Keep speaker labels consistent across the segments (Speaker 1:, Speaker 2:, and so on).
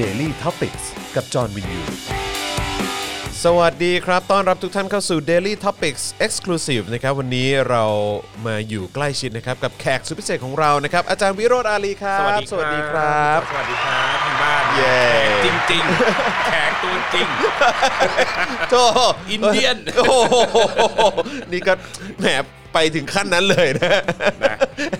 Speaker 1: Daily t o p i c กกับจอห์นวินยู
Speaker 2: สวัสดีครับ ต้อนรับทุกท่านเข้าสู่ Daily Topics Exclusive นะครับ วันนี้เรามาอยู่ใกล้ชิดนะครับ กับแขกสุดพิเศษของเรานะครับ อาจารย์วิโรธอาลีครับ สวัสดีครับ
Speaker 3: สวัสดีครับทางบ้าน
Speaker 2: เย้
Speaker 3: จริงจริงๆ แขกตัวจริง
Speaker 2: โธ่
Speaker 3: อินเดียน
Speaker 2: โอ้โหนี่ก็แหมไปถึงขั้นนั้นเลยนะ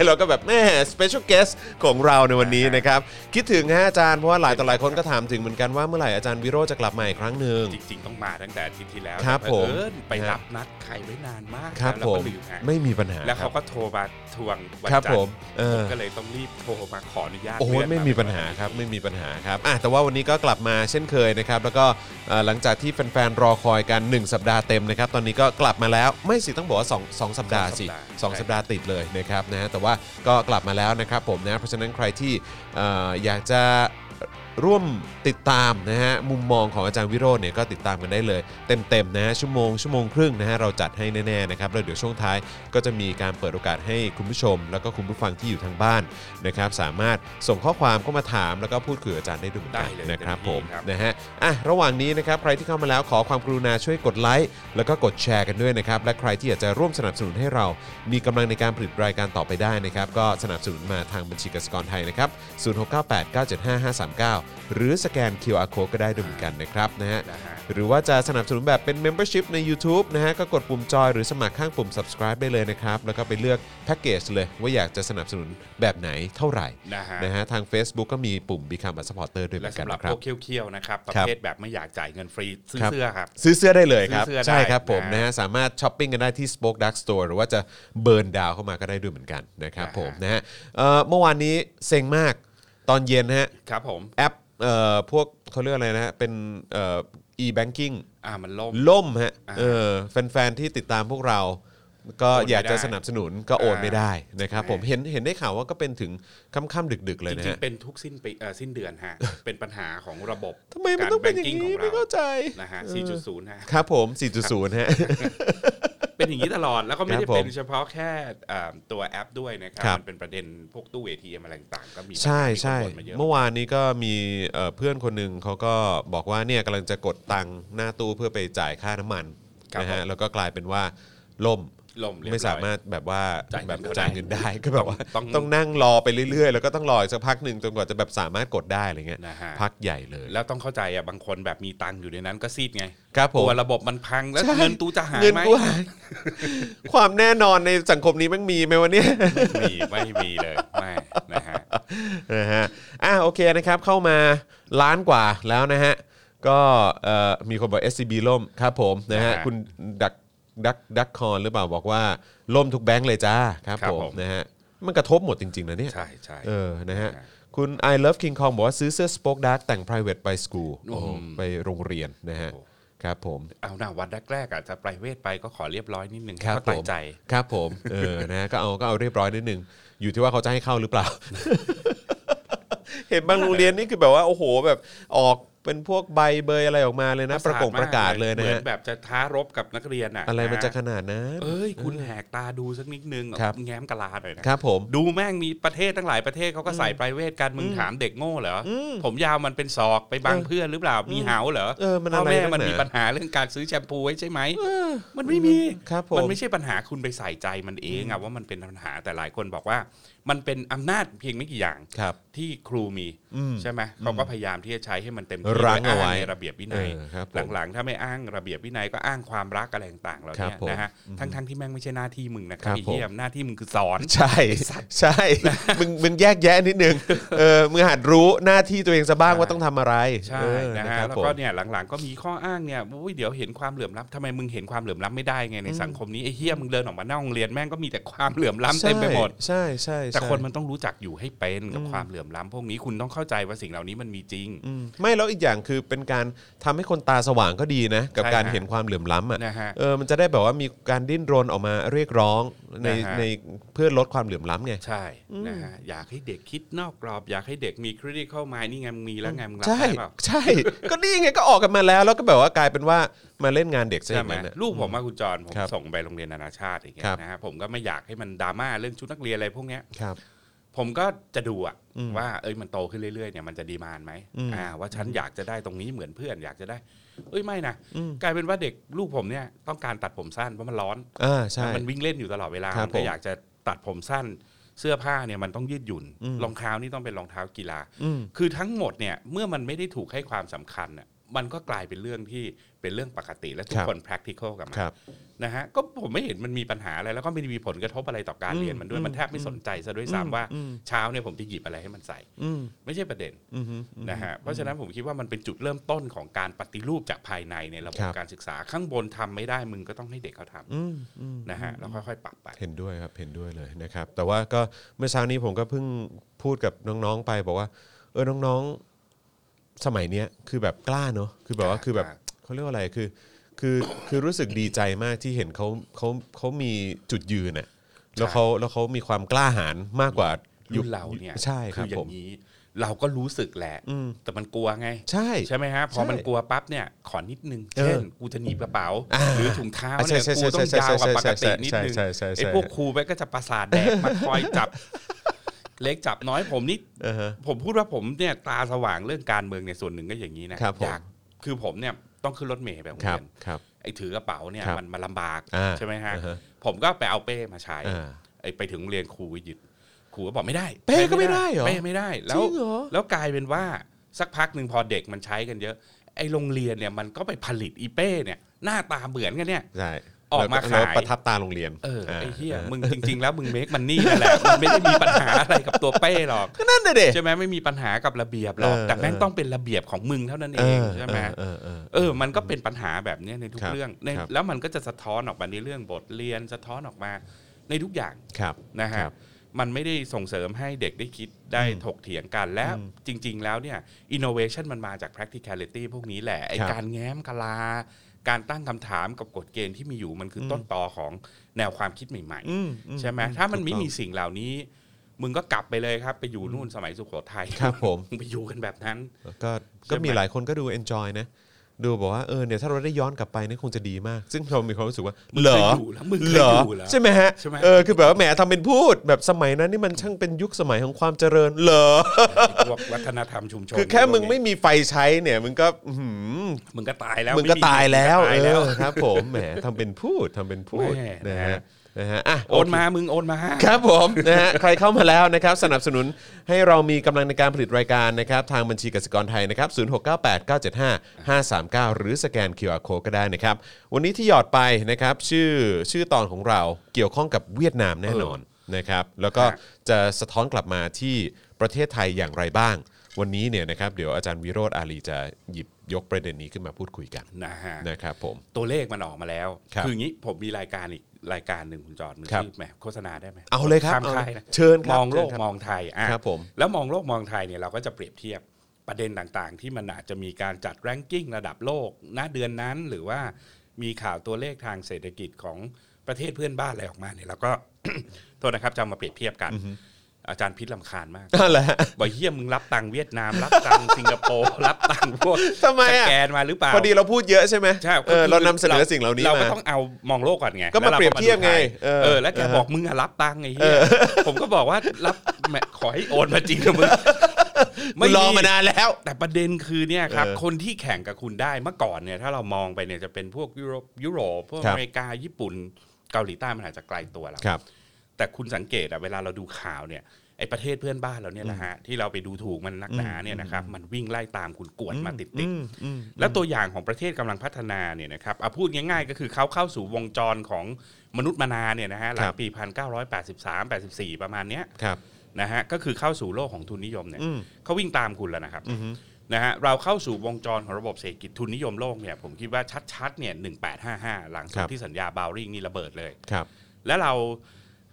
Speaker 2: เราก็แบบแม่ special guest ของเราในวันนี้นะครับ คิดถึงฮะอาจารย์เพราะว่าหลายต่อหลายคนก็ถามถึงเหมือนกันว่าเมื่อไหร่อาจารย์วิโรจน์จะกลับมาอีกครั้งหนึ่ง
Speaker 3: จริง ๆ ต้องมาตั้งแต่อาทิตย์ที่แล้ว
Speaker 2: ครับ
Speaker 3: แต่
Speaker 2: ผม
Speaker 3: เผอิญไป
Speaker 2: ครั
Speaker 3: รับ บนัดใครไว้นานมาก
Speaker 2: ครับ
Speaker 3: แล้ว
Speaker 2: ผ
Speaker 3: ก็
Speaker 2: ม
Speaker 3: ลืมฮะ
Speaker 2: ไม่มีปัญหา
Speaker 3: แล้ว
Speaker 2: ค
Speaker 3: เขา
Speaker 2: รับ
Speaker 3: ก็โทรมาทวงวัน
Speaker 2: ครั
Speaker 3: จั
Speaker 2: บ
Speaker 3: นท
Speaker 2: ผม
Speaker 3: ร์
Speaker 2: เออ
Speaker 3: ผมก็เลยต้องรีบโทรมาขออนุญาต
Speaker 2: โอ้โห
Speaker 3: เลื่อน
Speaker 2: ไม่มีปัญหาครับไม่มีปัญหาครับอ่ะแต่ว่าวันนี้ก็กลับมาเช่นเคยนะครับแล้วก็เอ่อหลังจากที่แฟนๆรอคอยกัน 1 สัปดาห์เต็มนะครับตอนนี้ก็กลับมาแล้วไม่สิต้องบอกว่า2งสัปดาห์สิสองสัปดาห์ติดเลยนะครับนะแต่ว่าก็กลับมาแล้วนะครับผมนะเพราะฉะนั้นใครที่เอ่ออยากจะร่วมติดตามนะฮะมุมมองของอาจารย์วิโรจน์เนี่ยก็ติดตามกันได้เลย เต็มๆนะฮะชั่วโมงชั่วโมงครึ่งนะฮะเราจัดให้แน่ๆนะครับแล้วเดี๋ยวช่วงท้ายก็จะมีการเปิดโอกาสให้คุณผู้ชม แล้วก็คุณผู้ฟังที่อยู่ทางบ้าน นะครับสามารถส่งข้อความเข้ามาถามแล้วก็พูดคุยกับอาจารย์ได้ด้วยเหมือนกันนะครับผมนะฮะอ่ะระหว่างนี้นะครับใครที่เข้ามาแล้วขอความกรุณาช่วยกดไลค์แล้วก็กดแชร์กันด้วยนะครับและใครที่อยากจะร่วมสนับสนุนให้เรา มีกำลังในการผลิตรายการต่อไปได้นะครับก็สนับสนุนมาทางบัญชีกสิกรไทยนะครับ0698975539 หรือสแกน QR code ก็ได้ด้วยเหมือนกันนะครับนะฮะ
Speaker 3: นะฮะ
Speaker 2: หรือว่าจะสนับสนุนแบบเป็น Membership ใน YouTube นะฮะ ก็กดปุ่มจอยหรือสมัครข้างปุ่ม subscribe ได้เลยนะครับ แล้วก็ไปเลือกแพ็กเกจเลย ว่าอยากจะสนับสนุนแบบไหนเท่าไหร่
Speaker 3: นะฮะ
Speaker 2: นะฮะ ทาง Facebook ก็มีปุ่ม Become a supporter ด้วยเหมื
Speaker 3: และ
Speaker 2: อนกัน
Speaker 3: สำหรับ
Speaker 2: นะครั
Speaker 3: พ
Speaker 2: บ
Speaker 3: วกเคี้ยวๆนะครับประ
Speaker 2: ครับ
Speaker 3: เภทแบบไม่อยากจ่ายเงินฟรีซื้อเสื้อครับ
Speaker 2: ซื้อเสื้อได้เลยครับ
Speaker 3: ซื้อเสื้อได้
Speaker 2: ใช่ครับผม
Speaker 3: นะ
Speaker 2: นะฮะสามารถช้อปปิ้งกันได้ที่ Spoke Dark Store หรือว่าจะเบิร์นดาวเข้ามาก็ได้ด้วยเหมือนกันนะครับ
Speaker 3: นะฮะ
Speaker 2: ผมนะฮะเอ่อเมื่อวานนี้เซ็งมากตอนเย็นนะฮะ
Speaker 3: ครับผม
Speaker 2: แอปเอ่อพวกเขาเรียกอะไรนะฮะเป็นเอ่อ e-banking
Speaker 3: อ่ามันล่ม
Speaker 2: ล่มฮะ
Speaker 3: อ่า
Speaker 2: เออแฟนๆที่ติดตามพวกเรา ก็
Speaker 3: โอนไม่
Speaker 2: อยากจะ
Speaker 3: ได้
Speaker 2: สนับสนุนก็โอน
Speaker 3: อ่า
Speaker 2: ไม่ได้นะครับ
Speaker 3: ใช่
Speaker 2: ผมเห็นเห็นได้ข่าวว่าก็เป็นถึงค่ำๆดึก ๆ เลย
Speaker 3: จ
Speaker 2: นะ
Speaker 3: ริง
Speaker 2: ฮะ
Speaker 3: ๆเป็นทุกสิ้นปีเอ่อสิ้นเดือนฮะ เป็นปัญหาของระบบ
Speaker 2: ทำไมมันต้องเป็นอย่างนี้
Speaker 3: กร banking
Speaker 2: ไม่เข้าใจ
Speaker 3: ของเรานะฮะ
Speaker 2: เออ
Speaker 3: 4.0ฮะ
Speaker 2: ครับผม 4.0 ฮะ
Speaker 3: เป็นอย่างนี้ตลอด แล้วก็
Speaker 2: ค
Speaker 3: ไม่
Speaker 2: รั
Speaker 3: ได้
Speaker 2: บผม
Speaker 3: เป็นเฉพาะแค่อ่าตัวแอปด้วยนะครั
Speaker 2: ครับ
Speaker 3: มันเป็นประเด็นพวกตู้เวทีอะไรต่างๆก็มี
Speaker 2: ใช่
Speaker 3: มีคน
Speaker 2: ใช่
Speaker 3: บ่นมาเยอะ
Speaker 2: เมื่อวานนี้ก็มีเอ่อเพื่อนคนหนึ่งเขาก็บอกว่าเนี่ยกำลังจะกดตังค์หน้าตู้เพื่อไปจ่ายค่าน้ำมันนะฮะแล้วก็กลายเป็นว่าล่ม
Speaker 3: ล่มเยบอย
Speaker 2: ไม่สามารถแบบว่า
Speaker 3: จ่ายเงิน
Speaker 2: แบบ
Speaker 3: เขาได้
Speaker 2: จ่ายเงินได้ ก็แบบว่า
Speaker 3: ต้อง
Speaker 2: ต้องนั่งรอไปเรื่อยๆ แล้วก็ต้องรออีกสักพักหนึ่งจนกว่าจะแบบสามารถกดได้อะไรเงี้ย
Speaker 3: นะฮะ
Speaker 2: พักใหญ่เลย
Speaker 3: แล้วต้องเข้าใจอ่ะบางคนแบบมีตังค์อยู่ในนั้นก็ซีดไง
Speaker 2: ครับ
Speaker 3: ก
Speaker 2: ผม
Speaker 3: ลัวระบบมันพังแล้ว
Speaker 2: ใช่
Speaker 3: เงินตู้จะหาย
Speaker 2: เงิน
Speaker 3: ไหม
Speaker 2: กูหาย ความแน่นอนในสังคมนี้มันมีไหมวันนี้
Speaker 3: ไม่มีไม่มีเลยไม่นะฮะ
Speaker 2: นะฮะอ่ะโอเคนะครับ เข้ามาล้านกว่าแล้วนะฮะ ก็เอ่อมีคนบอก SCB ล่มครับผมนะฮะ
Speaker 3: นะฮะ
Speaker 2: คุณดักดักดักคอนหรือเปล่าบอกว่าล่มทุกแบงค์เลยจ้าครับ
Speaker 3: ครับ
Speaker 2: ผม
Speaker 3: ผม
Speaker 2: นะฮะมันกระทบหมดจริงๆนะเนี่ย
Speaker 3: ใช่ใช่
Speaker 2: เออ นะฮะ
Speaker 3: ใช่
Speaker 2: คุณ I love King Kong บอกว่าซื้อเสื้อ Spoke Dark แต่ง private by school
Speaker 3: โอ้โห
Speaker 2: โอ้โหไปโรงเรียนนะฮะ ครับผม
Speaker 3: เอาหน้าวันแรกๆอาจจะไปเวทไปก็ขอเรียบร้อยนิดนึง
Speaker 2: ครับ
Speaker 3: เข้า
Speaker 2: ผ
Speaker 3: ใจ
Speaker 2: ม
Speaker 3: ใจ
Speaker 2: ครับผม เออ นะ ก็เอา ก็เอาเรียบร้อยนิดนึง อยู่ที่ว่าเขาจะให้เข้าหรือเปล่า เห็นบางโรงเรียนนี่คือแบบว่า โอ้โห แบบออกเป็นพวกใบเบยอะไรออกมาเลยนะ ประกงประกาศเลยนะ
Speaker 3: เหมือ
Speaker 2: ฮะ
Speaker 3: นแบบจะท้ารบกับนักเรียนอ่ะ
Speaker 2: อะไรมันจะข
Speaker 3: ฮ
Speaker 2: นาดนั้น
Speaker 3: เอ้ย คุณแหกตาดูสักนิดนึง
Speaker 2: ครับ
Speaker 3: แง้มกะลาหน่อยนะ
Speaker 2: ครับผม
Speaker 3: ดูแม่งมีประเทศตั้งหลายประเทศเขาก็ใส่ private กันมึงถามเด็กโง่เหรออ
Speaker 2: ม
Speaker 3: ผมยาวมันเป็นศอกไปบัง
Speaker 2: เออ
Speaker 3: เพื่อนหรือเปล่ามีหาวเหรอ
Speaker 2: เออมัน
Speaker 3: พ่อ
Speaker 2: อะไร
Speaker 3: แม่
Speaker 2: นัก
Speaker 3: มันมี
Speaker 2: หนา
Speaker 3: ปัญหาเรื่องการซื้อแชมพูไว้ใช่ไหม
Speaker 2: เออ
Speaker 3: มันไม่มี
Speaker 2: ครับผม
Speaker 3: มันไม่ใช่ปัญหาคุณไปใส่ใจมันเองอะว่ามันเป็นปัญหาแต่หลายคนบอกว่า มันเป็นอำนาจเพียงไม่กี่อย่าง
Speaker 2: ครับ
Speaker 3: ที่ครูมี
Speaker 2: อืม
Speaker 3: ใช่ไหมเขาก็พยายามที่จะใช้ให้มันเต็มที่
Speaker 2: รั้ง
Speaker 3: โดย
Speaker 2: เอาไว้
Speaker 3: ในระเบียบวินัย
Speaker 2: เออครับผม
Speaker 3: หลังๆ ถ้าไม่อ้างระเบียบวินัยก็อ้างความรักอะไรต่างๆเหล่า
Speaker 2: ครั
Speaker 3: นี้
Speaker 2: บผม
Speaker 3: นะฮะทั้งๆที่แม่งไม่ใช่หน้าที่มึงนะค
Speaker 2: ครั
Speaker 3: รับบ ไอ้เหี้ย
Speaker 2: ผม
Speaker 3: หน้าที่มึงคือสอน
Speaker 2: ใช่ ใช่ มึง มึงแยกแยะนิดนึง เออ มึงหัดรู้หน้าที่ตัวเองซะบ้างว่าต้องทำอะไร
Speaker 3: ใช่
Speaker 2: เออ
Speaker 3: นะฮะ
Speaker 2: ครับ
Speaker 3: แล้ว
Speaker 2: ผม
Speaker 3: ก็เนี่ยหลังๆก็มีข้ออ้างเนี่ยอุ้ยเดี๋ยวเห็นความเหลื่อมล้ำทำไมมึงเห็นความเหลื่อมล้ำไม่ได้ไงในสังคมนี้ไอ้เฮียมึงเดินออกมาหน้าโรงเรียนแม่งก็มีแต่ความเหลื่อมล้ำเต็มไปหมด
Speaker 2: ใช่ใช่ใช่
Speaker 3: แต่คนมันต้องรู้จักอยู่ให้เป็นกับความเหลื่อมล้ำพวกนี้คุณต้องเข้าใจว่าสิ่งเหล่านี้มันมีจริง
Speaker 2: อืมไม่แล้วอีกอย่างคือเป็นการทำให้คนตาสว่างก็ดีนะ กับ
Speaker 3: ใช่
Speaker 2: การ
Speaker 3: ฮะ
Speaker 2: เห็นความเหลื่อมล้ำอ่ะ
Speaker 3: นะฮะ
Speaker 2: เออมันจะได้แบบว่ามีการดิ้นรนออกมาเรียกร้องใน
Speaker 3: นะฮะ
Speaker 2: ในเพื่อลดความเหลื่อมล้ำไง
Speaker 3: ใช่นะฮะอยากให้เด็กคิดนอกกรอบอยากให้เด็กมี critical mind นี่ไงมึงมีแล้วไงมึงรับ
Speaker 2: ใช่
Speaker 3: ได้เปล่า
Speaker 2: ใช่ ก็นี่ไงก็ออกกันมาแล้ว แล้วก็แบบว่ากลายเป็นว่ามาเล่นงานเด็กซะอ
Speaker 3: ใช่
Speaker 2: ย่า
Speaker 3: ไห
Speaker 2: ง
Speaker 3: ม
Speaker 2: นั้นอะ
Speaker 3: ลูกผมมาคุณจรผม
Speaker 2: ครับ
Speaker 3: ส่งไปโรงเรียนนานาชาติอย่างเงี้
Speaker 2: ครั
Speaker 3: ย
Speaker 2: บ
Speaker 3: นะฮะผมก็ไม่อยากให้มันดราม่าเรื่องชุดนักเรียนอะไรพวกเนี้ย
Speaker 2: ครับ
Speaker 3: พ ผมก็จะดูอะว่าเอ้ยมันโตขึ้นเรื่อยๆเนี่ยมันจะดีมานไหมอ่าว่าฉันอยากจะได้ตรงนี้เหมือนเพื่อนอยากจะได้ เอ้ยไม่นะกลายเป็นว่าเด็กลูกผมเนี่ยต้องการตัดผมสั้นเพราะมันร้อน
Speaker 2: อ่าใช่
Speaker 3: มันวิ่งเล่นอยู่ตลอดเวลา
Speaker 2: ครับ
Speaker 3: มันก็
Speaker 2: ผม
Speaker 3: อยากจะตัดผมสั้น เสื้อผ้าเนี่ยมันต้องยืดหยุ่น รองเท้านี่ต้องเป็นรองเท้ากีฬา
Speaker 2: อืม
Speaker 3: คือทั้งหมดเนี่ยเมื่อมันไม่ได้ถูกให้ความสำคัญน่ะมันก็กลายเป็นเรื่องที่เป็นเรื่องปกติและทุกคน practical กับมั
Speaker 2: ครับ
Speaker 3: นะฮะก็ผมไม่เห็นมันมีปัญหาอะไรแล้วก็ไม่ได้มีผลกระทบอะไรต่อการเรียนมันด้วยมันแทบไม่สนใจซะด้วยซ้ำว่าเช้าเนี่ยผมจะหยิบอะไรให้มันใส่
Speaker 2: อืม
Speaker 3: ไม่ใช่ประเด็น
Speaker 2: อืมฮึ
Speaker 3: นะฮะเพราะฉะนั้นผมคิดว่ามันเป็นจุดเริ่มต้นของการปฏิรูปจากภายในในระบ
Speaker 2: ค
Speaker 3: บ
Speaker 2: รับ
Speaker 3: การศึกษาข้างบนทำไม่ได้มึงก็ต้องให้เด็กเขาทำ
Speaker 2: อืมอืม
Speaker 3: นะฮะแล้วค่อยๆ ปรับไป
Speaker 2: เห็นด้วยครับเห็นด้วยเลยนะครับ แต่ว่าก็เมื่อเช้านี้ผมก็เพิ่งพูดกับน้องๆไปบอกว่า เออน้องๆสมัยเนี้ยคือแบบกล้าเนอะคือแบบว่า
Speaker 3: ครับ
Speaker 2: คือแบบ
Speaker 3: ครับ
Speaker 2: เขาเรียกว่าอะไรคือ คือคือรู้สึกดีใจมากที่เห็นเขาเขาเขามีจุดยืนน่ะแล้วเขาแล้วเขามีความกล้าหาญมากกว่ายุ
Speaker 3: รุ่นเราเนี่ย
Speaker 2: ใช่ค
Speaker 3: คื
Speaker 2: รับผ
Speaker 3: ออย่าม งนี้ เราก็รู้สึกแหละ แต่มันกลัวไง
Speaker 2: ใช่
Speaker 3: ใช่ไหมฮะพอ
Speaker 2: ใช่
Speaker 3: มันกลัวปั๊บเนี่ยขอนิดนึง
Speaker 2: เออ
Speaker 3: เช่น กูจะหนีบกระเป๋า หรือถุงเท้า
Speaker 2: อ่ะใช่
Speaker 3: เนี่ย
Speaker 2: ใช่
Speaker 3: กูต้องยาวกว่าปกตินิดนึง
Speaker 2: ใช่ใช่ใช่ใช่ใช่
Speaker 3: ไอ้พวกครูไปก็จะประสาทแดกมาคอยจับ เล็กจับน้อยผมนี่
Speaker 2: อ่าฮะ
Speaker 3: ผมพูดว่าผมเนี่ยตาสว่างเรื่องการเมืองในยส่วนหนึ่งก็อย่างนี้นะครับ
Speaker 2: ผม
Speaker 3: อยากคือผมเนี่ยต้องขึ้นรถเมล์แบบ
Speaker 2: ครับ
Speaker 3: น
Speaker 2: ครับ
Speaker 3: ไอ้ถือกระเป๋าเนี่ย
Speaker 2: ครับ
Speaker 3: มันมันลำบาก
Speaker 2: อ่า
Speaker 3: ใช่ไหมฮะ
Speaker 2: อ่าฮะ
Speaker 3: ผมก็ไปเอาเป้มาใช้
Speaker 2: อ่า
Speaker 3: ไอ้ไปถึงโรงเรียนครูก็หยิบครูก็บอกไม่ได้
Speaker 2: เป้ก็ไม่ได้เหรอ
Speaker 3: เป้ไม่ได้แล้
Speaker 2: จ
Speaker 3: ว
Speaker 2: ริงเหรอ
Speaker 3: แล้วกลายเป็นว่าสักพักหนึ่งพอเด็กมันใช้กันเยอะ ไอ้โรงเรียนเนี่ยมันก็ไปผลิตอีเป้เนี่ยหน้าตาเหมือนกันเนี่ย
Speaker 2: ใช่
Speaker 3: ออกมาขาย
Speaker 2: แล้วประทับตาโรงเรียน
Speaker 3: เออไอ้เฮีย
Speaker 2: า
Speaker 3: มึงจริง ๆ แล้วมึงเมคมันนี่นั่นแหละมันไม่ได้มีปัญหาอะไรกับตัวเป้หรอก
Speaker 2: ก็นั่นน่ะเด็
Speaker 3: ใช่ไหมไม่มีปัญหากับระเบียบหรอก
Speaker 2: เออ
Speaker 3: แต่แม่งต้องเป็นระเบียบของมึงเท่านั้นเองใช่ไหม
Speaker 2: เออเออ
Speaker 3: เออ มันก็เป็นปัญหาแบบเนี้ยในทุก
Speaker 2: ครับ
Speaker 3: เรื่องใน
Speaker 2: ครับ
Speaker 3: แล้วมันก็จะสะท้อนออกมาในเรื่องบทเรียนสะท้อนออกมาในทุกอย่าง
Speaker 2: ครับ
Speaker 3: นะ
Speaker 2: ค
Speaker 3: ฮะ
Speaker 2: รับ
Speaker 3: มันไม่ได้ส่งเสริมให้เด็กได้คิดได้ถกเถียงกันและจริง ๆ แล้วเนี่ย innovation มันมาจาก practicality พวกนี้แหละไอ
Speaker 2: ครับ
Speaker 3: การแง้มกะลา การตั้งคำถามกับกฎเกณฑ์ที่มีอยู่มันคือต้นตอของแนวความคิดใหม่
Speaker 2: อืมอืม
Speaker 3: ๆ ใช่ไหมถ้ามันไม่
Speaker 2: ถูกต้อง
Speaker 3: มีสิ่งเหล่านี้ มึงก็กลับไปเลยครับ ไปอยู่นู่นสมัยสุโขทัย
Speaker 2: ครับผม
Speaker 3: มึงไปอยู่กันแบบนั้น
Speaker 2: ก็
Speaker 3: ใช่
Speaker 2: ก็
Speaker 3: ไหม
Speaker 2: มีหลายคนก็ดู enjoy นะ ดูบอกว่าเออเนี่ยถ้าเราได้ย้อนกลับไปเนี่ยคงจะดีมาก ซึ่งเรามีความรู้สึกว่าเหรอ
Speaker 3: เคยอยู่แล้วมึงเคย
Speaker 2: เหรอ
Speaker 3: อยู่แล้ว
Speaker 2: ใช่ไหมฮะ
Speaker 3: ใช่ไหม
Speaker 2: เออคือแบบว่าแหมทำเป็นพูดแบบสมัยนั้นนี่มันช่างเป็นยุคสมัยของความเจริญเหรอ
Speaker 3: ไอ้พวกวัฒนธรรมชุมชน
Speaker 2: คือแค่
Speaker 3: พวกนี้
Speaker 2: มึงไม่มีไฟใช้เนี่ย มึงก็อื้อหือ
Speaker 3: มึงก็ตายแล้ว
Speaker 2: มึงก็
Speaker 3: ไ
Speaker 2: ตายแล้ว
Speaker 3: มึงก็ตายแล้ว
Speaker 2: เออครับ ผมแหมทำเป็นพูดทำเป็นพูด
Speaker 3: แหม่
Speaker 2: นะฮะนะฮะอ่ะ
Speaker 3: โอนมามึงโอนมา
Speaker 2: ครับผม นะฮะใครเข้ามาแล้วนะครับ สนับสนุนให้เรามีกำลังในการผลิตรายการนะครับ ทางบัญชีกสิกรไทยนะครับ0698 975 539 หรือสแกน QR Code ก็ได้นะครับ วันนี้ที่หยอดไปนะครับ ชื่อชื่อตอนของเราเกี่ยวข้องกับเวียดนามแน่นอนนะครับ แล้วก็
Speaker 3: ครับ
Speaker 2: จะสะท้อนกลับมาที่ประเทศไทยอย่างไรบ้าง วันนี้เนี่ยนะครับ เดี๋ยวอาจารย์วิโรธอาลีจะหยิบยกประเด็นนี้ขึ้นมาพูดคุยกัน
Speaker 3: นะฮะ
Speaker 2: นะครับผม
Speaker 3: ตัวเลขมันออกมาแล้ว
Speaker 2: ครับ
Speaker 3: ออย่างนี้ผมมีรายการอีกรายการหนึ่งคุณจอดมัน
Speaker 2: ครับ
Speaker 3: ชื่อแหมโฆษณาได้ไหม
Speaker 2: เอาเลยครับ
Speaker 3: ข้าม
Speaker 2: เอาเลย
Speaker 3: ค่ายนะ
Speaker 2: เชิญครับ
Speaker 3: มองโลก
Speaker 2: เชิญครับ
Speaker 3: มองไทยอ่ะ
Speaker 2: ครับผม
Speaker 3: แล้วมองโลกมองไทยเนี่ยเราก็จะเปรียบเทียบประเด็นต่างๆ ที่มันอาจจะมีการจัดแรงกิ้งระดับโลกณเดือนนั้นหรือว่ามีข่าวตัวเลขทางเศรษฐกิจของประเทศเพื่อนบ้านอะไรออกมาเนี่ยเราก็ โทษนะครับจะเอามาเปรียบเทียบกัน อาจารย์พิษลำคาญมาก
Speaker 2: นั่นแหละ
Speaker 3: บ่อยเฮียมึงรับตังค์เวียดนาม รับตังค์ สิงคโปร์รับตังค์พวก
Speaker 2: ทำไมอะ
Speaker 3: สแกนมาหรือเปล่า
Speaker 2: พอดีเราพูดเยอะใช่ไหม
Speaker 3: ใช่
Speaker 2: เออเรานำเสนอสิ่งเหล่านี้
Speaker 3: เรา
Speaker 2: มา
Speaker 3: ก็ต้องเอามองโลกก่อนไง
Speaker 2: ก็มา
Speaker 3: แล้
Speaker 2: เปรียบเทียบไง
Speaker 3: เอ
Speaker 2: เออ
Speaker 3: อเออแล้วแกบอกมึงอะรับตังค์ไอ้เหี้ยผมก็บอกว่ารับ แหมขอให้โอนมาจริงนะมึง
Speaker 2: กูรอ มานานแล้ว
Speaker 3: แต่ประเด็นคือเนี่ยครับ
Speaker 2: เออ
Speaker 3: คนที่แข่งกับคุณได้เมื่อก่อนเนี่ย ถ้าเรามองไปเนี่ยจะเป็นพวกยุโรปยุโรปพวก
Speaker 2: ครั
Speaker 3: อบ เมริกาญี่ปุ่นเกาหลีใต้มันอาจจะไกลตัวเรา
Speaker 2: ครับ
Speaker 3: แต่คุณสังเกตอะเวลาเราดูข่าวเนี่ยไอประเทศเพื่อนบ้านเราเนี่ยนะฮะที่เราไปดูถูกมันนักหนาเนี่ยนะครับมันวิ่งไล่ตามคุณกวนมาติดติดๆแล้วตัวอย่างของประเทศกำลังพัฒนาเนี่ยนะครับเอาพูดง่ายๆ ก็คือเขาเข้าสู่วงจรของมนุษย์มนาเนี่ยนะฮะหลั
Speaker 2: ครั
Speaker 3: ง
Speaker 2: บ
Speaker 3: ปี 1983 84 ประมาณเนี้ย
Speaker 2: ครับ
Speaker 3: นะฮะก็คือเข้าสู่โลกของทุนนิยมเนี่ย
Speaker 2: อืม
Speaker 3: เขาวิ่งตามคุณแล้วนะครับนะฮะเราเข้าสู่วงจรของระบบเศรษฐกิจทุนนิยมโลกเนี่ยผมคิดว่าชัดๆเนี่ย1855 หลังจากที่สัญญาบาวริงนี่ระเบิดเลย
Speaker 2: ครับ
Speaker 3: และเรา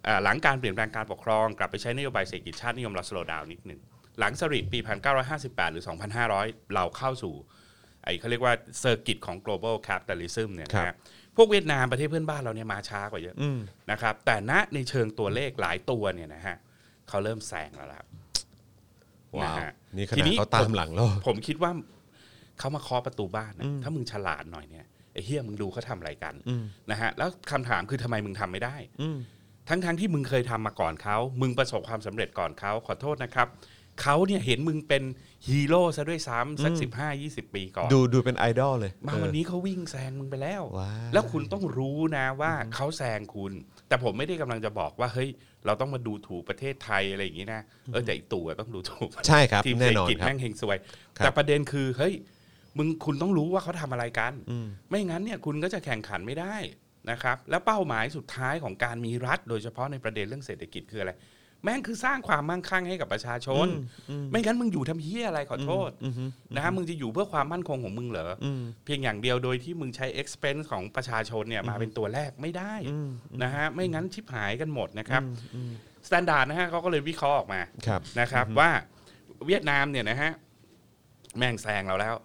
Speaker 3: เอ่อหลังการเปลี่ยนแปลงการปกครอง กลับไปใช้นโยบายเศรษฐกิจชาตินิยมเราสโลดาวนิดหนึ่งหลังสริตปี 1958 หรือ 2500 เราเข้าสู่ไอ้เขาเรียกว่าเซอร์กิตของ global capitalism เนี่ยนะ
Speaker 2: ครั
Speaker 3: ฮะ
Speaker 2: บ
Speaker 3: พวกเวียดนามประเทศเพื่อนบ้านเราเนี่ยมาช้ากว่าเยอะนะครับแต่ณในเชิงตัวเลขหลายตัวเนี่ยนะฮะเขาเริ่มแซงแล้วล่ะ
Speaker 2: ว้า
Speaker 3: ะ
Speaker 2: ว
Speaker 3: ฮะ
Speaker 2: นี่ข
Speaker 3: ที
Speaker 2: นาดเขาตามหลังเรา
Speaker 3: ผมคิดว่าเขามาเคาะประตูบ้านนะถ้ามึงฉลาดหน่อยเนี่ยไอ้เฮียมึงดูเขาทำอะไรกันนะฮะแล้วคำถามคือทำไมมึงทำไม่ได้ ทั้งๆที่มึงเคยทำมาก่อนเขา มึงประสบความสำเร็จก่อนเขา ขอโทษนะครับ เขาเนี่ยเห็นมึงเป็นฮีโร่ซะด้วยซ้ำสักสิบห้ายี่สิบปีก่อน
Speaker 2: ดูดูเป็นไอดอลเลย
Speaker 3: มา
Speaker 2: เออ
Speaker 3: วันนี้เขาวิ่งแซงมึงไปแล้ว
Speaker 2: ว้าว
Speaker 3: แล้วคุณต้องรู้นะว่าเขาแซงคุณ แต่ผมไม่ได้กำลังจะบอกว่าเฮ้ยเราต้องมาดูถูกประเทศไทยอะไรอย่างนี้นะ เออแต่อีกตู่อะต้องดูถูก
Speaker 2: ใช่ครับ
Speaker 3: ทีม
Speaker 2: แน่
Speaker 3: เศรษฐ
Speaker 2: นอน
Speaker 3: กิจ
Speaker 2: ครับ
Speaker 3: แม่งเฮงซวย
Speaker 2: ครับ
Speaker 3: แต่ประเด็นคือเฮ้ยมึงคุณต้องรู้ว่าเขาทำอะไรกัน ไม่งั้นเนี่ยคุณก็จะแข่งขันไม่ได้นะครับ แล้วเป้าหมายสุดท้ายของการมีรัฐ โดยเฉพาะในประเด็นเรื่องเศรษฐกิจคืออะไร แม่งคือสร้างความมั่งคั่งให้กับประชาชน ไม่งั้นมึงอยู่ทำเฮียอะไรขอโทษนะฮะมึงจะอยู่เพื่อความมั่นคงของมึงเหรออเพียงอย่างเดียวโดยที่มึงใช้ expense ของประชาชนเนี่ยมาเป็นตัวแรกไม่ได้นะฮะไม่งั้นชิบหายกันหมดนะครับสแตนดาร์ดนะฮะเขาก็เลยวิเคราะห์ออกมา
Speaker 2: ครับ
Speaker 3: นะครับว่าเวียดนามเนี่ยนะฮะแม่งแซงเราแล้ว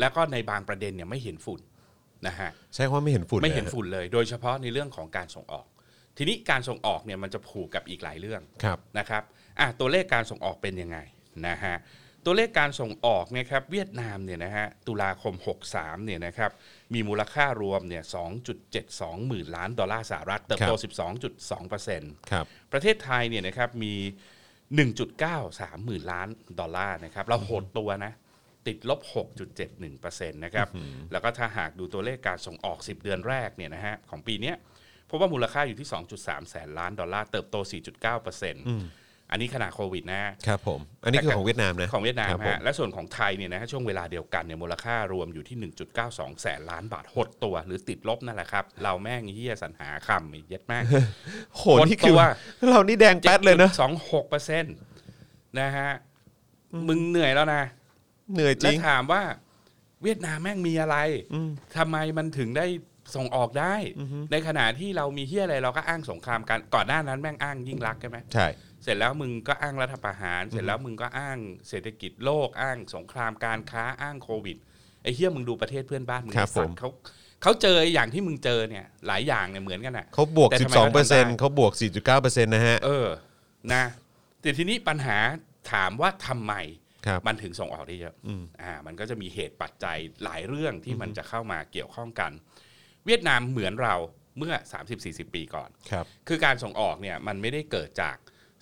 Speaker 3: แล้วก็ในบางประเด็นเนี่ยไม่เห็นฝุ่นนะฮะ
Speaker 2: ใช้คำว่าไม่เห็นฝุ่น
Speaker 3: ไม่เห็น
Speaker 2: ลยะ
Speaker 3: ฝุ่นเลย โดยเฉพาะในเรื่องของการส่งออก ทีนี้การส่งออกเนี่ยมันจะผูกกับอีกหลายเรื่อง
Speaker 2: ครับ
Speaker 3: นะครับอ่ะตัวเลขการส่งออกเป็นยังไงนะฮะ ตัวเลขการส่งออกเนี่ยครับเวียดนามเนี่ยนะฮะตุลาคม 63เนี่ยนะครับมีมูลค่ารวมเนี่ย2.72 หมื่นล้านดอลลาร์สหรัฐเติบโต
Speaker 2: ครับ
Speaker 3: 12.2%
Speaker 2: ครับ
Speaker 3: ประเทศไทยเนี่ยนะครับมี 1.93 หมื่นล้านดอลลาร์นะครับเราหดตัวนะ ติดลบ 6.71%นะครับแล้วก็ถ้าหากดูตัวเลขการส่งออก 10 เดือนแรกเนี่ยนะฮะของปีเนี้ยพบว่ามูลค่าอยู่ที่ 2.3 แสนล้านดอลลาร์เติบโต 4.9%อันนี้ขณะโควิดนะ
Speaker 2: ครับผม อันนี้คือของเวียดนามนะ
Speaker 3: ของเวียดนาม
Speaker 2: ครับผ
Speaker 3: ฮะและส่วนของไทยเนี่ยนะฮะช่วงเวลาเดียวกันเนี่ยมูลค่ารวมอยู่ที่ 1.92 แสนล้านบาทหดตัว หรือติดลบนั่นแหละครับเราแม่งเฮียสรรหาคำไอ้เย็ดแม่ง
Speaker 2: โหนี่คือ
Speaker 3: คนตัว
Speaker 2: เรานี่แดงแป๊ดเลยนะ
Speaker 3: สองหกเปอร์เซ็นต์นะฮะ มึงเหนื่อยแล้วนะ
Speaker 2: เหนื่อยจ
Speaker 3: แล้
Speaker 2: ริ
Speaker 3: ว
Speaker 2: ง
Speaker 3: ถามว่าเวียดนามแม่งมีอะไรทำไมมันถึงได้ส่งออกได้ ในขณะที่เรามีเฮียอะไรเราก็อ้างสงครามกันก่อนหน้านั้นแม่งอ้างยิ่งรักษณ์ใช่ไหม
Speaker 2: ใช่
Speaker 3: เสร็จแล้วมึงก็อ้างรัฐประหาร เสร็จแล้วมึงก็อ้างเศรษฐกิจโลกอ้างสงครามการค้าอ้างโควิดไอ้เฮียมึงดูประเทศเพื่อนบ้านมึง
Speaker 2: ครับ
Speaker 3: ไอ้สัต
Speaker 2: ผม
Speaker 3: ว์เขาเขาเจออย่างที่มึงเจอเนี่ย หลายอย่างเนี่ยเหมือนกันอ่ะ
Speaker 2: เขาบวก
Speaker 3: แต่ทำไมเขาทำได้
Speaker 2: 12%เขาบวก 4.9%นะฮะ
Speaker 3: เออ นะ แต่ทีนี้ปัญหาถามว่าทำไม
Speaker 2: ครับ
Speaker 3: มันถึงส่งออกได้เยอะ อ่า มันก็จะมีเหตุปัจจัยหลายเรื่องที่มันจะเข้ามาเกี่ยวข้องกัน เวียดนามเหมือนเราเมื่อ 30-40 ปีก่อน
Speaker 2: ครับ
Speaker 3: คือการส่งออกเนี่ยมันไม่ได้เกิดจาก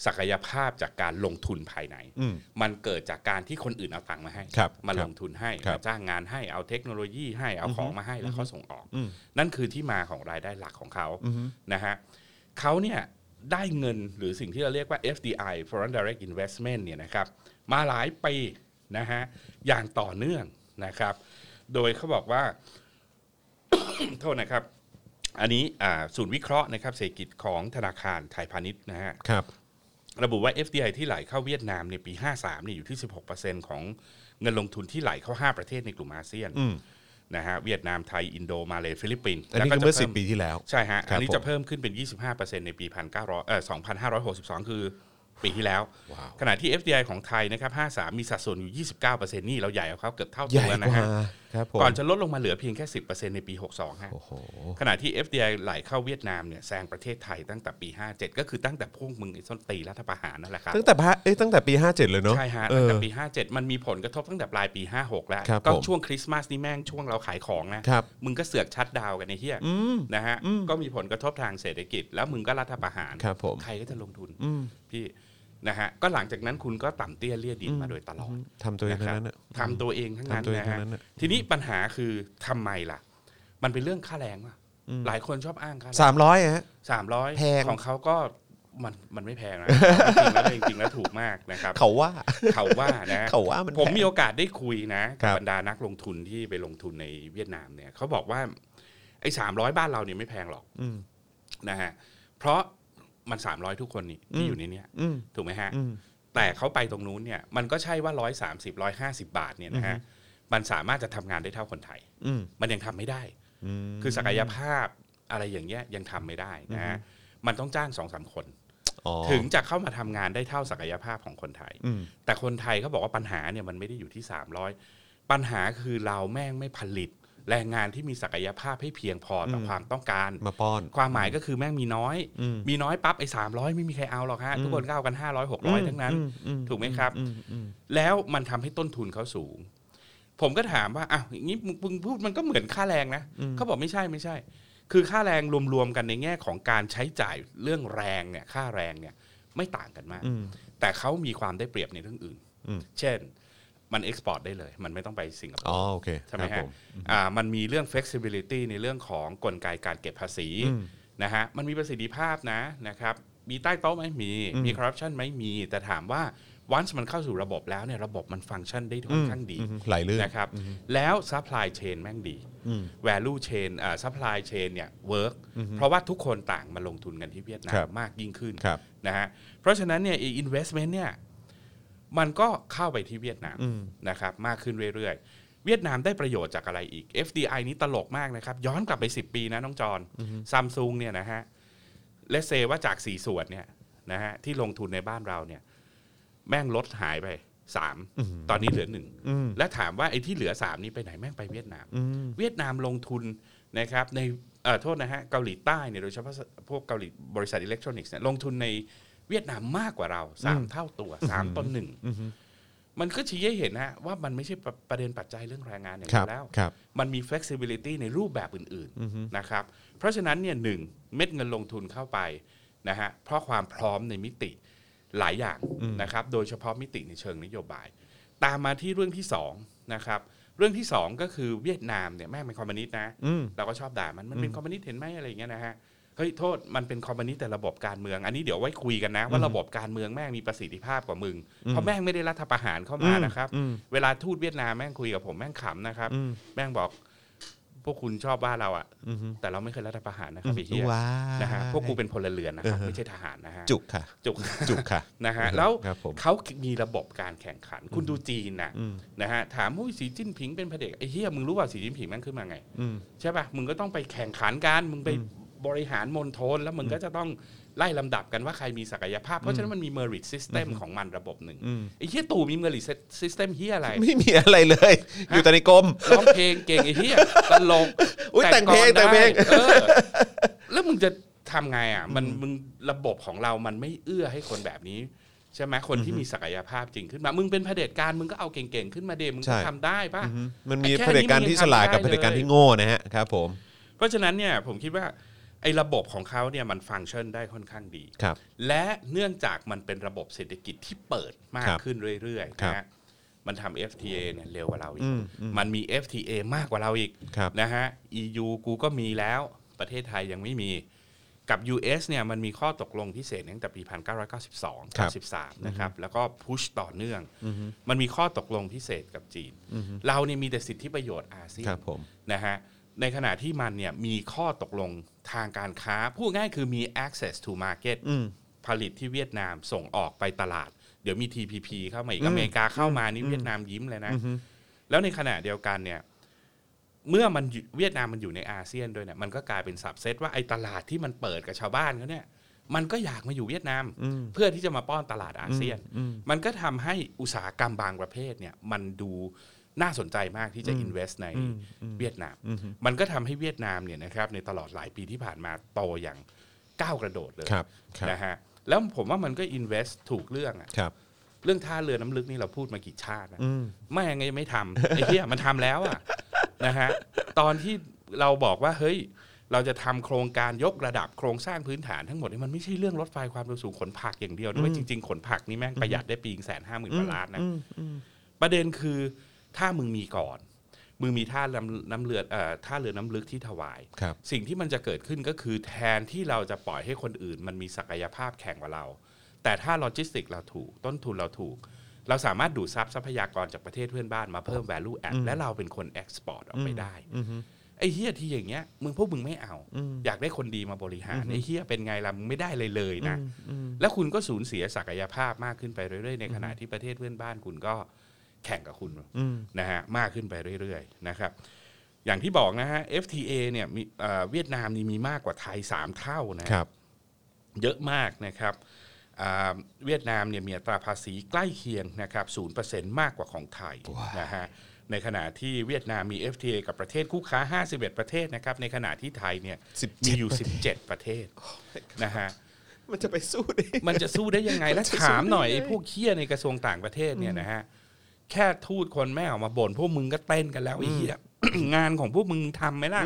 Speaker 3: ศักยภาพจากการลงทุนภายใน
Speaker 2: อืม
Speaker 3: มันเกิดจากการที่คนอื่นเอาตังค์มาให้
Speaker 2: ครับ
Speaker 3: มา
Speaker 2: ครั
Speaker 3: ล
Speaker 2: บ
Speaker 3: งทุนให้
Speaker 2: ครับ
Speaker 3: มาจ้างงานให้เอาเทคโนโลยีให้เอาของมาให้แล้วเขาส่งออก
Speaker 2: อืม
Speaker 3: นั่นคือที่มาของรายได้หลักของเขานะฮะเขาเนี่ยได้เงินหรือสิ่งที่เราเรียกว่า FDI Foreign Direct Investment เนี่ยนะครับมาหลายปีนะฮะอย่างต่อเนื่องนะครับ โดยเขาบอกว่า โทษนะครับ อันนี้อ่าศูนย์วิเคราะห์นะครับเศรษฐกิจของธนาคารไทยพาณิชย์นะฮะ
Speaker 2: ครับ
Speaker 3: ระบุว่า FDI ที่ไหลเข้าเวียดนามในปี 53เนี่ยอยู่ที่ 16%ของเงินลงทุนที่ไหลเข้า 5 ประเทศในกลุ่มอาเซียน
Speaker 2: อืม
Speaker 3: นะฮะเวียดนามไทย อินโดมาเลย์ฟิลิปปินส์
Speaker 2: อันนี้คื
Speaker 3: ก็
Speaker 2: อเมื่อ 10 ปีที่แล้ว
Speaker 3: ใช่ฮะ
Speaker 2: ครับ
Speaker 3: อันนี้
Speaker 2: ผม
Speaker 3: จะเพิ่มขึ้นเป็น 25%ในปี 1900เอ่อ2562 คือปีที่แล้ว
Speaker 2: ว้าว
Speaker 3: ขณะที่ FDI ของไทยนะครับ 53 มีสัดส่วนอยู่ 29%นี่เราใหญ่กว่าเขาเกือบเท่า
Speaker 2: ให
Speaker 3: ตั
Speaker 2: ญ่
Speaker 3: ว
Speaker 2: ก
Speaker 3: นะ
Speaker 2: ว่า
Speaker 3: ฮะ
Speaker 2: ครับผม
Speaker 3: ก่อนจะลดลงมาเหลือเพียงแค่ 10%ในปี 62ฮะ
Speaker 2: โอ้โห
Speaker 3: ขณะที่ FDI ไหลเข้าเวียดนามเนี่ยแซงประเทศไทยตั้งแต่ปี 57 ก็คือตั้งแต่พวกมึงไอ้ส้นตีนรัฐประหารนั่นแหละครับ
Speaker 2: ตั้งแต่พะเอ้ยตั้งแต่ปี 57 เลยเนาะ
Speaker 3: ใช่ฮะ
Speaker 2: เอ
Speaker 3: ตั้ง
Speaker 2: อ
Speaker 3: แต่ปี 57 มันมีผลกระทบตั้งแต่ปลายปี 56 แล้ว
Speaker 2: ครับ
Speaker 3: ก็
Speaker 2: ผม
Speaker 3: ช่วงคริสต์มาสนี่แม่งช่วงเราขายของนะครับ มึงก็เสือกชัดดาวน์กันในเฮีย
Speaker 2: อืม
Speaker 3: นะฮะ ก็มีผลกระทบทางเศรษฐกิจ แล้วมึงก็รัฐประหาร
Speaker 2: ครับผม
Speaker 3: ใครก็จะลงทุนพี่นะฮะ ก็หลังจากนั้นคุณก็ต่ำเตี้ยเลี่ยดินมาโดยตลอด
Speaker 2: ทำตัวเองทั้งนั้นอะ
Speaker 3: นะครับทำตัวเองทั้งนั้น
Speaker 2: ทำตัวเอง
Speaker 3: นะ
Speaker 2: ทั้
Speaker 3: ฮะ
Speaker 2: งนั้นน่ะ
Speaker 3: ทีนี้ปัญหาคือทำไมล่ะ มันเป็นเรื่องค่าแรงว่ะหลายคนชอบอ้างค่าแรง
Speaker 2: สามร้อยฮะ
Speaker 3: สามร้อย
Speaker 2: แพง
Speaker 3: ของเขาก็มันมันไม่แพง นะจริงๆแล้วจริงๆแล้วถูกมากนะครับ
Speaker 2: เขาว่า
Speaker 3: เขาว่านะ
Speaker 2: เขาว่ามัน
Speaker 3: ผมมี
Speaker 2: แพง
Speaker 3: โอกาสได้คุยนะครับ กับบรรดานักลงทุนที่ไปลงทุนในเวียดนามเนี่ยเขาบอกว่าไอ้สามร้อยบ้านเราเนี่ยไม่แพงหรอก
Speaker 2: อืม
Speaker 3: นะฮะเพราะมันสามร้อยทุกคนนี่ที่อยู่ในเนี้ย
Speaker 2: อืม
Speaker 3: ถูกไหมฮะ
Speaker 2: อืม
Speaker 3: แต่เขาไปตรงนู้นเนี่ย มันก็ใช่ว่า 130 150 บาทเนี่ยนะฮะ มันสามารถจะทำงานได้เท่าคนไทย
Speaker 2: อืม
Speaker 3: มันยังทำไม่ได้
Speaker 2: อืม
Speaker 3: คือศักยภาพอะไรอย่างเงี้ยยังทำไม่ได้นะฮะ มันต้องจ้างสองสามคน
Speaker 2: อ๋อ
Speaker 3: ถึงจะเข้ามาทำงานได้เท่าศักยภาพของคนไทย
Speaker 2: อืม
Speaker 3: แต่คนไทยเขาบอกว่าปัญหาเนี่ยมันไม่ได้อยู่ที่ 300 ปัญหาคือเราแม่งไม่ผลิต แรงงานที่มีศักยภาพให้เพียงพอต่ออความต้องการ
Speaker 2: มาป้อน
Speaker 3: ความหมายก็คือแม่งมีน้อย มีน้อยปั๊บไอ้สามร้อยไม่มีใครเอาหรอกฮะ ทุกคนก็เอากันห้าร้อยหกร้อยทั้งนั้น ถูกไหมครับ แล้วมันทำให้ต้นทุนเขาสูง ผมก็ถามว่าอ้าวอย่างนี้มึงมึงพูดมันก็เหมือนค่าแรงนะเขาบอกไม่ใช่ไม่ใช่ คือค่าแรงรวมๆกันในแง่ของการใช้จ่ายเรื่องแรงเนี่ยค่าแรงเนี่ยไม่ต่างกันมาก
Speaker 2: อืม
Speaker 3: แต่เขามีความได้เปรียบในเรื่องอื่น
Speaker 2: อืม
Speaker 3: เช่น มันเอ็กซ์พอร์ตได้เลย มันไม่ต้องไปสิงคโปร์
Speaker 2: อ๋อโอเค
Speaker 3: ใช่ไหม
Speaker 2: ครั
Speaker 3: ฮะ
Speaker 2: บผ
Speaker 3: อ่ามันมีเรื่อง flexibility ในเรื่องของกลไกการเก็บภาษี
Speaker 2: อืม
Speaker 3: นะฮะ มันมีประสิทธิภาพนะนะครับ มีใต้โต๊ะไหมมี
Speaker 2: อืม
Speaker 3: มี corruption ไหมมี แต่ถามว่า once มันเข้าสู่ระบบแล้วเนี่ยระบบมันฟังก์ชันได้ค่อนข้างดี
Speaker 2: อืมไหลลื่น
Speaker 3: นะครับ แล้ว supply chain แม่งดี
Speaker 2: อืม
Speaker 3: value chain อ่า supply chain เนี่ย work เพราะว่าทุกคนต่างมาลงทุนกันที่เวียดนา
Speaker 2: ครั
Speaker 3: ม
Speaker 2: บ
Speaker 3: มากยิ่งขึ้น
Speaker 2: ครับ
Speaker 3: นะฮะเพราะฉะนั้นเนี่ยไอ้ investment เนี่ยมันก็เข้าไปที่เวียดนามนะครับมากขึ้นเรื่อยๆ เวียดนามได้ประโยชน์จากอะไรอีก FDI นี้ตลกมากนะครับ ย้อนกลับไป 10 ปีนะน้องจอนซัมซุงเนี่ยนะฮะเลเซว่าจาก 4 ส่วนเนี่ยนะฮะที่ลงทุนในบ้านเราเนี่ยแม่งลดหายไป 3 ตอนนี้เหลือ 1 และถามว่าไอ้ที่เหลือ 3 นี้ไปไหนแม่งไปเวียดนาม เวียดนามลงทุนนะครับในเอ่อโทษนะฮะเกาหลีใต้เนี่ยโดยเฉพาะพวกเกาหลีบริษัทอิเล็กทรอนิกส์เนี่ยลงทุนในเวียดนามมากกว่าเราสามเท่าตัวสามต่อหนึ่งมันก็ชี้ให้เห็นนะฮะว่ามันไม่ใช่ประประเด็นปัจจัยเรื่องแรงงานอย่าง
Speaker 2: ครับ
Speaker 3: เดียวแล้ว
Speaker 2: ครับ
Speaker 3: มันมี flexibility ในรูปแบบอื่นๆนะครับเพราะฉะนั้นเนี่ยหนึ่งเม็ดเงินลงทุนเข้าไปนะฮะเพราะความพร้อมในมิติหลายอย่างนะครับโดยเฉพาะมิติในเชิงนโยบาย ตามมาที่เรื่องที่สองนะครับเรื่องที่สองก็คือเวียดนามเนี่ยแม่งเป็นคอมมิวนิสต์นะ
Speaker 2: อืม
Speaker 3: เราก็ชอบด่ามัน มันเป็นคอมมิวนิสต์เห็นไหมอะไรอย่างเงี้ยนะฮะ เฮ้ยโทษ มันเป็นคอมมิวนิสต์แต่ระบบการเมือง อันนี้เดี๋ยวไว้คุยกันนะ ว่าระบบการเมืองแม่งมีประสิทธิภาพกว่ามึง เพราะแม่งไม่ได้รัฐประหารเข้ามานะครับ
Speaker 2: อืม
Speaker 3: เวลาทูตเวียดนามแม่งคุยกับผมแม่งขำนะครับ
Speaker 2: อืม
Speaker 3: แม่งบอก พวกคุณชอบว่าเราอะแต่เราไม่เคยรัฐประหารนะครับไอ้เหี้ย
Speaker 2: ว้า
Speaker 3: นะฮะ พวกกูเป็นพลเรือนนะครับ
Speaker 2: เออ
Speaker 3: ไม่ใช่ทหารนะฮะ
Speaker 2: จุกค่ะ
Speaker 3: จุก
Speaker 2: จุกค่ะ
Speaker 3: นะฮะแล้ว
Speaker 2: ครับผม
Speaker 3: เขามีระบบการแข่งขัน คุณดูจีนนะนะฮะถามว่าสีจิ้นผิงเป็นเผด็จไอ้เฮียมึงรู้ว่าสีจิ้นผิงแม่งขึ้นมาไง
Speaker 2: อืม
Speaker 3: ใช่ปะมึงก็ต้องไปแข่งขันกันมึงไปบริหารมณฑลแล้วมึงก็จะต้องไล่ลำดับกันว่าใครมีศักยภาพ เพราะฉะนั้นมันมีเมอริ s ซิสเต็มของมันระบบหนึ่งไอ้เฮียตู่มีเมอริ s ซิสเต็มเฮียอะไร
Speaker 2: ไม่มีอะไรเลย อยู่แต่ในกรม
Speaker 3: ร้องเพลงเก่งไอ้เฮียตลก
Speaker 2: อุ๊ยแต่งเพลง
Speaker 3: ก่อน
Speaker 2: แต่งเพลง
Speaker 3: ได้เออแล้วมึงจะทำไงอ่ะ มันมึงระบบของเรามันไม่เอื้อให้คนแบบนี้ ใช่ไหมคนที่มีศักยภาพจริงขึ้นมา มึงเป็นเผด็จการมึงก็เอาเก่งๆขึ้นมาเดมึงก็ทำได้ป่ะ
Speaker 2: อืมมันมี
Speaker 3: แค่
Speaker 2: เผด็จการที่ฉลาดกับ
Speaker 3: นี้
Speaker 2: เผ
Speaker 3: มัน
Speaker 2: ด็
Speaker 3: ยังทำได้เลย
Speaker 2: จการที่โง่นะฮะครับผม
Speaker 3: เพราะฉะนั้นเนี่ยผมคิดว่าไอ้ระบบของเขาเนี่ยมันฟังก์ชันได้ค่อนข้างดี
Speaker 2: ครับ
Speaker 3: และเนื่องจากมันเป็นระบบเศรษฐกิจที่เปิดมาก
Speaker 2: ครับ
Speaker 3: ขึ้นเรื่อยๆ
Speaker 2: ครับ
Speaker 3: นะฮะมันทำ FTA เนี่ยเร็วกว่าเราอี
Speaker 2: อื
Speaker 3: ก
Speaker 2: มอืม
Speaker 3: มันมี FTA มากกว่าเราอีก
Speaker 2: ครับ
Speaker 3: นะฮะ EU กูก็มีแล้วประเทศไทยยังไม่มี กับ US เนี่ยมันมีข้อตกลงพิเศษตั้งแต่ปี 1992
Speaker 2: ครับ
Speaker 3: 13นะครับ แล้วก็พุชต่อเนื่อง มันมีข้อตกลงพิเศษกับจีน เราเนี่ยมีแต่สิทธิประโยชน์อาเซีย
Speaker 2: คน รับผม
Speaker 3: นะฮะในขณะที่มันเนี่ยมีข้อตกลงทางการค้า พูดง่ายคือมี access to market
Speaker 2: อืม
Speaker 3: ผลิตที่เวียดนามส่งออกไปตลาด เดี๋ยวมี TPP เข้ามาอีกอเมริกาเข้ามานี่เวียดนามยิ้มเลยนะ แล้วในขณะเดียวกันเนี่ยเมื่อมันอยู่เวียดนามมันอยู่ในอาเซียนด้วยเนี่ยมันก็กลายเป็นสับเซตว่าไอ้ตลาดที่มันเปิดกับชาวบ้านเขาเนี่ยมันก็อยากมาอยู่เวียดนาม เพื่อที่จะมาป้อนตลาดอาเซียน มันก็ทำให้อุตสาหกรรมบางประเภทเนี่ยมันดูน่าสนใจมากที่จะ invest ในเวียดนาม มันก็ทำให้เวียดนามเนี่ยนะครับในตลอดหลายปีที่ผ่านมาโตอย่างก้าวกระโดดเลย
Speaker 2: ครับครับ
Speaker 3: นะฮะแล้วผมว่ามันก็ invest ถูกเรื่องอะ
Speaker 2: ครับ
Speaker 3: เรื่องท่าเรือน้ำลึกนี่เราพูดมากี่ชาตินะไม่ยังไงไม่ทำ ไอ้เหี้ยมันทำแล้วอ่ะ นะฮะตอนที่เราบอกว่าเฮ้ย เราจะทำโครงการยกระดับโครงสร้างพื้นฐานทั้งหมดนี่มันไม่ใช่เรื่องรถไฟความเร็วสูงขนผักอย่างเดียวนะเว้ยจริง ๆ ขนผักนี่แม่งประหยัดได้ปีแสนห้าหมื่นกว่าล้านนะประเด็นคือถ้ามึงมีก่อน มึงมีท่าน้ำน้ำเรือเอ่อท่าเรือน้ำลึกที่ถวาย
Speaker 2: ครับ
Speaker 3: สิ่งที่มันจะเกิดขึ้นก็คือแทนที่เราจะปล่อยให้คนอื่น มันมีศักยภาพแข่งกว่าเรา แต่ถ้าโลจิสติกเราถูก ต้นทุนเราถูก เราสามารถดูดซับทรัพยากรจากประเทศเพื่อนบ้านมาเพิ่ม value add และเราเป็นคน export ออกไปได้ ไอ้เฮียที่อย่างเงี้ยมึงพวกมึงไม่เอา อยากได้คนดีมาบริหารไอ้เฮียเป็นไงล่ะมึงไม่ได้เลยเลยนะ แล้วคุณก็สูญเสียศักยภาพมากขึ้นไปเรื่อยๆในขณะที่ประเทศเพื่อนบ้านคุณก็แข่งกับคุณนะฮะมากขึ้นไปเรื่อยๆนะครับ อย่างที่บอกนะฮะ FTA เนี่ยมีเอ่อเวียดนามนี่มีมากกว่าไทย 3 เท่านะฮะ
Speaker 2: ครับ
Speaker 3: เยอะมากนะครับอ่าเวียดนามเนี่ยมีอัตราภาษีใกล้เคียงนะครับ0%มากกว่าของไทยนะฮะ ในขณะที่เวียดนามมี FTA กับประเทศคู่ค้า 51 ประเทศนะครับ ในขณะที่ไทยเนี่ย
Speaker 2: 17
Speaker 3: มีอยู่ 17 ประเทศนะฮะ
Speaker 2: มันจะไปสู้ได้
Speaker 3: มันจะสู้ได้ยังไง แล้ว
Speaker 2: มันจะสู้
Speaker 3: ถามหน่อย
Speaker 2: ได้
Speaker 3: ไอ้พวกเคี้ยในกระทรวงต่างประเทศเนี่ยนะฮะ แค่ทูตคนแม่ออกมาบ่นพวกมึงก็เต้นกันแล้วไอ้เหี้ย งานของพวกมึงทำไหมล่ะ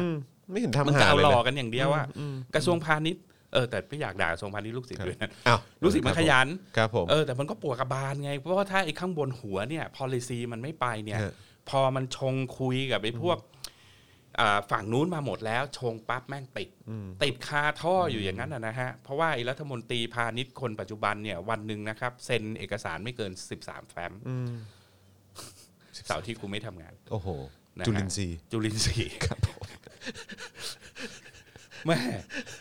Speaker 2: ไม่เห็น
Speaker 3: มั
Speaker 2: ทำ
Speaker 3: น
Speaker 2: หา
Speaker 3: จะเอา
Speaker 2: เลย
Speaker 3: หล่อ
Speaker 2: นะ
Speaker 3: กันอย่างเดียวอะกระทรวงพาณิชย์เออแต่ไม่อยากด่ากระทรวงพาณิชย์ลูกศิษย์ด้วยนะ
Speaker 2: อ้าว
Speaker 3: ลูกศิษย์มันขยัน
Speaker 2: ครับผม
Speaker 3: เออแต่มันก็ปวดกระบาลไง เพราะว่าถ้าไอ้ข้างบนหัวเนี่ย policy มันไม่ไปเนี่ย
Speaker 2: ฮะ
Speaker 3: พอมันชงคุยกับไอ้พวกอ่าฝั่งนู้นมาหมดแล้ว ชงปั๊บแม่งติด ติดคาท่ออยู่อย่างนั้นนะนะฮะ เพราะว่าไอ้รัฐมนตรีพาณิชย์คนปัจจุบันเนี่ยวันหนึ่งนะครับเซ็นเอกสารไม่เกิน 13 แฟ้มเสาร์ที่กูไม่ทำงาน
Speaker 2: โอ้โห
Speaker 3: นะฮะ
Speaker 2: จุลินทรีย์
Speaker 3: จุลินทรีย์ครับแม่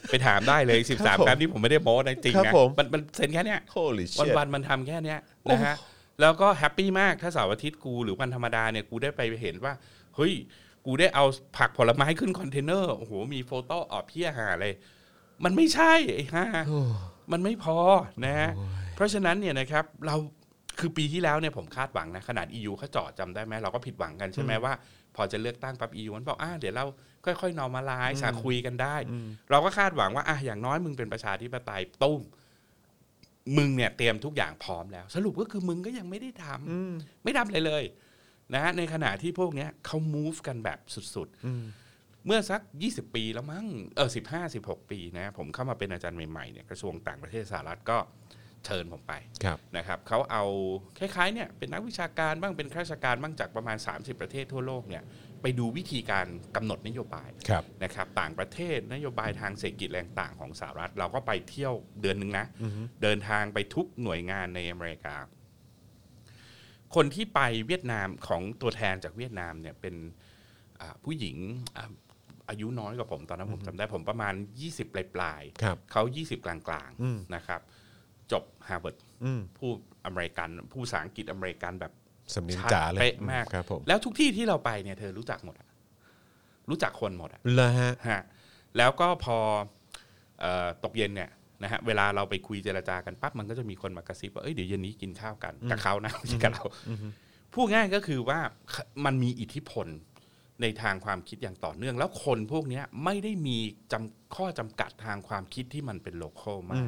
Speaker 3: ไปถามได้เลย
Speaker 2: ครับผ
Speaker 3: 13
Speaker 2: ม
Speaker 3: แฟ้มนี่ผมไม่ได้โม้นะจริง
Speaker 2: ครับ
Speaker 3: นะ
Speaker 2: ผม
Speaker 3: มันมันเซ็นแค่เนี้ย
Speaker 2: Holy
Speaker 3: วัน
Speaker 2: shit
Speaker 3: วันๆมันทำแค่เนี้ยนะฮะแล้วก็แฮปปี้มากถ้าเสาร์อาทิตย์กูหรือวันธรรมดาเนี่ยกูได้ไปเห็นว่า เฮ้ย กูได้เอาผักผลไม้ขึ้นคอนเทนเนอร์โอ้โหมีโฟโต้ออบเพี้ยหาเลย มันไม่ใช่ไอ้ห่ามันไม่พอนะฮะเพราะฉะนั้นเนี่ยนะครับเราคือปีที่แล้วเนี่ยผมคาดหวังนะขนาด EU เขาเจาะจำได้ไหมเราก็ผิดหวังกันใช่ไหมว่า พอจะเลือกตั้งปั๊บ EU มันบอกอ่าเดี๋ยวเราค่อยๆ normalize อ่ะคุยกันได้ เราก็คาดหวังว่าอ่ะอย่างน้อยมึงเป็นประชาธิปไตยตุ้ม มึงเนี่ยเตรียมทุกอย่างพร้อมแล้ว สรุปก็คือมึงก็ยังไม่ได้ทำไม่ทำเลยเลยนะฮะในขณะที่พวกเนี้ยเขา move กันแบบสุดๆ เมื่อสัก 20 ปีแล้วมั้งเออสิบห้าสิบหกปีนะผมเข้ามาเป็นอาจารย์ใหม่ๆเนี่ยกระทรวงต่างประเทศสหรัฐก็เชิญผมไป
Speaker 2: ครับ
Speaker 3: นะครับเขาเอาคล้ายๆเนี่ยเป็นนักวิชาการบ้างเป็นข้าราชการบ้างจากประมาณ 30 ประเทศทั่วโลกเนี่ยไปดูวิธีการกำหนดนโยบาย
Speaker 2: ครับ
Speaker 3: นะครับต่างประเทศนโยบายทางเศรษฐกิจแรงต่างของสหรัฐ เราก็ไปเที่ยวเดือนหนึ่งนะ เดินทางไปทุกหน่วยงานในอเมริกา คนที่ไปเวียดนามของตัวแทนจากเวียดนามเนี่ยเป็นอ่าผู้หญิงอ่าอายุน้อยกว่าผมตอนนั้นผมจำได้ผมประมาณ 20 ปลายปลายๆ
Speaker 2: ครับ
Speaker 3: เขา 20 กลางๆนะครับ จบฮาร์วาร์ด
Speaker 2: อืม
Speaker 3: ผู้อเมริกันผู้ภาษาอังกฤษอเมริกันแบบ
Speaker 2: สำเนียง
Speaker 3: ชัด
Speaker 2: จ๋าเลย
Speaker 3: เป๊ะมาก
Speaker 2: ครับผม
Speaker 3: แล้วทุกที่ที่เราไปเนี่ยเธอรู้จักหมดอะรู้จักคนหมดอะ
Speaker 2: เลยฮะ
Speaker 3: ฮะแล้วก็พอเออตกเย็นเนี่ยนะฮะเวลาเราไปคุยเจรจากันปั๊บมันก็จะมีคนมากระซิบว่าเอ้ยเดี๋ยวเย็นนี้กินข้าวกันกับเขานะไม่ใช่กับเราพูดง่ายก็คือว่ามันมีอิทธิพลในทางความคิดอย่างต่อเนื่อง แล้วคนพวกเนี้ยไม่ได้มีจำข้อจำกัดทางความคิดที่มันเป็นโลคอลมาก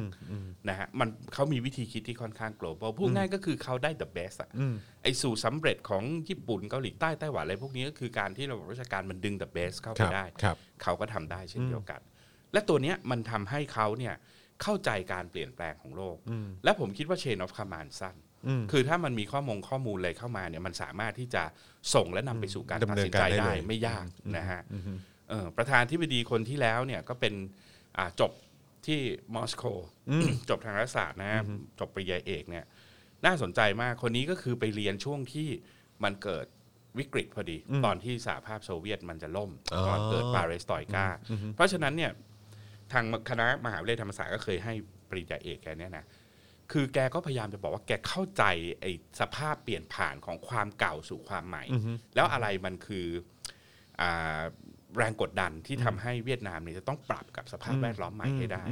Speaker 3: นะฮะมันเขามีวิธีคิดที่ค่อนข้าง global พูดง่ายก็คือเขาได้ the best อะไอสูตรสำเร็จของญี่ปุ่นเกาหลีใต้ไต้หวันอะไรพวกนี้ก็คือการที่ระบบราชการมันดึง the best เข้า
Speaker 2: ค
Speaker 3: ไป
Speaker 2: รับ
Speaker 3: ได้
Speaker 2: ครับ
Speaker 3: เขาก็ทำได้เช่นเดียวกัน และตัวเนี้ยมันทำให้เขาเนี่ยเข้าใจการเปลี่ยนแปลงของโลก และผมคิดว่า chain of command สั้น คือถ้ามันมีข้อมงข้อมูลอะไรเข้ามาเนี่ยมันสามารถที่จะส่งและนำไปสู่การ
Speaker 2: ดำ
Speaker 3: ตัด
Speaker 2: เนิน
Speaker 3: สินใจ
Speaker 2: การได้
Speaker 3: ได้
Speaker 2: เลย
Speaker 3: ไม่ยากนะฮะเอ่อประธานที่บดีคนที่แล้วเนี่ยก็เป็นอ่าจบที่มอสโกจบทางรัฐศาสตร์นะฮะจบปริญญาเอกเนี่ยน่าสนใจมากคนนี้ก็คือไปเรียนช่วงที่มันเกิดวิกฤตพอดี ตอนที่สหภาพโซเวียตมันจะล่ม
Speaker 2: อ๋อ
Speaker 3: ก่อนเกิดปาเรสตอยกาเพราะฉะนั้นเนี่ยทางคณะมหาวิทยาลัยธรรมศาสตร์ก็เคยให้ปริญญาเอกแกเนี่ยนะ คือแกก็พยายามจะบอกว่าแกเข้าใจไอ้สภาพเปลี่ยนผ่านของความเก่าสู่ความใหม่ แล้วอะไรมันคืออาแรงกดดันที่ทำให้เวียดนามเนี่ยจะต้องปรับกับสภาพแวดล้อมใหม่ให้ได้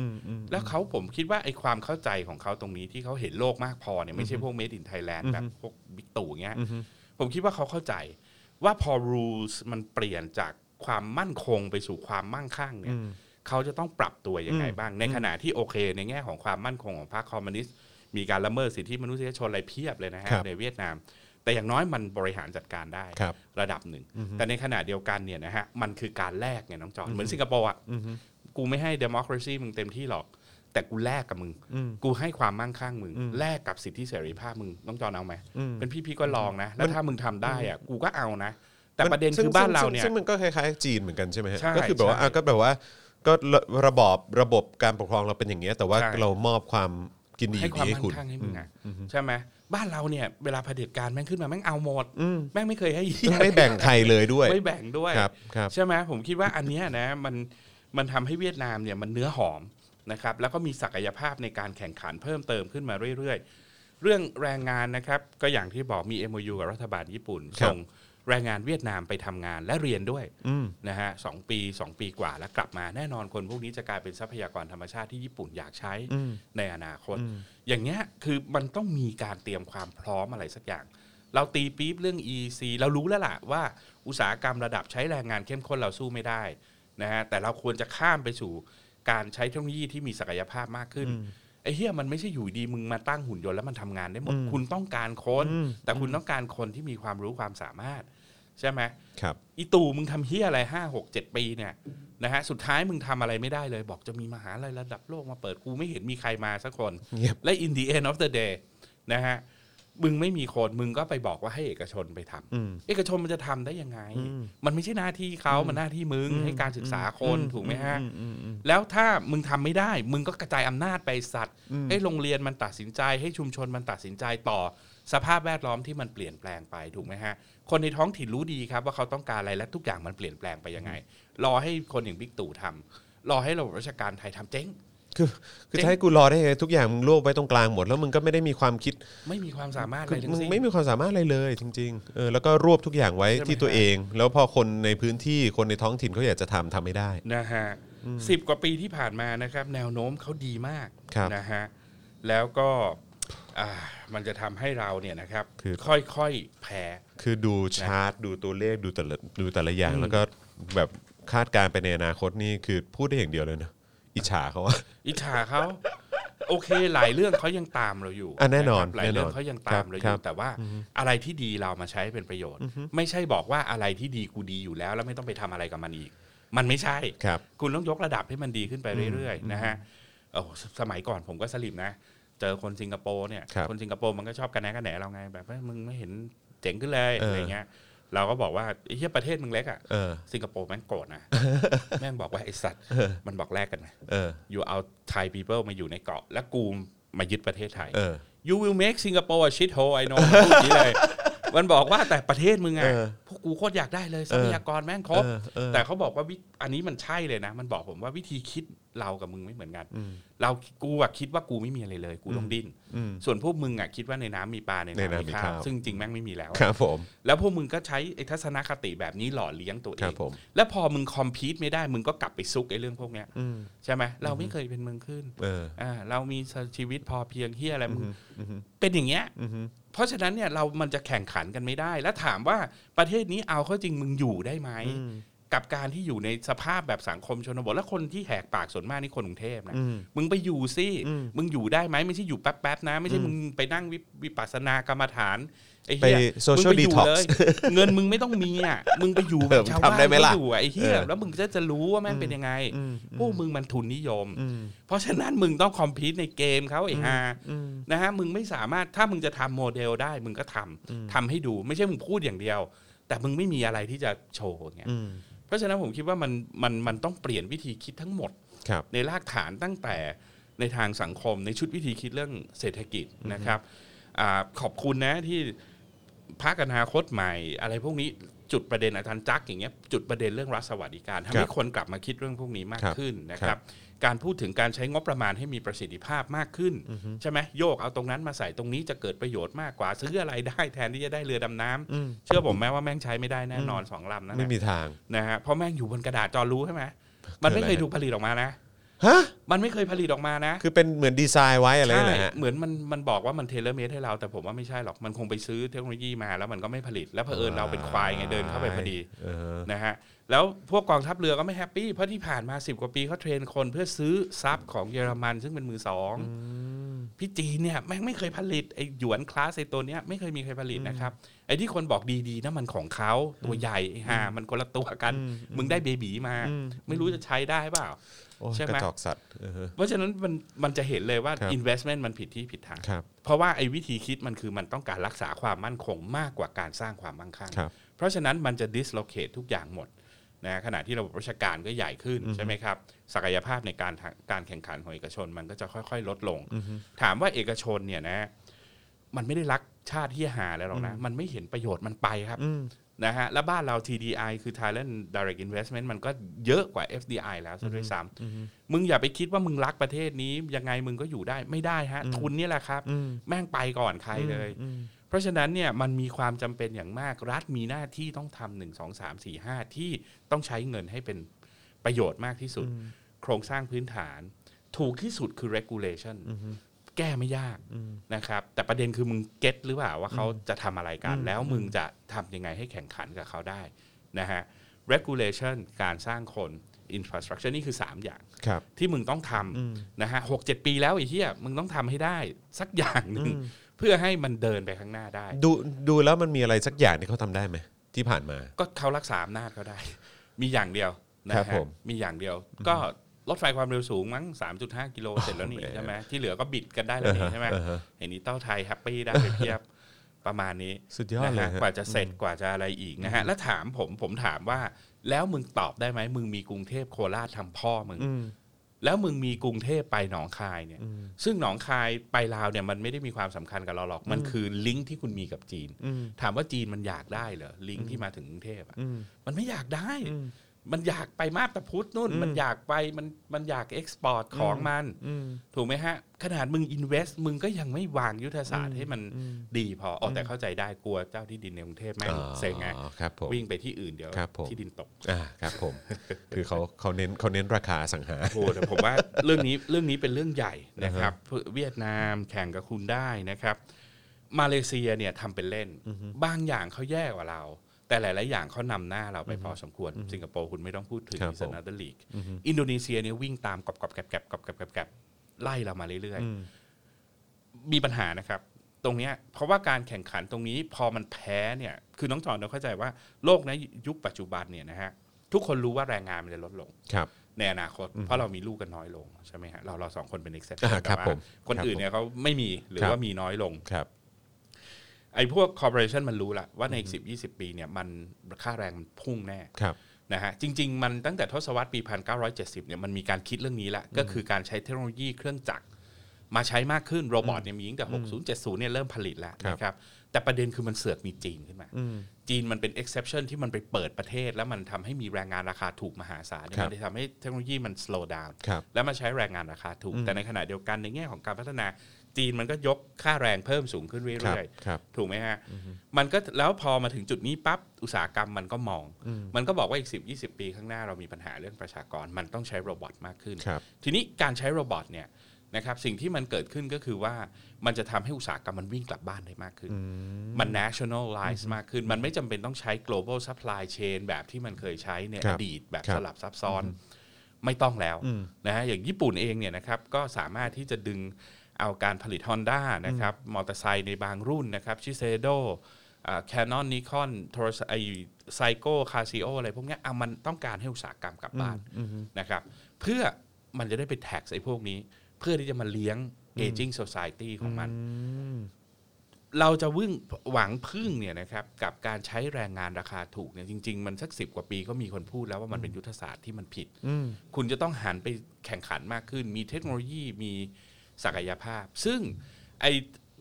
Speaker 3: แล้วเขาผมคิดว่าไอ้ความเข้าใจของเขาตรงนี้ที่เขาเห็นโลกมากพอเนี่ยไม่ใช่พวกเมดินไทยแลนด์แบบพวกบิ๊กตู่เงี้ยผมคิดว่าเขาเข้าใจว่าพอ rules มันเปลี่ยนจากความมั่นคงไปสู่ความมั่งคั่งเนี่ยเขาจะต้องปรับตัวยังไงบ้าง ในขณะที่โอเค ในแง่ของความมั่นคงของพรรคคอมมิวนิสต์ มีการละเมิดสิทธิมนุษยชนอะไรเพียบเลยนะฮะ
Speaker 2: ครับ
Speaker 3: ในเวียดนาม แต่อย่างน้อยมันบริหารจัดการได้
Speaker 2: ครับ
Speaker 3: ระดับหนึ่ง แต่ในขณะเดียวกันเนี่ยนะฮะมันคือการแลกไงน้องจอนเหมือนสิงคโปร์อ่ะกูไม่ให้ democracy มึงเต็มที่หรอก แต่กูแลกกับมึง กูให้ความมั่งคั่งมึง แลกกับสิทธิเสรีภาพมึงน้องจอนเอาไหมเป็นพี่พี่ก็ลองนะ แล้วถ้ามึงทำได้อ่ะกูก็เอานะ แต่ประเด็น
Speaker 2: ซึ่ง
Speaker 3: คือบ้านเรา
Speaker 2: ซึ่ง
Speaker 3: เนี่ย
Speaker 2: ซึ่งมันก็คล้ายๆจีนเหมือนกันใช่ไหมฮะ
Speaker 3: ใช่
Speaker 2: ก็คือแบบว่า
Speaker 3: ใช่
Speaker 2: อ่ะก็แบบว่าก็ระระบอบระบบการปกครองเราเป็นอย่างเงี้ยแต่ว่า
Speaker 3: ใช่
Speaker 2: เรามอบความกินดี
Speaker 3: ให้ความ
Speaker 2: ให้
Speaker 3: มั่
Speaker 2: คุณ
Speaker 3: นคั่งให้มึงนะใช่ไหมบ้านเราเนี่ยเวลาเผด็จการแม่งขึ้นมาแม่งเอาหมดแม่งไม่เคยให้เหี้ย
Speaker 2: ไม่แบ่งใครเลยด้วย
Speaker 3: ไม่แบ่งด้วย
Speaker 2: ครับครับ
Speaker 3: ใช่ไหมผมคิดว่าอันเนี้ยนะมันมันทำให้เวียดนามเนี่ยมันเนื้อหอมนะครับแล้วก็มีศักยภาพในการแข่งขันเพิ่มเติมขึ้นมาเรื่อยๆ เรื่องแรงงานนะครับก็อย่างที่บอกมี MOU กับรัฐบาลญี่ปุ่น
Speaker 2: ครับ
Speaker 3: ส่งแรงงานเวียดนามไปทำงานและเรียนด้วยนะฮะสองปีสองปีกว่าแล้วกลับมาแน่นอนคนพวกนี้จะกลายเป็นทรัพยากรธรรมชาติที่ญี่ปุ่นอยากใช้ในอนาคต อย่างเงี้ยคือมันต้องมีการเตรียมความพร้อมอะไรสักอย่าง เราตีปี๊บเรื่อง EC เรารู้แล้วล่ะว่าอุตสาหกรรมระดับใช้แรงงานเข้มข้นเราสู้ไม่ได้นะฮะแต่เราควรจะข้ามไปสู่การใช้เทคโนโลยีที่มีศักยภาพมากขึ้นไอ้เหี้ยมันไม่ใช่อยู่ดีมึงมาตั้งหุ่นยนต์แล้วมันทำงานได้หมด คุณต้องการคน แต่คุณต้องการคนที่มีความรู้ความสามารถ ใช่ไหม
Speaker 2: ครับ
Speaker 3: อีตู่มึงทำเหี้ยอะไรห้าหกเจ็ดปีเนี่ย นะฮะสุดท้ายมึงทำอะไรไม่ได้เลย บอกจะมีมหาลัยระดับโลกมาเปิดกูไม่เห็นมีใครมาสักคน
Speaker 2: เงียบ
Speaker 3: และ in the end of the day นะฮะมึงไม่มีคนมึงก็ไปบอกว่าให้เอกชนไปทำ
Speaker 2: อืม
Speaker 3: เอกชนมันจะทำได้ยังไง
Speaker 2: อืม
Speaker 3: มันไม่ใช่หน้าที่เขามันหน้าที่มึงให้การศึกษาคนถูกไหมฮะ
Speaker 2: อือืมอืม
Speaker 3: แล้วถ้ามึงทำไม่ได้ มึงก็กระจายอำนาจไปสัตว์
Speaker 2: อืม
Speaker 3: ให้โรงเรียนมันตัดสินใจ ให้ชุมชนมันตัดสินใจต่อสภาพแวดล้อมที่มันเปลี่ยนแปลงไปถูกไหมฮะ คนในท้องถิ่นรู้ดีครับว่าเขาต้องการอะไรและทุกอย่างมันเปลี่ยนแปลงไปยังไง รอให้คนอย่างบิ๊กตู่ทำรอให้ระบบราชการไทยทำเจ๊ง
Speaker 2: คือคือจะให้กูรอได้ไงทุกอย่างมึงรวบไว้ตรงกลางหมดแล้วมึงก็ไม่ได้มีความคิด
Speaker 3: ไม่มีความสามารถอะ
Speaker 2: คื
Speaker 3: ไร
Speaker 2: อ
Speaker 3: ทั้
Speaker 2: มึ
Speaker 3: ง
Speaker 2: ง
Speaker 3: สิ้น
Speaker 2: ไม่มีความสามารถอะไรเลยจริงๆเออแล้วก็รวบทุกอย่างไว้
Speaker 3: ใช่ไหม
Speaker 2: ที่ตัว
Speaker 3: ฮะ
Speaker 2: เอง แล้วพอคนในพื้นที่คนในท้องถิ่นเขาอยากจะทำทำไม่ได้
Speaker 3: นะฮะสิบกว่าปีที่ผ่านมานะครับ แนวโน้มเขาดีมาก
Speaker 2: ครับ
Speaker 3: นะฮะแล้วก็อ่ามันจะทำให้เราเนี่ยนะครับ
Speaker 2: คือ
Speaker 3: ค่อยๆแพ้
Speaker 2: คือดูชาร์ตดูตัวเลขดูแต่ละดูแต่ละอย่างแล้วก็แบบคาดการณ์ไปในอนาคตนี่คือพูดได้อย่างเดียวเลยนะอิจฉาเขาอะ
Speaker 3: อิจฉาเขา โอเคหลายเรื่องเขายังตามเราอยู่
Speaker 2: อ่ะแน่นอนะครับ
Speaker 3: หลายเรื่อง
Speaker 2: แน่นอน
Speaker 3: เขายังตามเราอ
Speaker 2: ครั
Speaker 3: ยู่
Speaker 2: บ
Speaker 3: แต่ว่าอะไรที่ดีเรามาใช้ให้เป็นประโยชน์ ไม่ใช่บอกว่าอะไรที่ดีกูดีอยู่แล้ว แล้วไม่ต้องไปทำอะไรกับมันอีก มันไม่ใช่
Speaker 2: ครับ
Speaker 3: ณต้องยกระดับให้มันดีขึ้นไปเรื่อยๆนะฮะโอ้สสมัยก่อนผมก็สลิมนะ เจอคนสิงคโปร์เนี่ย
Speaker 2: ครับ
Speaker 3: นสิงคโปร์มันก็ชอบกันแหนกันแหนเราไงแบบเฮ้ยมึงไม่เห็นเจ๋งขึ้นเลย
Speaker 2: เอออ
Speaker 3: อะไรเงี้ย เราก็บอกว่าไอ้เหี้ยประเทศมึงเล็กอ่ะ
Speaker 2: เออ
Speaker 3: สิงคโปร์แม่งโกรธนะ แม่งบอกว่าไอ้สัตว์มันบอกแลกกันไหม
Speaker 2: เออ
Speaker 3: อยู่เอาไทย people มาอยู่ในเกาะ และกูมายึดประเทศไทย
Speaker 2: เออ
Speaker 3: you will make Singapore a shit hole I know มันพูดอย่างนี้เลย มันบอกว่าแต่ประเทศมึงไง
Speaker 2: เออ
Speaker 3: พวกกูโคตรอยากได้เลยทรัพยากรแม่งครบ
Speaker 2: เออเออ
Speaker 3: แต่เขาบอกว่าวิอันนี้มันใช่เลยนะ มันบอกผมว่าวิธีคิดเรากับมึงไม่เหมือนกัน เรากูอะคิดว่ากูไม่มีอะไรเลย กูต้องดิ้น
Speaker 2: อืม
Speaker 3: ส่วนพวกมึงอะคิดว่าในน้ำมีปลาใน
Speaker 2: ใน
Speaker 3: น้ำ
Speaker 2: น้ำมี
Speaker 3: มีข้า
Speaker 2: ข้าว ว
Speaker 3: ซึ่งจริงแม่งไม่มีแล้ว
Speaker 2: ครับผม
Speaker 3: แล้วพวกมึงก็ใช้ไอ้ทัศนคติแบบนี้หล่อเลี้ยงตัวเอ
Speaker 2: ครั
Speaker 3: ง
Speaker 2: บผม
Speaker 3: แล้วพอมึงคอมพีตไม่ได้มึงก็กลับไปซุกไอ้เรื่องพวกเนี้ยใช่ไหมเราไม่เคยเป็นเมืองขึ้น
Speaker 2: เออ
Speaker 3: อ่าเรามีชีวิตพอเพียงเฮียอะไรมึงเป็นอย่างเงี้ยเพราะฉะนั้นเนี่ยเรามันจะแข่งขันกันไม่ได้ แล้วถามว่าประเทศนี้เอาเข้าจริงมึงอยู่ได้ไหม กับการที่อยู่ในสภาพแบบสังคมชนบท และคนที่แหกปากส่วนมากนี่คนกรุงเทพนะมึงไปอยู่สิมึงอยู่ได้ไหมไม่ใช่อยู่แป๊บๆนะ ไม่ใช่มึงไปนั่งวิปวิปัสสนากรรมฐานไอ้เหี้ย
Speaker 2: ไป social
Speaker 3: มึงไปอยู่
Speaker 2: detox
Speaker 3: เลยเงินมึงไม่ต้องมีอ่ะมึงไปอยู่แบบ
Speaker 2: เออ
Speaker 3: ชาวบ้า
Speaker 2: ทำ
Speaker 3: น
Speaker 2: ได้ไหมล่ะ
Speaker 3: เขาอยู่อ่ะไอ้เหี้ย
Speaker 2: เออ
Speaker 3: แล้วมึงจะจะรู้ว่าแม่งเป็นยังไง พวกมึงมันทุนนิยม เพราะฉะนั้นมึงต้องคอมพีตในเกมเขาไอ้ฮานะฮะมึงไม่สามารถถ้ามึงจะทำโมเดลได้ มึงก็ทำทำให้ดูไม่ใช่มึงพูดอย่างเดียว แต่มึงไม่มีอะไรที่จะโชว์เงี้ยเพราะฉะนั้นผมคิดว่ามันมันมันต้องเปลี่ยนวิธีคิดทั้งหมด
Speaker 2: ครับ
Speaker 3: ในรากฐานตั้งแต่ในทางสังคมในชุดวิธีคิดเรื่องเศรษฐกิจนะครับอาขอบคุณนะที่พักอนาคตใหม่ อะไรพวกนี้จุดประเด็นอาจารย์จักรอย่างเงี้ยจุดประเด็นเรื่องรัฐสวัสดิการทำ
Speaker 2: ครั
Speaker 3: ให้
Speaker 2: บ
Speaker 3: คนกลับมาคิดเรื่องพวกนี้มาก
Speaker 2: ครับ
Speaker 3: ขึ้นนะ
Speaker 2: ค
Speaker 3: ค
Speaker 2: รั
Speaker 3: รับ บ การพูดถึงการใช้งบประมาณให้มีประสิทธิภาพมากขึ้น ใช่ไหมโยกเอาตรงนั้นมาใส่ตรงนี้จะเกิดประโยชน์มากกว่า ซื้ออะไรได้แทนที่จะได้เรือดำน้ำเชื่อผมไหมว่าแม่งใช้ไม่ได้แน่นอนสองลำนั่น
Speaker 2: ไม่
Speaker 3: นะ
Speaker 2: มีทาง
Speaker 3: นะฮะเพราะแม่งอยู่บนกระดาษจอรู้ใช่ไหมมันไม่เคยถูกผลิตออกมานะ
Speaker 2: ฮะ
Speaker 3: มันไม่เคยผลิตออกมานะ
Speaker 2: คือเป็นเหมือนดีไซน์ไว้อะไร
Speaker 3: ใช่
Speaker 2: นะฮะ
Speaker 3: เหมือนมันมันบอกว่ามันเทเลเมตให้เราแต่ผมว่าไม่ใช่หรอกมันคงไปซื้อเทคโนโลยีมาแล้วมันก็ไม่ผลิต แล้วเผอิญเราเป็นควายไงเดินเข้าไปพอดี
Speaker 2: เออ
Speaker 3: นะฮะแล้วพวกกองทัพเรือก็ไม่แฮปปี้เพราะที่ผ่านมา 10 กว่าปีเขาเทรนคนเพื่อซื้อทรัพย์ของเยอรมันซึ่งเป็นมือสองพี่จีนเนี่ยแม่งไม่เคยผลิตไอ้หยวนคลาสไอ้ตัวเนี้ยไม่เคยมีใครผลิตนะครับไอ้ที่คนบอกดีๆนั่นมันของเขาตัวใหญ่ไอ้ห่ามันคนละตัวกัน มึงได้เบบีมา ไม่รู้จะใช้ได้เปล่า
Speaker 2: โอ้ย
Speaker 3: ใช่ไหม
Speaker 2: กระจอกสัตว์เออ
Speaker 3: เพราะฉะนั้นมันมันจะเห็นเลยว่า
Speaker 2: ครับ
Speaker 3: investment มันผิดที่ผิดทาง
Speaker 2: ครับ
Speaker 3: เพราะว่าไอ้วิธีคิดมันคือมันต้องการรักษาความมั่นคงมากกว่าการสร้างความมั่งคั่ง
Speaker 2: ครับ
Speaker 3: เพราะฉะนั้นมันจะ dislocate ทุกอย่างหมดนะขณะที่ระบบราชการก็ใหญ่ขึ้นใช่ไหมครับ ศักยภาพในการทางการแข่งขันของเอกชนมันก็จะค่อย ๆ ลดลง ถามว่าเอกชนเนี่ยนะ มันไม่ได้รักชาติที่หาแล้วหรอกนะ มันไม่เห็นประโยชน์มันไปครับนะฮะแล้วบ้านเรา TDI คือ Thailand Direct Investment มันก็เยอะกว่า FDI แล้วซะด้วยซ้ำมึงอย่าไปคิดว่ามึงรักประเทศนี้ยังไงมึงก็อยู่ได้ไม่ได้ฮะ ทุนเนี่ยแหละครับ แม่งไปก่อนใครเลย เพราะฉะนั้นเนี่ยมันมีความจำเป็นอย่างมากรัฐมีหน้าที่ต้องทำหนึ่งสองสามสี่ห้าที่ต้องใช้เงินให้เป็นประโยชน์มากที่สุด โครงสร้างพื้นฐาน ถูกที่สุดคือ regulation แก้ไม่ยากนะครับ แต่ประเด็นคือมึงเก็ตหรือเปล่าว่าเขาจะทำอะไรกัน แล้วมึงจะทำยังไงให้แข่งขันกับเขาได้นะฮะ regulation การสร้างคน infrastructure นี่คือ 3 อย่าง
Speaker 2: ครับ
Speaker 3: ที่มึงต้องทำนะฮะหกเจ็ดปีแล้วไอ้เหี้ยมึงต้องทำให้ได้สักอย่างหนึ่งเพื่อให้มันเดินไปข้างหน้าได้
Speaker 2: ดู ดูแล้วมันมีอะไรสักอย่างที่เขาทำได้ไหมที่ผ่านมา
Speaker 3: ก็เขารักษาอำนาจเขาได้ มีอย่างเดียว นะครับฮะ
Speaker 2: ผม
Speaker 3: มีอย่างเดียว ก็รถไฟความเร็วสูงมั้ง 3.5 กิโลเสร็จแล้วนี่ใช่ไหมที่เหลือก็บิดกันได้แล้วนี่ใช่ไหม
Speaker 2: อ่าฮะ
Speaker 3: เห็นนี้เต้าไทยแฮปปี้ได้ไปเพียบประมาณนี้
Speaker 2: สุดยอดเลย
Speaker 3: นะฮะ
Speaker 2: ฮะ
Speaker 3: กว่าจะเสร็จกว่าจะอะไรอีกนะฮะแล้วถามผมผมถามว่า แล้วมึงตอบได้ไหมมึงมีกรุงเทพโคราชทำพ่อมึง
Speaker 2: อืม
Speaker 3: แล้วมึงมีกรุงเทพไปหนองคายเนี่ย ซึ่งหนองคายไปลาวเนี่ยมันไม่ได้มีความสำคัญกับเราหรอก มันคือลิงก์ที่คุณมีกับจีน
Speaker 2: อืม
Speaker 3: ถามว่าจีนมันอยากได้เหรอลิงก์ที่มาถึงกรุงเทพอะ
Speaker 2: อืม
Speaker 3: มันไม่อยากได้
Speaker 2: อืม
Speaker 3: มันอยากไปมาบตาพุธนู่น
Speaker 2: อืม
Speaker 3: มันอยากไปมันมันอยากเอ็กซ์พอร์ตของมัน
Speaker 2: อืม
Speaker 3: ถูกไหมฮะ ขนาดมึงอินเวสต์มึงก็ยังไม่วางยุทธศาสตร์ให้มัน
Speaker 2: อืม
Speaker 3: ดีพออ๋อแต่เข้าใจได้กลัวเจ้าที่ดินในกรุงเทพแม่งเซ็งไง
Speaker 2: อ๋อครับผม
Speaker 3: วิ่งไปที่อื่นเดี๋ยว
Speaker 2: ครับผม
Speaker 3: ที่ดินตก
Speaker 2: อ่าครับผม คือเขาเขาเน้นเขาเน้นราคาอสังหา
Speaker 3: โอ้แต่ผมว่าเรื่องนี้เรื่องนี้เป็นเรื่องใหญ่นะครับเวียดนามแข่งกับคุณได้นะครับ มาเลเซียเนี่ยทำเป็นเล่น บางอย่างเขาแย่กว่าเรา แต่หลาย ๆ อย่างเขานำหน้าเราไปพอสมควร สิงคโปร์คุณไม่ต้องพูดถึง
Speaker 2: ครับ
Speaker 3: อิสนาเดอร์ลีกอินโดนีเซียเนี่ยวิ่งตามกอบกอบแกบแกบกอบกอบแกบแกบไล่เรามาเรื่อย ๆ มีปัญหานะครับ ตรงเนี้ยเพราะว่าการแข่งขันตรงนี้พอมันแพ้เนี่ยคือน้องจอนเราเข้าใจว่าโลกในะยุคปัจจุบันเนี่ยนะฮะทุกคนรู้ว่าแรงงานมันจะลดลง
Speaker 2: ครับ
Speaker 3: ในอนาคตเพราะเรามีลูกกันน้อยลงใช่ไหมฮะเราเราสองคนเป็นเอกเซป
Speaker 2: อ่าครับผม
Speaker 3: คนอื่นเนี่ยเขาไม่มีหรือ
Speaker 2: ครับ
Speaker 3: ว่ามีน้อยลง
Speaker 2: ครับ
Speaker 3: ไอ้พวกคอร์ปอเรชันมันรู้ละว่าในอีกสิบยี่สิบปีเนี่ยมันค่าแรงมันพุ่งแน่
Speaker 2: ครับ
Speaker 3: นะฮะจริง ๆ มันตั้งแต่ทศวรรษปี 1970เนี่ยมันมีการคิดเรื่องนี้ละก็คือการใช้เทคโนโลยีเครื่องจักรมาใช้มากขึ้นโรบอทเนี่ยมีตั้งแต่ 60 70เนี่ยเริ่มผลิตแล้ว
Speaker 2: ครับ
Speaker 3: นะครับแต่ประเด็นคือมันเสือกมีจีนขึ้นมา
Speaker 2: อืม
Speaker 3: จีนมันเป็น exception ที่มันไปเปิดประเทศ แล้วมันทำให้มีแรงงานราคาถูกมหาศาลเนี่ย
Speaker 2: ครับ
Speaker 3: มันเลยทำให้เทคโนโลยีมัน slow down
Speaker 2: ครับ
Speaker 3: แล้วมาใช้แรงงานราคาถูก
Speaker 2: อืม
Speaker 3: แต่ในขณะเดียวกันในแง่ของการพัฒนาจีนมันก็ยกค่าแรงเพิ่มสูงขึ้น
Speaker 2: ครั
Speaker 3: เรื่
Speaker 2: บ
Speaker 3: อย
Speaker 2: ครับ
Speaker 3: ๆ ถูกไหมฮะ มันก็แล้วพอมาถึงจุดนี้ปั๊บอุตสาหกรรมมันก็มอง
Speaker 2: อืม
Speaker 3: มันก็บอกว่าอีก 10 20 ปีข้างหน้าเรามีปัญหาเรื่องประชากรมันต้องใช้โรบอทมากขึ้น
Speaker 2: ครับ
Speaker 3: ทีนี้การใช้โรบอทเนี่ยนะครับสิ่งที่มันเกิดขึ้นก็คือว่ามันจะทำให้อุตสาหกรรมมันวิ่งกลับบ้านได้มากขึ้น มัน nationalize มากขึ้น มันไม่จำเป็นต้องใช้ global supply chain แบบที่มันเคยใช้ใน
Speaker 2: ค
Speaker 3: อ
Speaker 2: รับ
Speaker 3: ดีตแบบ
Speaker 2: ครับ
Speaker 3: สลับซับซ้อนไม่ต้องแล้ว
Speaker 2: อืม
Speaker 3: นะฮะอย่างญี่ปุ่นเองเนี่ยนะครับก็สามารถที่จะดึงเอาการผลิต Honda นะครับมอเตอร์ไซค์ในบางรุ่นนะครับชิเซโดแคนนอนนิคอนโทรศัพท์ไซโก้คาซิโออะไรพวกเนี้ยเอามันต้องการให้อุตสาหกรรมกลับบ้านนะครับเพื่อมันจะได้ไปแท็กไอ้พวกนี้ เพื่อที่จะมาเลี้ยง aging society ของมัน เราจะวิ่งหวังพึ่งเนี่ยนะครับกับการใช้แรงงานราคาถูกเนี่ยจริง ๆ มันสักสิบกว่าปีก็มีคนพูดแล้วว่ามันเป็นยุทธศาสตร์ที่มันผิด คุณจะต้องหันไปแข่งขันมากขึ้น มีเทคโนโลยีมีศักยภาพ ซึ่งไอ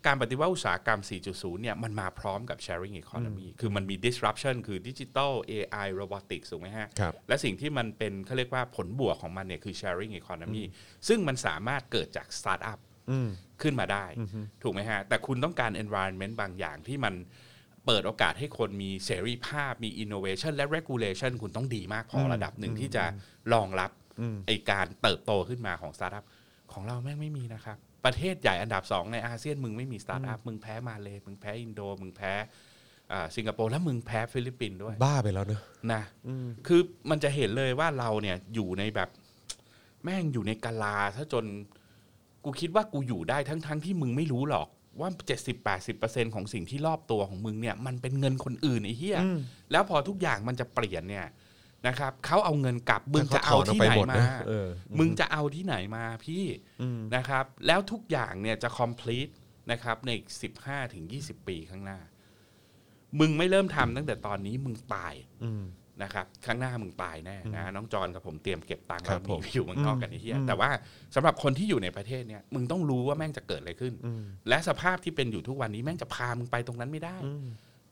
Speaker 3: การปฏิวัติอุตสาหกรรม 4.0 เนี่ยมันมาพร้อมกับ sharing economy คือมันมี disruption คือ digital AI robotics ถูกไหมฮะ
Speaker 2: ครับ
Speaker 3: และสิ่งที่มันเป็นเขาเรียกว่าผลบวกของมันเนี่ยคือ sharing economy ซึ่งมันสามารถเกิดจาก startup
Speaker 2: อืม
Speaker 3: ขึ้นมาได้ ถูกไหมฮะ แต่คุณต้องการ environment บางอย่างที่มันเปิดโอกาสให้คนมีเสรีภาพมี innovation และ regulation คุณต้องดีมากพออระดับหนึ่งที่จะรองรับไอการเติบโตขึ้นมาของสตาร์ทอัพของเราแม่งไม่มีนะครับ ประเทศใหญ่อันดับ 2 ในอาเซียนมึงไม่มีสตาร์ทอัพมึงแพ้มาเลยมึงแพ้อินโด มึงแพ้อ่าสิงคโปร์แล้วมึงแพ้ฟิลิปปินส์ด้วย
Speaker 2: บ้าไปแล้วเนอะ
Speaker 3: นะคือมันจะเห็นเลยว่าเราเนี่ยอยู่ในแบบ แม่งอยู่ในกาลาซะจนกูคิดว่ากูอยู่ได้ทั้งๆทที่มึงไม่รู้หรอก ว่า 70-80%ของสิ่งที่รอบตัวของมึงเนี่ย มันเป็นเงินคนอื่นไอ้เหี้ยแล้วพอทุกอย่างมันจะเปลี่ยนเนี่ยนะครับเขาเอาเงินกลับมึงจะเอาที่ไหนมา
Speaker 2: เออ
Speaker 3: มึงจะเอาที่ไหนมาพี่นะครับ แล้วทุกอย่างเนี่ยจะ complete นะครับในอีก15ถึง20 ปีข้างหน้า มึงไม่เริ่มทำตั้งแต่ตอนนี้มึงตายนะครับ ข้างหน้ามึงตายแน่นะน้องจอนกับผมเตรียมเก็บตังค์
Speaker 2: ครั
Speaker 3: แล้
Speaker 2: บ
Speaker 3: ว
Speaker 2: ผม
Speaker 3: มีอยู่เมืองนอกกันไอ้เหี้ยแต่ว่าสำหรับคนที่อยู่ในประเทศเนี่ยมึงต้องรู้ว่าแม่งจะเกิดอะไรขึ้น และสภาพที่เป็นอยู่ทุกวันนี้แม่งจะพามึงไปตรงนั้นไม่ได้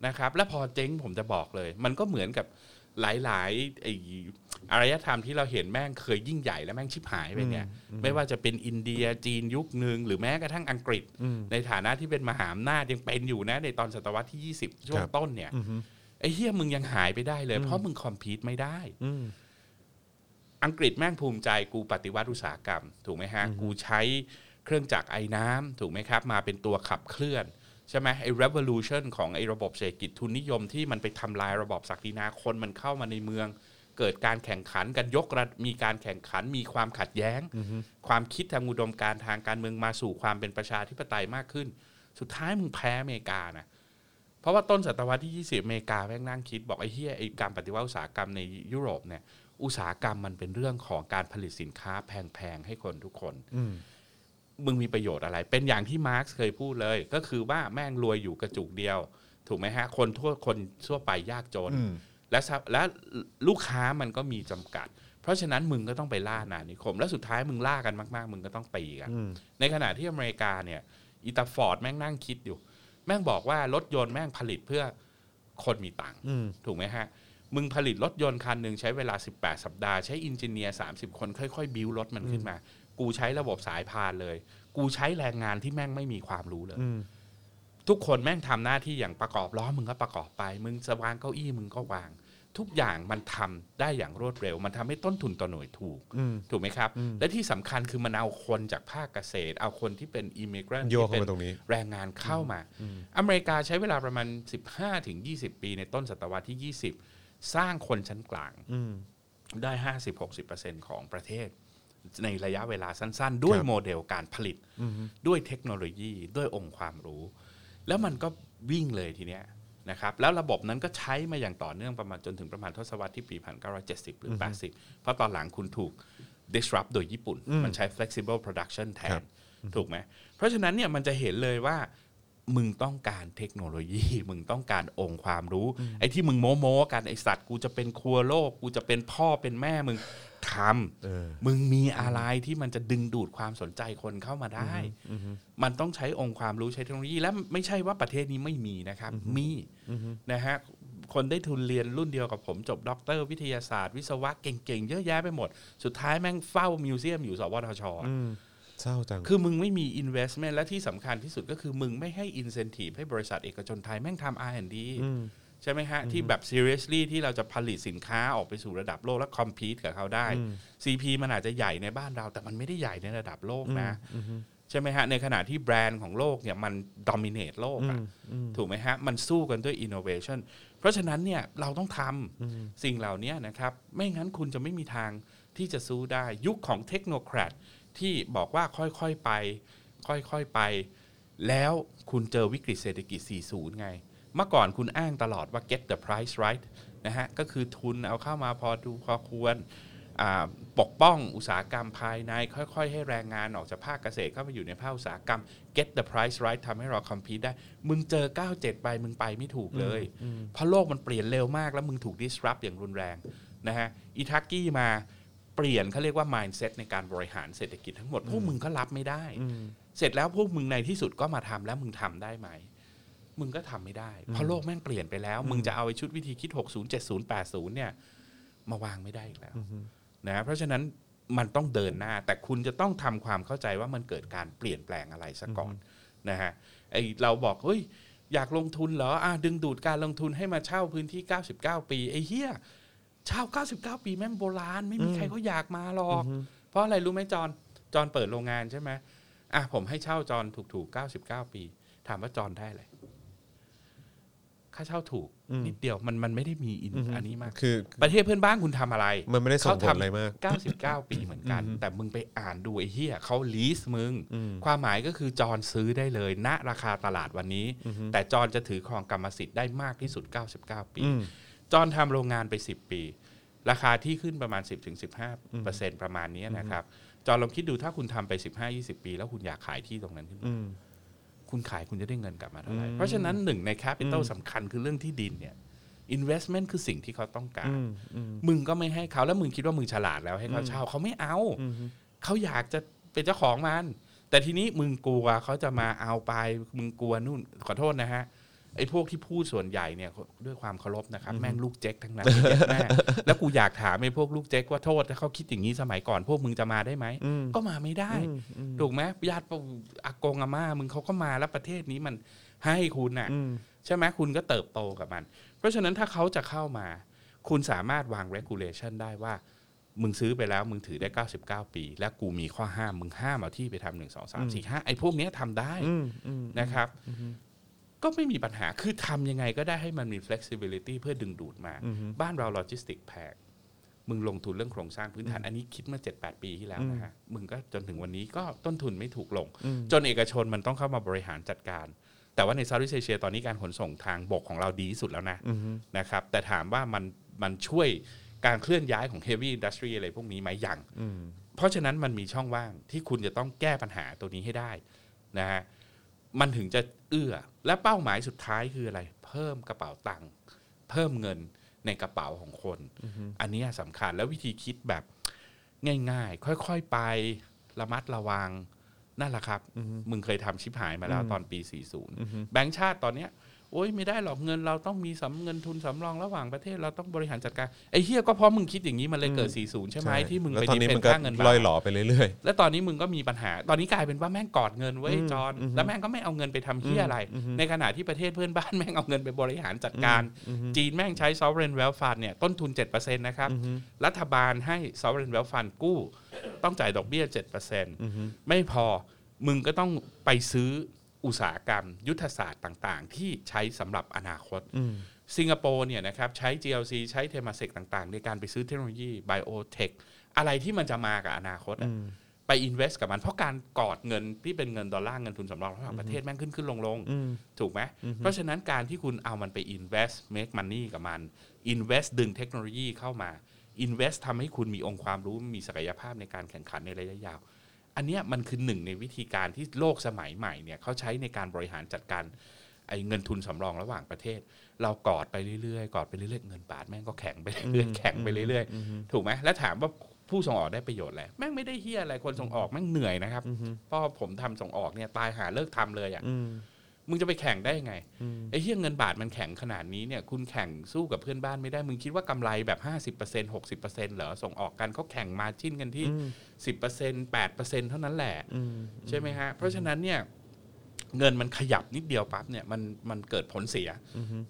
Speaker 3: นะครับ และพอเจ๊งผมจะบอกเลย มันก็เหมือนกับหลายๆไอ้อารยธรรมที่เราเห็นแม่งเคยยิ่งใหญ่และแม่งชิบหายไปเนี่ย ไม่ว่าจะเป็นอินเดียจีนยุคหนึ่งหรือแม้กระทั่งอังกฤษ ในฐานะที่เป็นมหาอำนาจยังเป็นอยู่นะ ในตอนศตวรรษที่ 20 ช่ว
Speaker 2: ค
Speaker 3: ง
Speaker 2: รับ
Speaker 3: ต้นเนี่ยไอ้เฮียมึงยังหายไปได้เลย เพราะมึงคอมพีตไม่ได้
Speaker 2: อืม
Speaker 3: อังกฤษแม่งภูมิใจกูปฏิวัติอุตสาหกรรม ถูกไหมฮะ กูใช้เครื่องจักรไอ้น้ำถูกไหมครับ มาเป็นตัวขับเคลื่อน ใช่ไหมไอ้ revolution ของไอ้ระบบเศรษฐกิจทุนนิยมที่มันไปทำลายระบอบศักดินาคนมันเข้ามาในเมือง เกิดการแข่งขันกันยกระดับมีการแข่งขันมีความขัดแย้ง ความคิดทางอุดมการณ์ทางการเมืองมาสู่ความเป็นประชาธิปไตยมากขึ้น สุดท้ายมึงแพ้อเมริกานะ เพราะว่าต้นศตวรรษที่ 20 อเมริกาแม่งนั่งคิดบอกไอ้เฮียไอ้การปฏิวัติอุตสาหกรรมในยุโรปเนี่ย อุตสาหกรรมมันเป็นเรื่องของการผลิตสินค้าแพงๆให้คนทุกคน
Speaker 2: อืม
Speaker 3: มึงมีประโยชน์อะไร เป็นอย่างที่มาร์กเคยพูดเลย ก็คือว่าแม่งรวยอยู่กระจุกเดียว ถูกไหมฮะ คนทั่วคนทั่วไปยากจน
Speaker 2: อืม
Speaker 3: และทรัพและลูกค้ามันก็มีจำกัด เพราะฉะนั้นมึงก็ต้องไปล่านานิคม และสุดท้ายมึงล่ากันมาก ๆ มึงก็ต้องตีกัน
Speaker 2: อืม
Speaker 3: ในขณะที่อเมริกาเนี่ยอีตาฟอร์ดแม่งนั่งคิดอยู่ แม่งบอกว่ารถยนต์แม่งผลิตเพื่อคนมีตังค์
Speaker 2: อืม
Speaker 3: ถูกไหมฮะ มึงผลิตรถยนต์คันหนึ่งใช้เวลา 18 สัปดาห์ ใช้อินจิเนียร์ 30 คนค่อย ๆ บิวรถมันขึ้นมา กูใช้ระบบสายพานเลย กูใช้แรงงานที่แม่งไม่มีความรู้เลย
Speaker 2: อืม
Speaker 3: ทุกคนแม่งทำหน้าที่อย่างประกอบล้อมึงก็ประกอบไป มึงจะวางเก้าอี้มึงก็วาง ทุกอย่างมันทำได้อย่างรวดเร็ว มันทำให้ต้นทุนต่อหน่วยถูก
Speaker 2: อืม
Speaker 3: ถูกไหมครับ และที่สำคัญคือมันเอาคนจากภาคเกษตร เอาคนที่เป็นอิมิเกรน
Speaker 2: โยกเข้า
Speaker 3: ที่เป็น
Speaker 2: มาตรงนี้
Speaker 3: แรงงานเข้ามา อเมริกาใช้เวลาประมาณ 15ถึง20 ปีในต้นศตวรรษที่ 20 สร้างคนชั้นกลาง
Speaker 2: อืม
Speaker 3: ได้ 50-60%ของประเทศ ในระยะเวลาสั้นๆ ด้วย
Speaker 2: ครับ
Speaker 3: โมเดลการผลิต ด้วยเทคโนโลยีด้วยองค์ความรู้ แล้วมันก็วิ่งเลยทีเนี้ยนะครับแล้วระบบนั้นก็ใช้มาอย่างต่อเนื่องประมาณจนถึงประมาณทศวรรษที่ปี 1970 หรือ 80 เพราะตอนหลังคุณถูก disrupt โดยญี่ปุ่น มันใช้ flexible production แท
Speaker 2: ครั
Speaker 3: น
Speaker 2: บ
Speaker 3: ถูกไหม เพราะฉะนั้นเนี่ยมันจะเห็นเลยว่า มึงต้องการเทคโนโลยี มึงต้องการองค์ความรู้ ไอ้ที่มึงโม้โม้ๆกันไอสัตว์กูจะเป็นครัวโลก กูจะเป็นพ่อเป็นแม่มึงท
Speaker 2: เออ
Speaker 3: ำมึงมีอะไรที่มันจะดึงดูดความสนใจคนเข้ามาได้ มันต้องใช้องค์ความรู้ใช้เทคโนโลยี และไม่ใช่ว่าประเทศนี้ไม่มีนะครับ มีนะฮะคนได้ทุนเรียนรุ่นเดียวกับผมจบด็อกเตอร์วิทยาศาสตร์ วิศวะเก่งๆ เยอะแยะไปหมด สุดท้ายแม่งเฝ้ามิวเซียมอยู่สวทช
Speaker 2: อืมเศร้าจัง
Speaker 3: คือมึงไม่มี investment และที่สำคัญที่สุดก็คือมึงไม่ให้ incentive ให้บริษัทเอกชนไทยแม่งทำ R&D ใช่ไหมฮะ ที่แบบ seriously ที่เราจะผลิตสินค้าออกไปสู่ระดับโลก และ compete กับเขาได้ CP มันอาจจะใหญ่ในบ้านเรา แต่มันไม่ได้ใหญ่ในระดับโลกนะ ใช่ไหมฮะ ในขณะที่แบรนด์ของโลกเนี่ยมัน dominate โลกอะถูกไหมฮะ มันสู้กันด้วย innovation เพราะฉะนั้นเนี่ยเราต้องทำสิ่งเหล่านี้นะครับ ไม่งั้นคุณจะไม่มีทางที่จะสู้ได้ยุคของเทคโนแครด ที่บอกว่าค่อยๆไป ค่อยๆไป แล้วคุณเจอวิกฤตเศรษฐกิจ 40 ไง เมื่อก่อนคุณอ้างตลอดว่า get the price right นะฮะ ก็คือทุนเอาเข้ามาพอดูพอควรอ่าปกป้องอุตสาหกรรมภายใน ค่อยๆ ให้แรงงานออกจากภาคเกษตรเข้าไปอยู่ในภาคอุตสาหกรรม get the price right ทำให้เรา compete ได้ มึงเจอ 97 ไป มึงไปไม่ถูกเลย เพราะโลกมันเปลี่ยนเร็วมากแล้วมึงถูก disrupt อย่างรุนแรงนะฮะอิทากี้มา เปลี่ยนเขาเรียกว่า mindset ในการบริหารเศรษฐกิจทั้งหมด พวกมึงก็รับไม่ได้ เสร็จแล้วพวกมึงในที่สุดก็มาทำแล้วมึงทำได้ไหม มึงก็ทำไม่ได้ เพราะโลกแม่งเปลี่ยนไปแล้ว มึงจะเอาไอ้ชุดวิธีคิด 60 70 80 เนี่ย มาวางไม่ได้อีกแล้วนะเพราะฉะนั้นมันต้องเดินหน้า แต่คุณจะต้องทำความเข้าใจว่ามันเกิดการเปลี่ยนแปลงอะไรซะก่อนนะฮะไอเราบอกเฮ้ยอยากลงทุนเหรออ่ะดึงดูดการลงทุนให้มาเช่าพื้นที่ 99 ปีไอ้เฮีย ชาว 99 ปีแม่งโบราณ ไม่มีใครเขาอยากมาหรอก เพราะอะไรรู้ไหมจอนจอนเปิดโรงงานใช่ไหมอ่ะผมให้เช่าจอนถูกๆ 99 ปี ถามว่าจอนได้อะไรค่าเช่าถูก นิดเดียวมันมันไม่ได้มีอินอันนี้มาก
Speaker 2: คือ
Speaker 3: ประเทศเพื่อนบ้านคุณทำอะไร
Speaker 2: มันไม่ได้ส่งผลอะไรมาก
Speaker 3: 99 ปีเหมือนกัน แต่มึงไปอ่านดูไอ้เหี้ยเขาลีสมึง ความหมายก็คือจอนซื้อได้เลย ณราคาตลาดวันนี้ แต่จอนจะถือครองกรรมสิทธิ์ได้มากที่สุด 99 ปี จอนทำโรงงานไป 10 ปี ราคาที่ขึ้นประมาณ 10-15%ประมาณเนี้ยนะครับ จอนลองคิดดูถ้าคุณทำไป 15-20 ปี แล้วคุณอยากขายที่ตรงนั้นขึ้นมา คุณขายคุณจะได้เงินกลับมาเท่าไหร่ เพราะฉะนั้นหนึ่งในแคปิตอลสำคัญคือเรื่องที่ดินเนี่ย investment คือสิ่งที่เขาต้องการ มึงก็ไม่ให้เขาแล้วมึงคิดว่ามึงฉลาดแล้วให้เขาเช่าเขาไม่เอา เขาอยากจะเป็นเจ้าของมัน แต่ทีนี้มึงกลัวเขาจะมาเอาไป มึงกลัวนู่นขอโทษนะฮะ ไอ้พวกที่พูดส่วนใหญ่เนี่ยด้วยความเคารพนะครับ แม่งลูกเจ๊กทั้งนั้นเหี้ยแม่แล้วกูอยากถามไอ้พวกลูกเจ๊กว่าโทษถ้าเขาคิดอย่างนี้สมัยก่อนพวกมึงจะมาได้ไหม ก็มาไม่ได้ ถูกไหมญาติปู่อากงอาม่ามึงเขาก็มาแล้วประเทศนี้มันให้คุณน่ะ ใช่ไหมคุณก็เติบโตกับมัน เพราะฉะนั้นถ้าเขาจะเข้ามา คุณสามารถวาง regulation ได้ว่า มึงซื้อไปแล้วมึงถือได้ 99 ปี และกูมีข้อห้าม มึงห้ามเอาที่ไปทำหนึ่งสองสามสี่ห้าไอ้พวกเนี้ยทำได้นะครับ ก็ไม่มีปัญหาคือทำยังไงก็ได้ให้มันมี flexibility เพื่อดึงดูดมา บ้านเราโลจิสติกแพงมึงลงทุนเรื่องโครงสร้างพื้นฐานอันนี้คิดมา 7-8 ปีที่แล้วนะฮะ มึงก็จนถึงวันนี้ก็ต้นทุนไม่ถูกลง จนเอกชนมันต้องเข้ามาบริหารจัดการ แต่ว่าในซา u t h เ a s เชียตอนนี้การขนส่งทางบกของเราดีที่สุดแล้วนะนะครับ แต่ถามว่ามันมันช่วย การเคลื่อนย้ายของ Heavy Industry อะไรพวกนี้ไหมยัง
Speaker 2: อืม
Speaker 3: เพราะฉะนั้นมันมีช่องว่างที่คุณจะต้องแก้ปัญหาตัวนี้ให้ได้นะฮะมันถึงจะเอื้อและเป้าหมายสุดท้ายคืออะไร เพิ่มกระเป๋าตังค์เพิ่มเงินในกระเป๋าของคน อันเนี้ยสำคัญแล้ววิธีคิดแบบง่ายๆ ค่อยๆไประมัดระวังนั่นแหละครับ มึงเคยทำชิบหายมาแล้วตอนปี 40 แบงค์ชาติตอนเนี้ยโอ้ยไม่ได้หรอกเงินเราต้องมีสำเงินทุนสำรองระหว่างประเทศเราต้องบริหารจัดการไอ้เฮียก็เพราะมึงคิดอย่างนี้มันเลยเกิด 40 ใช่ไหมที่มึง
Speaker 2: แล้
Speaker 3: ไป
Speaker 2: วตอน
Speaker 3: ดี
Speaker 2: นี้
Speaker 3: เป็
Speaker 2: มัน นก็
Speaker 3: ค่าเงินบาท
Speaker 2: ลอยหล่อไปเรื่อย
Speaker 3: แล้วตอนนี้มึงก็มีปัญหา ตอนนี้กลายเป็นว่าแม่งกอดเงินไว้ยจอน แล้วแม่งก็ไม่เอาเงินไปทำเที่ยอะไร ในขณะที่ประเทศเพื่อนบ้าน แม่งเอาเงินไปบริหารจัดการ จีนแม่งใช้ sovereign wealth fund เนี่ยต้นทุน 7%นะครับ รัฐบาลให้ sovereign wealth fund กู้ ต้องจ่ายดอกเบี้ย 7%ไม่พอ มึงก็ต้องไปซื้ออุตสาหกรรม ยุทธศาสตร์ต่างๆ ที่ใช้สำหรับอนาคต สิงคโปร์เนี่ยนะครับใช้ GLC ใช้เทมาเซกต่างๆ ในการไปซื้อเทคโนโลยี ไบโอเทค อะไรที่มันจะมากับอนาคตอะไปอินเวสต์กับมัน เพราะการกอดเงินที่เป็นเงินดอลลาร์เงินทุนสำรองระหว่างประเทศแม่งขึ้นขึ้นลงลงๆถูกไหมเพราะฉะนั้นการที่คุณเอามันไป invest make money กับมัน invest ดึงเทคโนโลยีเข้ามา invest ทำให้คุณมีองค์ความรู้มีศักยภาพในการแข่งขันในระยะยาว อันเนี้ยมันคือหนึ่งในวิธีการที่โลกสมัยใหม่เนี่ยเขาใช้ในการบริหารจัดการไอ้เงินทุนสำรองระหว่างประเทศ เรากอดไปเรื่อยๆกอดไปเรื่อยๆเงินบาทแม่งก็แข็งไปเรื่อยๆแข็งไปเรื่อยๆถูกไหมแล้วถามว่าผู้ส่งออกได้ประโยชน์อะไรแม่งไม่ได้เฮียอะไรคนส่งออกแม่งเหนื่อยนะครับเพราะผมทำส่งออกเนี่ยตายหาเลิกทำเลยอ่ะมึงจะไปแข่งได้ยังไงไอ้เฮียเงินบาทมันแข็งขนาดนี้เนี่ยคุณแข่งสู้กับเพื่อนบ้านไม่ได้มึงคิดว่ากำไรแบบ 50% 60%เหรอส่งออกกันเขาแข่งมาจิ้นกันที่ สิบเปอร์เซ็นต์แปดเปอร์เซ็นต์เท่านั้นแหละใช่ไหมฮะ เพราะฉะนั้นเนี่ยเงินมันขยับนิดเดียวปั๊บเนี่ยมันมันเกิดผลเสีย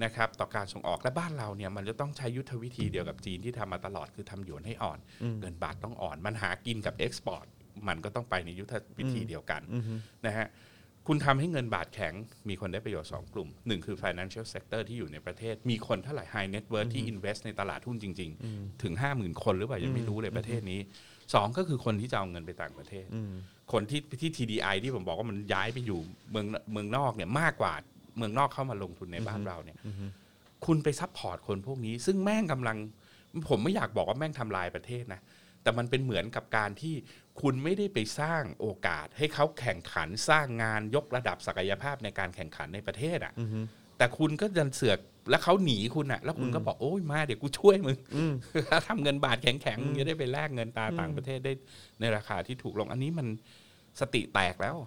Speaker 3: นะครับต่อการส่งออกและบ้านเราเนี่ยมันจะต้องใช้ยุทธวิธีเดียวกับจีนที่ทำมาตลอดคือทำหยวนให้อ่อน เงินบาทต้องอ่อน มันหากินกับเอ็กซ์พอร์ตมันก็ต้องไปในยุทธวิธีเดียวกันนะฮะคุณทำให้เงินบาทแข็งมีคนได้ประโยชน์ 2 กลุ่ม 1 คือ financial sector ที่อยู่ในประเทศ มีคนเท่าไหร่ high net worth ที่ invest ในตลาดหุ้นจริง ๆ ถึง 50,000 คนหรือเปล่ายังไม่รู้เลยประเทศนี้ สองก็คือคนที่จะเอาเงินไปต่างประเทศ คนที่ที่ TDI ที่ผมบอกว่ามันย้ายไปอยู่เมืองเมืองนอกเนี่ยมากกว่าเมืองนอกเข้ามาลงทุนในบ้านเราเนี่ยคุณไปซัพพอร์ตคนพวกนี้ ซึ่งแม่งกำลัง ผมไม่อยากบอกว่าแม่งทำลายประเทศนะ แต่มันเป็นเหมือนกับการที่คุณไม่ได้ไปสร้างโอกาส ให้เขาแข่งขันสร้างงานยกระดับศักยภาพในการแข่งขันในประเทศอ่ะ แต่คุณก็ดันเสือกแล้วเขาหนีคุณอะแล้วคุณก็บอกโอ้ยมาเดี๋ยวกูช่วยมึงทำเงินบาทแข็งๆมึงจะได้ไปแลกเงินตาต่างประเทศได้ในราคาที่ถูกลงอันนี้มันสติแตกแล้ว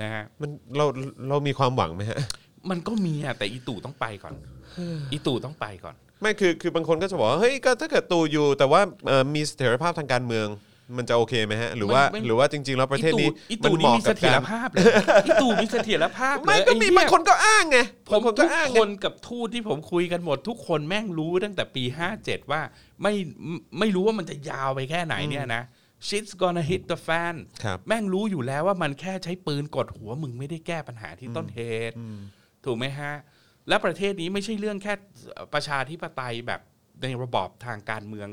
Speaker 3: นะฮะ
Speaker 2: ๆ มันเราเรามีความหวังไหมฮะ
Speaker 3: มันก็มีอะแต่อีตู่ต้องไป ก่อน อีตู่ต้องไปก่อน
Speaker 2: ไม่คือคือบางคนก็จะบอกว่าเฮ้ยก็ถ้าเกิดตูอยู่ แต่ว่าเอ่อมีเสถียรภาพทางการเมือง มันจะโอเคไหมฮะ หรือว่า
Speaker 3: ไม่
Speaker 2: หรือว่าจริง ๆ แล้วประเทศนี้
Speaker 3: อี
Speaker 2: มัน
Speaker 3: ตู่
Speaker 2: เห
Speaker 3: นี่
Speaker 2: มาะ
Speaker 3: มี
Speaker 2: กั
Speaker 3: เส
Speaker 2: บ
Speaker 3: ถีย
Speaker 2: การ ร
Speaker 3: ภาพเลยอีตู่มีเสถียรภาพเลย
Speaker 2: ไม่ก็มี
Speaker 3: อ้เหี้ย
Speaker 2: บางคนก็อ้างไง
Speaker 3: ผม
Speaker 2: บางคน
Speaker 3: ทุ
Speaker 2: ก็
Speaker 3: ก
Speaker 2: อ้าง
Speaker 3: ค
Speaker 2: ไง
Speaker 3: นกับทูตที่ผมคุยกันหมดทุกคนแม่งรู้ตั้งแต่ปี57ว่าไม่ไม่รู้ว่ามันจะยาวไปแค่ไหนเนี่ยนะ shit's gonna hit the fan
Speaker 2: ครับ
Speaker 3: แม่งรู้อยู่แล้วว่ามันแค่ใช้ปืนกดหัวมึงไม่ได้แก้ปัญหาที่ต้นเหตุ ถูกไหมฮะ และประเทศนี้ไม่ใช่เรื่องแค่ประชาธิปไตยแบบในระบอบทางการเมือง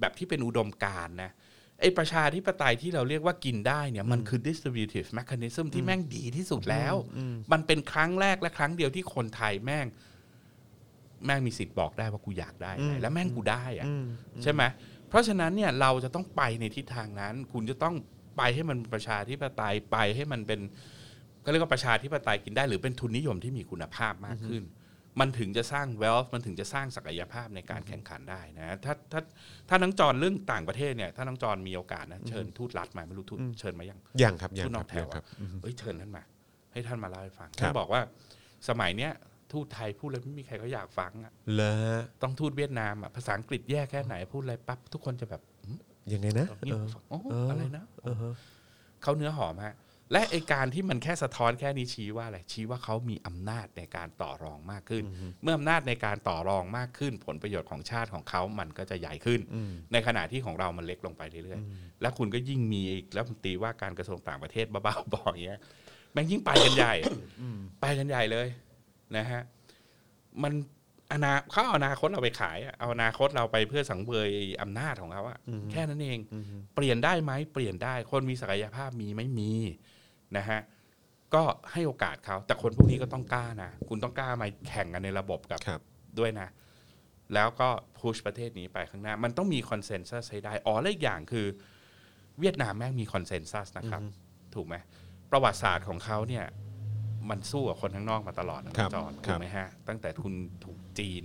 Speaker 3: แบบที่เป็นอุดมการณ์นะไอ้ประชาธิปไตยที่เราเรียกว่ากินได้เนี่ยมันคือ distributive mechanism ที่แม่งดีที่สุดแล้ว มันเป็นครั้งแรกและครั้งเดียวที่คนไทยแม่ง แม่งมีสิทธิ์บอกได้ว่ากูอยากได้อะไรและแม่งกูได้อะใช่ไหมเพราะฉะนั้นเนี่ยเราจะต้องไปในทิศทางนั้น คุณจะต้องไปให้มันเป็นประชาธิปไตยไปให้มันเป็นก็เรียกว่าประชาธิปไตยกินได้ หรือเป็นทุนนิยมที่มีคุณภาพมากขึ้น มันถึงจะสร้าง wealth มันถึงจะสร้างศักยภาพในการแข่งขันได้นะถ้าถ้าถ้าน้องจอนเรื่องต่างประเทศเนี่ยถ้าน้องจอนมีโอกาสนะเชิญทูตรัฐมาไม่รู้ทูตเชิญมายัง
Speaker 2: อย่างครับอย่าง
Speaker 3: ทู
Speaker 2: ค
Speaker 3: ต
Speaker 2: น รั
Speaker 3: อบ กแถ
Speaker 2: อย่าว งค
Speaker 3: อะ
Speaker 2: รับ
Speaker 3: เอ้ยเชิญท่านมา ให้ท่านมาเล่าให้ฟัง
Speaker 2: ครั
Speaker 3: ท่าน
Speaker 2: บ
Speaker 3: บอกว่าสมัยเนี้ยทูตไทยพูดอะไรไม่มีใครเขาอยากฟังอะ
Speaker 2: แล้ว
Speaker 3: ต้องทูตเวียดนามอะภาษาอังกฤษแย่แค่ไหนพูดอะไรปั๊บทุกคนจะแบบ
Speaker 2: ยังไงนะ
Speaker 3: เงียบฟังโอ้
Speaker 2: เอออ
Speaker 3: อะไรนะ
Speaker 2: เออฮะ
Speaker 3: เขาเนื้อหอมฮะและไอการที่มันแค่สะท้อนแค่นี้ชี้ว่าอะไรชี้ว่าเขามีอำนาจในการต่อรองมากขึ้น เมื่ออำนาจในการต่อรองมากขึ้น ผลประโยชน์ของชาติของเขามันก็จะใหญ่ขึ้น
Speaker 2: อืม
Speaker 3: ในขณะที่ของเรามันเล็กลงไปเรื่อยๆ แล้วคุณก็ยิ่งมีอีกแล้วมนตรีว่าการกระทรวงต่างประเทศบ้าๆบอๆอย่างเงี้ยแม่งยิ่งไปกันใหญ่ ไปกันใหญ่เลยนะฮะ มันอนาเขาเอาอนาคตเราไปขายอะเอาอนาคตเราไปเพื่อสังเวยอำนาจของเขาอะแค่นั้นเอง เปลี่ยนได้ไหมเปลี่ยนได้ คนมีศักยภาพมีไหม่มีนะฮะ ก็ให้โอกาสเขา แต่คนพวกนี้ก็ต้องกล้านะ คุณต้องกล้ามาแข่งกันในระบบกับ
Speaker 2: ครับ
Speaker 3: ด้วยนะ แล้วก็พุชประเทศนี้ไปข้างหน้า มันต้องมีคอนเซนแซสให้ได้ อ๋อและอีกอย่างคือ เวียดนามแม่งมีคอนเซนแซสนะครับ ถูกไหมประวัติศาสตร์ของเขาเนี่ยมันสู้กับคนข้างนอกมาตลอดนะครับ จอน
Speaker 2: ครั
Speaker 3: ถู
Speaker 2: บ
Speaker 3: กไหมฮะ ตั้งแต่ทุนถูกจีน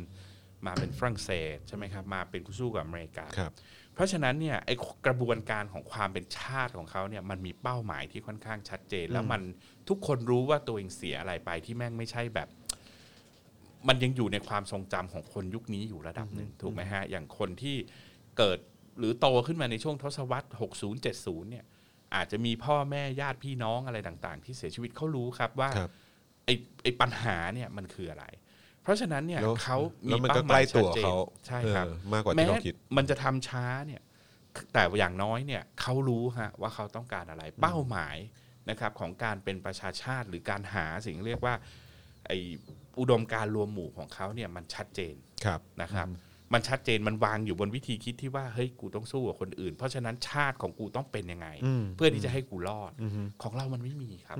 Speaker 3: มาเป็นฝรั่งเศสใช่ไหมครับ มาเป็นคู่สู้กับอเมริกา
Speaker 2: ครับ
Speaker 3: เพราะฉะนั้นเนี่ยไอกระบวนการของความเป็นชาติของเขาเนี่ยมันมีเป้าหมายที่ค่อนข้างชัดเจน แล้วมันทุกคนรู้ว่าตัวเองเสียอะไรไปที่แม่งไม่ใช่แบบ มันยังอยู่ในความทรงจำของคนยุคนี้อยู่ระดับหนึ่งถูกไหมฮะ อย่างคนที่เกิดหรือโตขึ้นมาในช่วงทศวรรษ 60 70 เนี่ย อาจจะมีพ่อแม่ญาติพี่น้องอะไรต่าง ๆ ที่เสียชีวิตเขารู้ครับว่า
Speaker 2: ครับ
Speaker 3: ไอไอปัญหาเนี่ยมันคืออะไร เพราะฉะนั้นเนี่ย
Speaker 2: แล้ว
Speaker 3: เขามี
Speaker 2: แล้วมันก็
Speaker 3: เป้า
Speaker 2: ใก
Speaker 3: หมา
Speaker 2: ล้
Speaker 3: ยชั
Speaker 2: ตั
Speaker 3: ด
Speaker 2: ว
Speaker 3: เจน
Speaker 2: เขา
Speaker 3: ใช่ครับ
Speaker 2: เออมากกว่าที่เราคิด
Speaker 3: แม้มันจะทำช้าเนี่ยแต่อย่างน้อยเนี่ยเขารู้ฮะว่าเขาต้องการอะไรเป้าหมายนะครับของการเป็นประชาชาติหรือการหาสิ่งเรียกว่าไออุดมการณ์รวมหมู่ของเขาเนี่ยมันชัดเจน
Speaker 2: ครับ
Speaker 3: นะครับ มันชัดเจนมันวางอยู่บนวิธีคิดที่ว่าเฮ้ยกูต้องสู้กับคนอื่น เพราะฉะนั้นชาติของกูต้องเป็นยังไง
Speaker 2: อืม
Speaker 3: เพื่อที่จะให้กูรอดของเรามันไม่มีครับ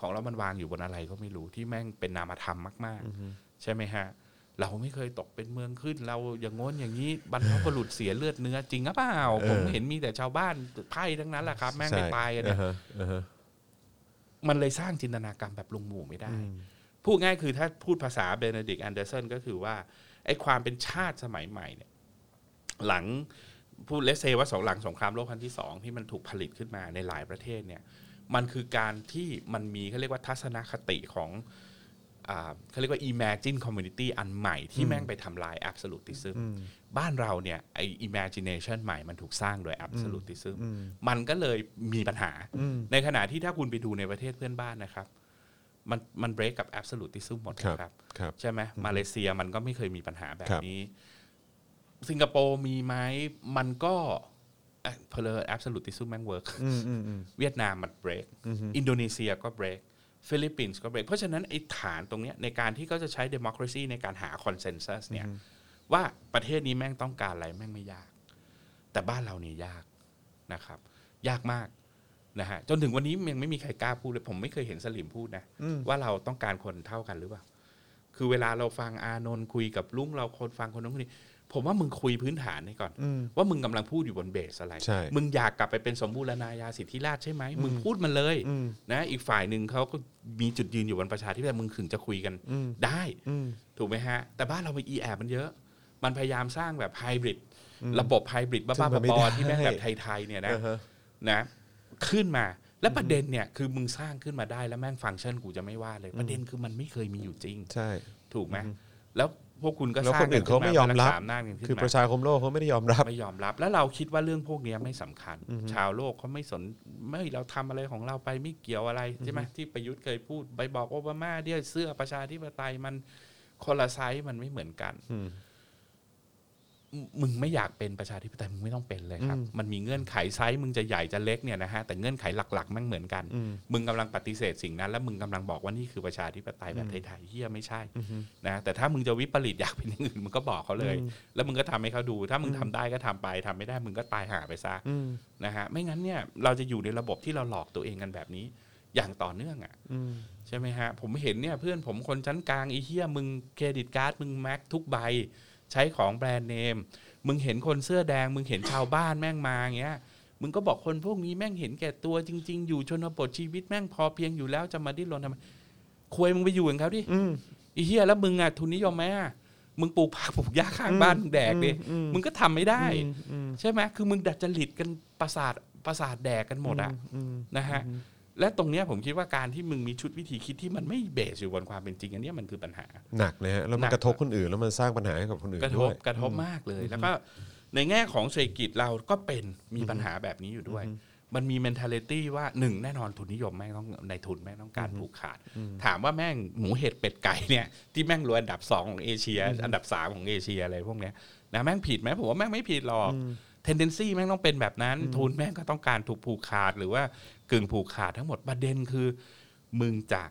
Speaker 3: ของเรามันวางอยู่บนอะไรก็ไม่รู้ที่แม่งเป็นนามธรรมมากๆ ใช่ไหมฮะ เราไม่เคยตกเป็นเมืองขึ้น เราอย่างง้นอย่างนี้บรรพบุรุษเสียเลือดเนื้อจริงหรือเปล่า
Speaker 2: เออ
Speaker 3: ผมเห็นมีแต่ชาวบ้านไพ่ทั้งนั้นแหละครับ แม่งไป
Speaker 2: ใช่
Speaker 3: ตายกันเนี่ย
Speaker 2: อ่าฮะอ่าฮะ
Speaker 3: มันเลยสร้างจินตนาการแบบลงหมู่ไม่ได้ พูดง่ายคือถ้าพูดภาษาเบนดิกต์แอนเดอร์สันก็คือว่าไอ้ความเป็นชาติสมัยใหม่เนี่ยหลังพูดเลสเซว่าสองหลังสงครามโลกครั้งที่สองที่มันถูกผลิตขึ้นมาในหลายประเทศเนี่ยมันคือการที่มันมีเขาเรียกว่าทัศนคติของอ่าเขาเรียกว่า imagine community อันใหม่ที่แม่งไปทำลาย absolutism บ้านเราเนี่ยไอ้ imagination ใหม่มันถูกสร้างโดย absolutism มันก็เลยมีปัญหา ในขณะที่ถ้าคุณไปดูในประเทศเพื่อนบ้านนะครับ มันมันเบรกกับ absolutism หมด
Speaker 2: ครับ
Speaker 3: ครับ
Speaker 2: ครับ
Speaker 3: ใช่ไหมมาเลเซียมันก็ไม่เคยมีปัญหาแบบ
Speaker 2: ครับ
Speaker 3: นี้ สิงคโปร์มีไหมมันก็เพลอแอบสูติซูแมงเวิร์กเวียดนามมันเบรกอินโดนีเซียก็เบรกฟิลิปปินส์ก็เบรกเพราะฉะนั้นไอ้ฐานตรงเนี้ยในการที่เขาจะใช้ democracy ในการหา consensus เนี่ยว่าประเทศนี้แม่งต้องการอะไรแม่งไม่ยาก แต่บ้านเราเนี่ยยากนะครับ ยากมากนะฮะจนถึงวันนี้ยังไม่มีใครกล้าพูดเลย ผมไม่เคยเห็นสลิมพูดนะว่าเราต้องการคนเท่ากันหรือเปล่า คือเวลาเราฟังอานนท์คุยกับลุงเราคนฟังคนนู้นคนนี้ผมว่ามึงคุยพื้นฐานนี่ก่อน ว่ามึงกำลังพูดอยู่บนเบสอะไร
Speaker 2: ใช่
Speaker 3: มึงอยากกลับไปเป็นสมบูรณาญาสิทธิราชย์ใช่ไหมมึงพูดมันเลยนะอีกฝ่ายหนึ่งเขาก็มีจุดยืนอยู่บนประชาธิปไตยมึงถึงจะคุยกันได้ ถูกไหมฮะ แต่บ้านเราไปอีแอบมันเยอะ มันพยายามสร้างแบบไฮบริดระบบไฮบริดบ้า
Speaker 2: ซึ่งมันไม่
Speaker 3: ๆบอ
Speaker 2: ได้
Speaker 3: ๆที่แม่งแบบไทยๆเนี่ยนะ
Speaker 2: อ่าฮะ
Speaker 3: นะขึ้นมาและประเด็นเนี่ยคือมึงสร้างขึ้นมาได้แล้วแม่งฟังก์ชันกูจะไม่ว่าเลย ประเด็นคือมันไม่เคยมีอยู่จริง
Speaker 2: ใช่
Speaker 3: ถูกไหมแล้วพวกคุณก็
Speaker 2: แล้ว
Speaker 3: สร้า
Speaker 2: ค
Speaker 3: ง
Speaker 2: นอื่นเขาไม่ยอมรับ
Speaker 3: สามหน้าจกันขึ้น
Speaker 2: คือ
Speaker 3: มา
Speaker 2: ประชาคมโลกเขาไม่ได้ยอมรับ
Speaker 3: ไม่ยอมรับ แล้วเราคิดว่าเรื่องพวกเนี้ยไม่สำคัญ ชาวโลกเขาไม่สนไม่เราทำอะไรของเราไปไม่เกี่ยวอะไรใช่ไหมที่ประยุทธ์เคยพูดไปบอกโอบามาเดี่ยวเสื้อประชาธิปไตยมันคนละไซส์มันไม่เหมือนกัน มมึงไม่อยากเป็นประชาธิปไตยมึงไม่ต้องเป็นเลยครับ มันมีเงื่อนไขไซส์มึงจะใหญ่จะเล็กเนี่ยนะฮะแต่เงื่อนไขหลักๆแมันเหมือนกัน มึงกำลังปฏิเสธสิ่งนั้น แล้วมึงกำลังบอกว่านี่คือประชาธิปไตยแบบไทยๆเฮียไม่ใช่นะแต่ถ้ามึงจะวิปริตอยากเป็นอย่างอื่นมึงก็บอกเขาเลย แล้วมึงก็ทำให้เขาดู ถ้ามึงทำได้ก็ทำไปทำไม่ได้มึงก็ตายหาไปซะนะฮะไม่งั้นเนี่ยเราจะอยู่ในระบบที่เราหลอกตัวเองกันแบบนี้ อย่างต่อเนื่องอ่ะใช่ไหมฮะ ผมเห็นเนี่ยเพื่อนผมคนชั้นกลางไอีเฮียมึงเครดิตการ์ดมึงแม็กทุกใบ ใช้ของแบรนด์เนม มึงเห็นคนเสื้อแดง มึงเห็นชาวบ้านแม่งมาอย่างเงี้ย มึงก็บอกคนพวกนี้แม่งเห็นแก่ตัวจริง ๆ อยู่ชนบทชีวิตแม่งพอเพียงอยู่แล้วจะมาดิ้นรนทำไมควยมึงไปอยู่กับเขาดิไอีเฮียแล้วมึงอ่ะทุนนิยมไหมอ่ะมึงปลูกผักปลูกหญ้าข้างบ้านมึงแดกดิมึงก็ทำไม่ได้ ใช่ไหมคือมึงดัดจริตกันประสาทประสาทแดกกันหมดอ่ะนะฮะและตรงเนี้ยผมคิดว่าการที่มึงมีชุดวิธีคิดที่มันไม่เบสอยู่บนความเป็นจริงอันเนี้ยมันคือปัญหา
Speaker 2: หนักนะฮะ แล้ว
Speaker 3: ห
Speaker 2: มั
Speaker 3: นั
Speaker 2: น
Speaker 3: ก
Speaker 2: กระทบคนอื่น แล้วมันสร้างปัญหาให้กับคนอื่น
Speaker 3: กระท
Speaker 2: ด้
Speaker 3: บ
Speaker 2: วย
Speaker 3: กระทบมากเลย แล้วก็ในแง่ของเศรษฐกิจเราก็เป็นมีปัญหาแบบนี้อยู่ด้วย มันมี mentality ว่าหนึ่งแน่นอนทุนนิยมแม่งต้องในทุนแม่งต้องการผูกขาด ถามว่าแม่งหมูเห็ดเป็ดไก่เนี่ยที่แม่งรวยอันดับสองของเอเชีย อันดับสามของเอเชียอะไรพวกเนี้ยนะแม่งผิดไหมผมว่าแม่งไม่ผิดหรอก tendency แม่งต้องเป็นแบบนั้น ทุนแม่งก็ต้องการถูกผูกขาดหรือว่ากึ่งผูกขาดทั้งหมดประเด็นคือ มึงจะ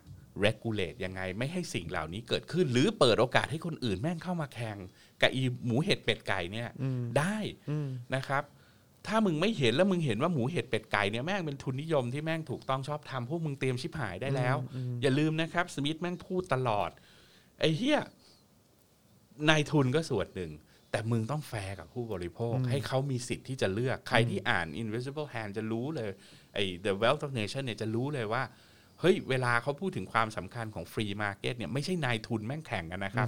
Speaker 3: regulate ยังไงไม่ให้สิ่งเหล่านี้เกิดขึ้น หรือเปิดโอกาสให้คนอื่นแม่งเข้ามาแข่งกับอีหมูเห็ดเป็ดไก่เนี่ยได้นะครับ ถ้ามึงไม่เห็นแล้วมึงเห็นว่าหมูเห็ดเป็ดไก่เนี่ยแม่งเป็นทุนนิยมที่แม่งถูกต้องชอบทำพวกมึงเตรียมชิบหายได้แล้ว อย่าลืมนะครับ สมิธแม่งพูดตลอด ไอ้เฮีย นายทุนก็ส่วนหนึ่ง แต่มึงต้องแฟร์กับผู้บริโภค ให้เขามีสิทธิ์ที่จะเลือกใครที่อ่าน Invisible Hand จะรู้เลยไอ้ The Wealth of Nation เนี่ยจะรู้เลยว่า เฮ้ย เวลาเขาพูดถึงความสำคัญของฟรีมาร์เก็ตเนี่ยไม่ใช่นายทุนแม่งแข่งกันนะครับ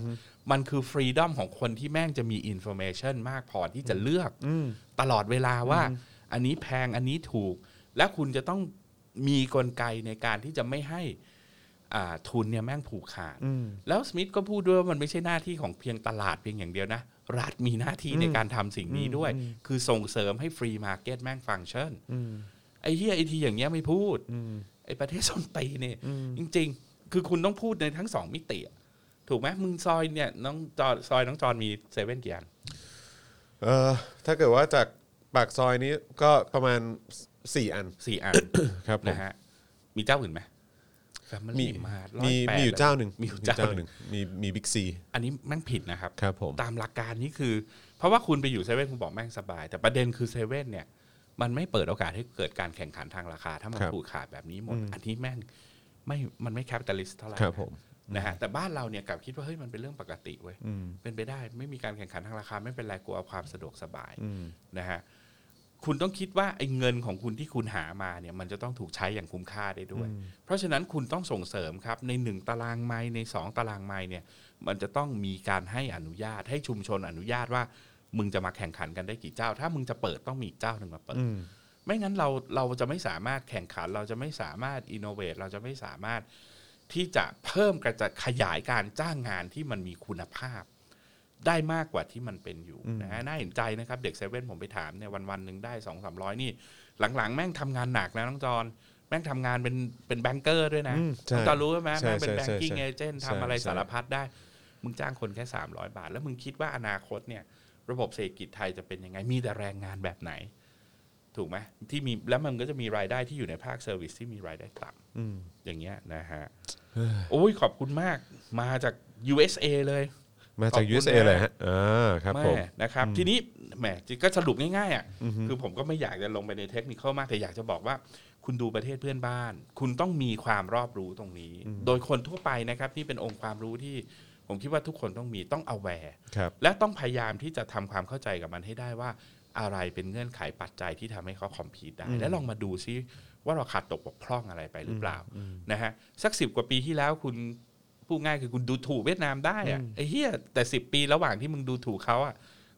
Speaker 3: มันคือฟรีดอมของคนที่แม่งจะมีอินโฟเมชันมากพอที่จะเลือก ตลอดเวลาว่า อันนี้แพงอันนี้ถูก และคุณจะต้องมีกลไกในการที่จะไม่ให้อ่าทุนเนี่ยแม่งผูกขาด แล้วสมิธก็พูดด้วยว่ามันไม่ใช่หน้าที่ของเพียงตลาดเพียงอย่างเดียวนะ รัฐมีหน้าที่ในการทำสิ่งนี้ด้วย คือส่งเสริมให้ฟรีมาร์เก็ตแม่งฟังก์ชันไอ้เฮียไอทีอย่างเงี้ยไม่พูด ไอ้ประเทศส้นตีนเนี่ยจริง ๆ คือคุณต้องพูดในทั้งสองมิติอะถูกไหมมึงซอยเนี่ยน้องจอซอยน้องจอนมีเซเว่นกี่อัน
Speaker 2: เออถ้าเกิดว่าจากปากซอยนี้ก็ประมาณ 4 อัน
Speaker 3: สี่อัน
Speaker 2: ครับผม
Speaker 3: นะฮะ มีเจ้าอื่นไหม Family
Speaker 2: มี
Speaker 3: Mart
Speaker 2: มี
Speaker 3: 108
Speaker 2: มีอยู่เจ้าหนึ่ง
Speaker 3: มีอยู่เจ้าหนึ่ง
Speaker 2: มีมีบิ๊กซี
Speaker 3: อันนี้แม่งผิดนะครับ
Speaker 2: ครับผม
Speaker 3: ตามหลักการนี่คือ เพราะว่าคุณไปอยู่เซเว่นคุณบอกแม่งสบาย แต่ประเด็นคือเซเว่นเนี่ย มันไม่เปิดโอกาสให้เกิดการแข่งขันทางราคา ถ้ามันผูกขาดแบบนี้หมด อันนี้แม่งไม่มันไม่แคปิตอลิสเท่าไหร่
Speaker 2: ครับผม
Speaker 3: นะฮะแต่บ้านเราเนี่ยกลับคิดว่าเฮ้ยมันเป็นเรื่องปกติเว้ยเป็นไปได้ ไม่มีการแข่งขันทางราคาไม่เป็นไรกูเอาความสะดวกสบายนะฮะคุณต้องคิดว่าไอ้เงินของคุณที่คุณหามาเนี่ยมันจะต้องถูกใช้อย่างคุ้มค่าได้ด้วย เพราะฉะนั้นคุณต้องส่งเสริมครับในหนึ่งตารางไมล์ในสองตารางไมล์เนี่ย มันจะต้องมีการให้อนุญาตให้ชุมชนอนุญาตว่า มึงจะมาแข่งขันกันได้กี่เจ้า ถ้ามึงจะเปิดต้องมีอีกเจ้าหนึ่งมาเปิด ไม่งั้นเราเราจะไม่สามารถแข่งขัน เราจะไม่สามารถอินโนเวทเราจะไม่สามารถที่จะเพิ่มกระจะขยายการจ้างงานที่มันมีคุณภาพ ได้มากกว่าที่มันเป็นอยู่นะฮะน่าเห็นใจนะครับ เด็กเซเว่นผมไปถามเนี่ยวันวันๆหนึ่งได้สองสามร้อยนี่ หลังๆ แม่งทำงานหนักนะน้องจอนแม่งทำงานเป็นเป็นแบงเกอร์ด้วยนะ
Speaker 2: อืมใช่
Speaker 3: น้องจอนรู้ไหม
Speaker 2: ใช่
Speaker 3: แม่งเป็น
Speaker 2: ใช่
Speaker 3: แบงกิ้ง
Speaker 2: ใช่
Speaker 3: เอเจนต์
Speaker 2: ใช่
Speaker 3: ทำอะไร
Speaker 2: ใช่
Speaker 3: สารพัดได้ มึงจ้างคนแค่ 300 บาท แล้วมึงคิดว่าอนาคตเนี่ย ระบบเศรษฐกิจไทยจะเป็นยังไง มีแต่แรงงานแบบไหน ถูกไหมที่มีแล้วมันก็จะมีรายได้ที่อยู่ในภาคเซอร์วิสที่มีรายได้ต่ำอย่างเงี้ยนะฮะโอ้ยขอบคุณมากมาจาก USA เลย
Speaker 2: มาจาก
Speaker 3: ขอบคุณ
Speaker 2: USA
Speaker 3: นะ
Speaker 2: เลยฮะอ่าครับผม
Speaker 3: แม่นะครับ ทีนี้แหมก็สรุปง่ายๆอ่ะคือผมก็ไม่อยากจะลงไปในเทคนิคมากแต่อยากจะบอกว่า คุณดูประเทศเพื่อนบ้าน คุณต้องมีความรอบรู้ตรงนี้ โดยคนทั่วไปนะครับที่เป็นองค์ความรู้ที่ ผมคิดว่าทุกคนต้องมีต้องเอาแวร์
Speaker 2: ครับ
Speaker 3: และต้องพยายามที่จะทำความเข้าใจกับมันให้ได้ว่า อะไรเป็นเงื่อนไขปัจจัยที่ทำให้เขาคอมพีตได้ และลองมาดูซิว่าเราขาดตกบกพร่องอะไรไปหรือเปล่านะฮะสักสิบกว่าปีที่แล้วคุณ พูดง่ายคือคุณดูถูกเวียดนามได้อะไอ้เหี้ยแต่สิบปีระหว่างที่มึงดูถูกเขาอะ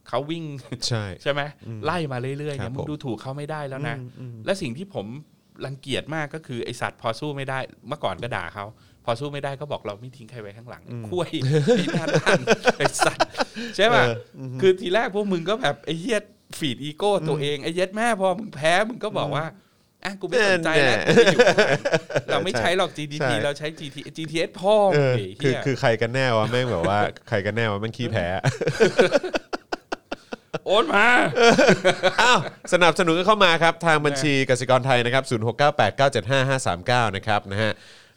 Speaker 3: เขาวิ่ง
Speaker 2: ใช่
Speaker 3: ใช่ไหมไล่มาเรื่อยๆ
Speaker 2: ครั
Speaker 3: เนี่
Speaker 2: บ
Speaker 3: ยมึงดูถูกเขาไม่ได้แล้วนะ และสิ่งที่ผมรังเกียจมากก็คือไอสัตว์พอสู้ไม่ได้ เมื่อก่อนก็ด่าเขาพอสู้ไม่ได้ก็บอกเราไม่ทิ้งใครไว้ข้างหลังคุยปีหน้าตั้งไอสัต ว์ใช่ป่ะคือทีแรกพวกมึงก็แบบไอเหี้ยฟีดอีโก้ตัวเองไอเหี้ย็ดแม่พอมึงแพ้มึงก็บอกว่าอ่ะกูไม่สนใจแล้วกูไม่อยู่ข้างหลังเราไม่ใช้หรอก GDP
Speaker 2: ใช่
Speaker 3: เราใช้ GT GTS พ่อ
Speaker 2: เอ
Speaker 3: มึง
Speaker 2: อ
Speaker 3: ไอ้
Speaker 2: คือ
Speaker 3: เหี้ย
Speaker 2: คือใครกันแน่วะแม่งแบบว่า ใครกันแน่วะแม่งขี้แพ้
Speaker 3: โอนมา
Speaker 2: อ้าวสนับสนุนกันเข้ามาครับ ทางบัญชีกสิกรไทยนะครับ0 6 9 8 9 7 5 5 3 9 นะครับนะฮะ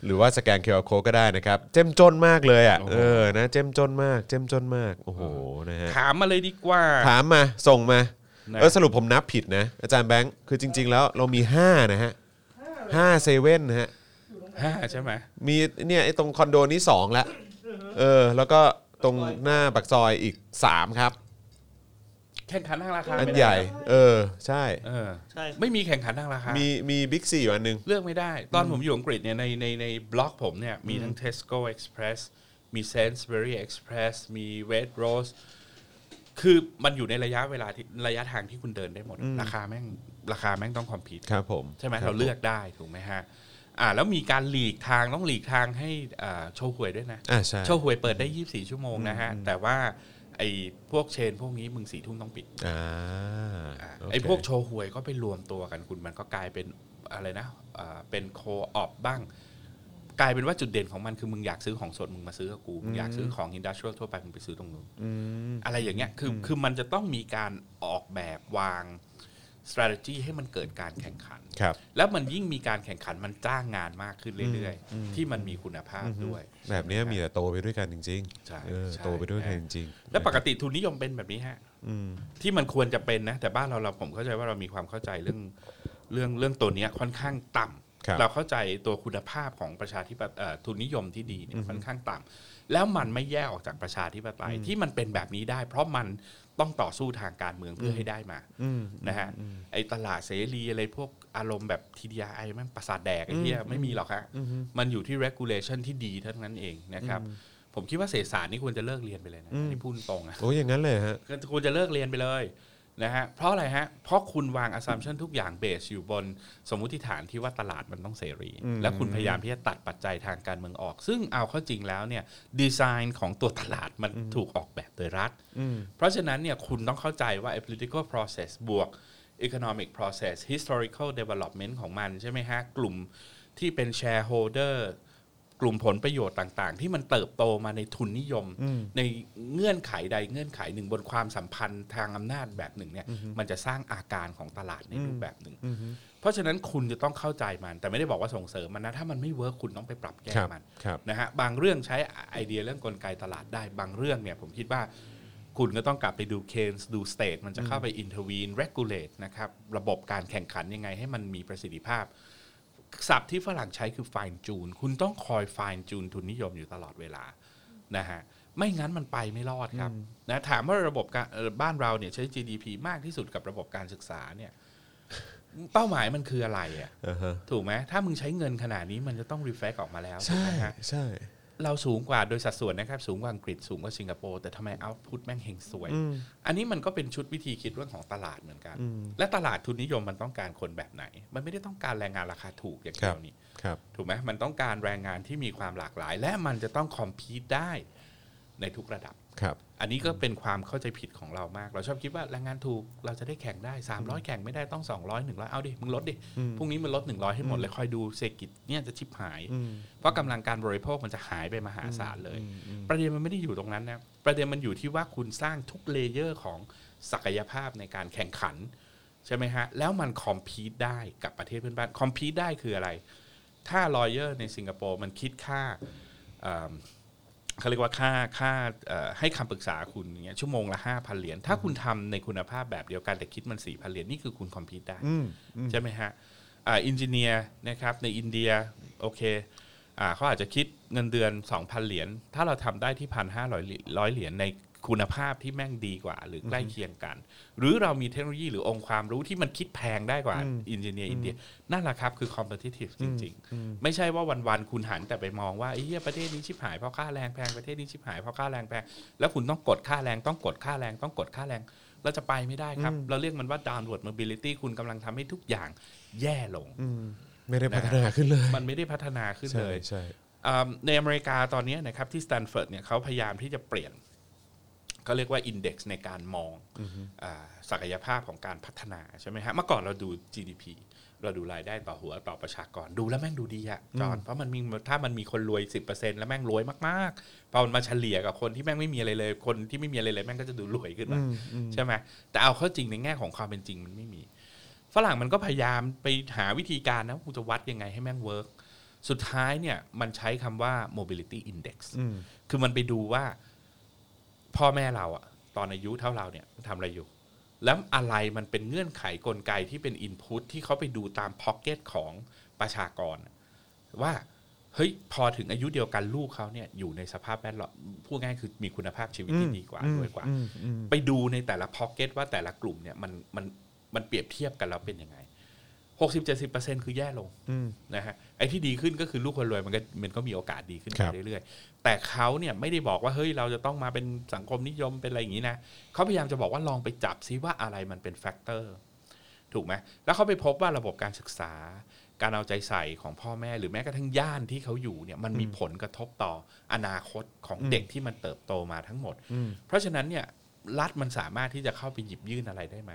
Speaker 2: หรือว่าสแกนเคอร์โคก็ได้นะครับ เจ้มจนมากเลยอ่ะ
Speaker 3: โอ้โห
Speaker 2: เออนะเจ้มจนมากเจ้มจนมาก โอ้โหนะฮะ
Speaker 3: ถามมาเลยดีกว่า
Speaker 2: ถามมาส่งมา
Speaker 3: นะ
Speaker 2: เออสรุปผมนับผิดนะ อาจารย์แบงค์คือจริง ๆ แล้วเรามี 5 นะฮะห้าเซเว่นนะฮะ
Speaker 3: ห้าใช่ไหม
Speaker 2: มีเนี่ยไอ้ตรงคอนโดนี้ 2 แล้วเออ แล้วก็ตรงหน้าปักซอยอีก 3 ครับ
Speaker 3: แข่งขันทางราคา
Speaker 2: อัน
Speaker 3: ไม่ได้
Speaker 2: ใหญ่ เออ ใช่
Speaker 3: เออ
Speaker 4: ใช่
Speaker 3: ไม่มีแข่งขันทางราคาม
Speaker 2: มีมีบิ๊กซีอยู่อันหนึง
Speaker 3: เลือกไม่ได้ ตอนผมอยู่อังกฤษเนี่ยในในในบล็อกผมเนี่ย มีทั้ง Tesco Express มี Sainsbury Express มี Red Rose คือมันอยู่ในระยะเวลาที่ระยะทางที่คุณเดินได้หมด ราคาแม่งราคาแม่งต้องคอมพีต
Speaker 2: ครับผม
Speaker 3: ใช่ไหม
Speaker 2: คบ
Speaker 3: เราเลือกได้ถูกไหมฮะอ่าแล้วมีการหลีกทางต้องหลีกทางให้อ่าโชห่วยด้วยนะ
Speaker 2: อ่าใช่
Speaker 3: โชห่วยเปิดได้ 24 ชั่วโมงนะฮะ แต่ว่าไอ้พวกเชนพวกนี้มึงสี่ทุ่มต้องปิด
Speaker 2: อ่าโเค
Speaker 3: ไอ้พวกโชห่วยก็ไปรวมตัวกันคุณมันก็กลายเป็นอะไรนะอ่าเป็นโคออฟบ้าง กลายเป็นว่าจุดเด่นของมันคือมึงอยากซื้อของสดมึงมาซื้อกับกูมึงอยากซื้อของอินดัสเทรียลทั่วไปมึงไปซื้อตรงนู้นอะไรอย่างเงี้ยคือคือมันจะต้องมีการออกแบบวาง strategy ให้มันเกิดการแข่งขัน
Speaker 2: ครับ
Speaker 3: แล้วมันยิ่งมีการแข่งขันมันจ้างงานมากขึ้นเรื่อยๆ ที่มันมีคุณภาพด้วย
Speaker 2: แบบเนี้ยมีแต่โตไปด้วยกันจริงๆ
Speaker 3: ใช่
Speaker 2: เออ
Speaker 3: ใช่
Speaker 2: โตไปด้วยกันจริงๆ
Speaker 3: แล้วปกติทุนนิยมเป็นแบบนี้ฮะที่มันควรจะเป็นนะ แต่บ้านเราเราผมเข้าใจว่าเรามีความเข้าใจเรื่องเรื่องเรื่องตัวเนี้ยค่อนข้างต่ำ
Speaker 2: ครับ
Speaker 3: เราเข้าใจตัวคุณภาพของประชาธิปไตยเอ่อทุนนิยมที่ดีเนี่ยค่อนข้างต่ำ แล้วมันไม่แยกออกจากประชาธิปไตยที่มันเป็นแบบนี้ได้ เพราะมันต้องต่อสู้ทางการเมืองเพื่อให้ได้มานะฮะไอ้ตลาดเสรีอะไรพวกอารมณ์แบบ TDI แมันประสาทแดกไอ้เหี้ยไม่มีหรอกฮะมันอยู่ที่ regulation ที่ดีเท่านั้นเองนะครับ ผมคิดว่าเศรษฐศาสตร์นี่ควรจะเลิกเรียนไปเลยนะอันนี่พูดตรงๆอะ
Speaker 2: โอ้ยอย่างนั้นเลยฮะ
Speaker 3: คุณจะเลิกเรียนไปเลยนะฮะ เพราะอะไรฮะ เพราะคุณวาง assumption ทุกอย่างเบสอยู่บนสมมุติฐานที่ว่าตลาดมันต้องเสรี และคุณพยายามที่จะตัดปัจจัยทางการเมืองออก ซึ่งเอาเข้าจริงแล้วเนี่ยดีไซน์ของตัวตลาดมันถูกออกแบบโดยรัฐ เพราะฉะนั้นเนี่ยคุณต้องเข้าใจว่า political process บวก economic process historical development ของมันใช่ไหมฮะ กลุ่มที่เป็น shareholder กลุ่มผลประโยชน์ต่าง ๆ ที่มันเติบโตมาในทุนนิยม ในเงื่อนไขใดเงื่อนไขหนึ่งบนความสัมพันธ์ทางอำนาจแบบหนึ่งเนี่ยมันจะสร้างอาการของตลาดในรูปแบบหนึ่ง เพราะฉะนั้นคุณจะต้องเข้าใจมัน แต่ไม่ได้บอกว่าส่งเสริมมันนะ ถ้ามันไม่เวิร์คคุณต้องไปปรับแก้
Speaker 2: ครับ
Speaker 3: มัน
Speaker 2: ครับ
Speaker 3: นะฮะบางเรื่องใช้ไอเดียเรื่องกลไกตลาดได้บางเรื่องเนี่ยผมคิดว่า คุณก็ต้องกลับไปดูเคนส์ดูสเตทมันจะเข้าไปอินเทอร์วีนเรกูเลตนะครับ ระบบการแข่งขันยังไงให้มันมีประสิทธิภาพ ศัพท์ที่ฝรั่งใช้คือ fine tune คุณต้องคอย fine tune ทุนนิยมอยู่ตลอดเวลานะฮะไม่งั้นมันไปไม่รอดครับนะถามว่าระบบการเอ่อบ้านเราเนี่ยใช้ GDP มากที่สุดกับระบบการศึกษาเนี่ย เป้าหมายมันคืออะไรอะ่ะ
Speaker 2: อ่าฮะ
Speaker 3: ถูกไหมถ้ามึงใช้เงินขนาดนี้มันจะต้อง reflect ออกมาแล้วถูก
Speaker 2: ใช่
Speaker 3: ไหมฮะ
Speaker 2: ใช่
Speaker 3: เราสูงกว่าโดยสัดส่วนนะครับ สูงกว่าอังกฤษสูงกว่าสิงคโปร์แต่ทำไมเอาพุทแม่งเฮงสวย อันนี้มันก็เป็นชุดวิธีคิดเรื่องของตลาดเหมือนกัน และตลาดทุนนิยมมันต้องการคนแบบไหน มันไม่ได้ต้องการแรงงานราคาถูกอย่างเดียวนี่
Speaker 2: ครับ
Speaker 3: ถูกไหมมันต้องการแรงงานที่มีความหลากหลาย และมันจะต้องคอมพีตได้ในทุกระดับ
Speaker 2: ครับ
Speaker 3: อันนี้ก็เป็นความเข้าใจผิดของเรามาก เราชอบคิดว่าแรงงานถูกเราจะได้แข่งได้ 300 แข่งไม่ได้ต้อง 200 100 เอาดิ มึงลดดิ พรุ่งนี้มึงลด 100 ให้หมดเลยคอยดูเศรษฐกิจเนี่ยจะชิบหาย เพราะกำลังการบริโภคมันจะหายไปมหาศาลเลย ประเด็นมันไม่ได้อยู่ตรงนั้นนะ ประเด็นมันอยู่ที่ว่าคุณสร้างทุกเลเยอร์ของศักยภาพในการแข่งขัน ใช่ไหมฮะ แล้วมันคอมพีตได้กับประเทศเพื่อนบ้านคอมพีตได้คืออะไร ถ้าลอเยอร์ในสิงคโปร์มันคิดค่าเอิ่ม เขาเรียกว่าค่าค่าเอ่อให้คำปรึกษาคุณอย่างเงี้ยชั่วโมงละ 5,000 เหรียญ ถ้าคุณทำในคุณภาพแบบเดียวกันแต่คิดมัน 4,000 เหรียญ นี่คือคุณคอมพิวต์ได้ใช่ไหมฮะอินจิเนียร์นะครับในอินเดียโอเคอ่าเขาอาจจะคิดเงินเดือน 2,000 เหรียญ ถ้าเราทำได้ที่ 1,500เหรียญร้อยเหรียญในคุณภาพที่แม่งดีกว่า หรือใกล้เคียงกัน หรือเรามีเทคโนโลยีหรือองค์ความรู้ที่มันคิดแพงได้กว่าอินเ n เนียร์อินเดียนั่นแหละครับคือ competitive จริง ๆ ไม่ใช่ว่าวันๆคุณหันแต่ไปมองว่าไอ้เหี้ยประเทศนี้ชิบหายเพราะค่าแรงแพงประเทศนี้ชิบหายเพราะค่าแรงแพงแล้วคุณต้องกดค่าแรงต้องกดค่าแรงต้องกดค่าแรงเราจะไปไม่ได้ครับ เราเรียกมันว่า downward mobility คุณกำลังทำให้ทุกอย่างแย่ลง
Speaker 2: ไม่ได้พัฒนาขึ้นเลย
Speaker 3: มันไม่ได้พัฒนาขึ้น
Speaker 2: ใช่
Speaker 3: เลย
Speaker 2: ใช่
Speaker 3: อ่าในอเมริกาตอนนี้นะครับที่สแตนฟอร์ดเนี่ยเขาพยายามที่จะเปลี่ยนเขาเรียกว่าอินเด็กซ์ในการมองอาศักยภาพของการพัฒนาใช่ไหมฮะเมื่อก่อนเราดู GDP เราดูรายได้ต่อหัวต่อประชากรดูแล้วแม่งดูดีอะจอนเพราะมันมีถ้ามันมีคนรวย 10%แล้วแม่งรวยมากๆพอมันมาเฉลี่ยกับคนที่แม่งไม่มีอะไรเลย คนที่ไม่มีอะไรเลยแม่งก็จะดูรวยขึ้นมาใช่ไหมแต่เอาเข้าจริงในแง่ของความเป็นจริงมันไม่มี ฝรั่งมันก็พยายามไปหาวิธีการนะกูจะวัดยังไงให้แม่งเวิร์ก สุดท้ายเนี่ยมันใช้คำว่า mobility index คือมันไปดูว่าพ่อแม่เราอะตอนอายุเท่าเราเนี่ยทำอะไรอยู่ แล้วอะไรมันเป็นเงื่อนไขกลไกที่เป็น input ที่เขาไปดูตาม pocket ของประชากร ว่า เฮ้ย พอถึงอายุเดียวกันลูกเขาเนี่ยอยู่ในสภาพแวดล้อมพูดง่ายคือมีคุณภาพชีวิตที่ดีกว่าด้วยกว่า ไปดูในแต่ละพ็อกเก็ตว่าแต่ละกลุ่มเนี่ยมันมันมันเปรียบเทียบกันแล้วเป็นยังไง หกสิบเจ็ดสิบเปอร์เซ็นคือแย่ลงนะฮะไอ้ที่ดีขึ้นก็คือลูกคนรวยมันก็มันก็มีโอกาสดีขึ้น
Speaker 2: ครั
Speaker 3: ไป
Speaker 2: บ
Speaker 3: เรื่อยๆ แต่เขาเนี่ยไม่ได้บอกว่าเฮ้ยเราจะต้องมาเป็นสังคมนิยมเป็นอะไรอย่างนี้นะเขาพยายามจะบอกว่าลองไปจับซิว่าอะไรมันเป็นแฟกเตอร์ ถูกไหมแล้วเขาไปพบว่าระบบการศึกษา การเอาใจใส่ของพ่อแม่หรือแม้กระทั่งย่านที่เขาอยู่เนี่ยมันมีผลกระทบต่ออนาคตของเด็กที่มันเติบโตมาทั้งหมด เพราะฉะนั้นเนี่ยรัฐมันสามารถที่จะเข้าไปหยิบยื่นอะไรได้ไหม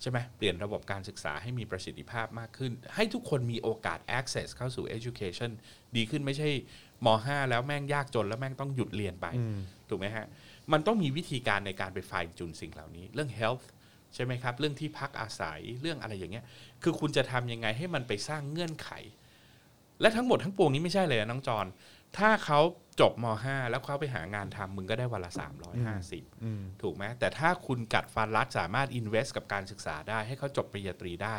Speaker 3: ใช่ไหมเปลี่ยนระบบการศึกษาให้มีประสิทธิภาพมากขึ้น ให้ทุกคนมีโอกาส access เข้าสู่ education ดีขึ้นไม่ใช่ม .5 แล้วแม่งยากจนแล้วแม่งต้องหยุดเรียนไป ถูกไหมฮะ มันต้องมีวิธีการในการไปฝ่ายจุนสิ่งเหล่านี้ เรื่อง health ใช่ไหมครับ เรื่องที่พักอาศัยเรื่องอะไรอย่างเงี้ย คือคุณจะทำยังไงให้มันไปสร้างเงื่อนไข และทั้งหมดทั้งปวงนี้ไม่ใช่เลยนะน้องจอน ถ้าเขาจบม .5 แล้วเขาไปหางานทำมึงก็ได้วันละ 350 ถูกไหมแต่ถ้าคุณกัดฟันรัดสามารถ invest กับการศึกษาได้ ให้เขาจบปริญญาตรีได้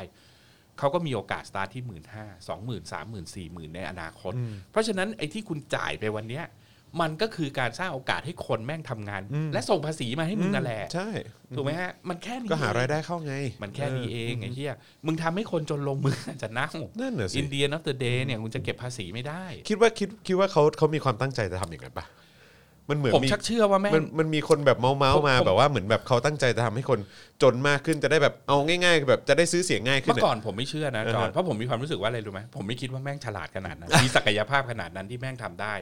Speaker 3: เขาก็มีโอกาสสตาร์ทที่หมื่นห้าสองหมื่นสามหมื่นสี่หมื่นในอนาคต เพราะฉะนั้นไอ้ที่คุณจ่ายไปวันเนี้ย มันก็คือการสร้างโอกาสให้คนแม่งทำงาน
Speaker 2: อืม
Speaker 3: และส่งภาษีมาให้มึงนั่นแหละ
Speaker 2: ใช่
Speaker 3: ถูกไหมฮะมันแค่นี้
Speaker 2: ก็หารายได้เข้าไง
Speaker 3: มันแค่นี้เอง
Speaker 2: ม
Speaker 3: ไอ้เหี้ยมึงทำให้คนจนลงมือจะเน่า
Speaker 2: นั่นน่ะสิ
Speaker 3: อินเดียนัฟเดอเดย์เนี่ยคุณจะเก็บภาษีไม่ได้
Speaker 2: คิดว่าคิดคิดว่าเขาเขามีความตั้งใจจะทำอย่างนั้นปะมันเหมือน
Speaker 3: ผม
Speaker 2: มี
Speaker 3: ชักเชื่อว่าแม่ง
Speaker 2: มันมันมีคนแบบเมาเมา
Speaker 3: ผม
Speaker 2: มา
Speaker 3: ผม
Speaker 2: แบบว่าเหมือนแบบเขาตั้งใจจะทำให้คนจนมากขึ้นจะได้แบบเอาง่ายๆคือแบบจะได้ซื้อเสียงง่ายขึ้น
Speaker 3: เมื่อก่อนผมไม่เชื่อนะจอห์นเพราะผมมีความรู้สึกว่าอะไรรู้ไหมผมไม่คิดว่าแม่งฉลาดขนาด นั้น มีศักยภาพขนาดนั้นที่แม่งทำได้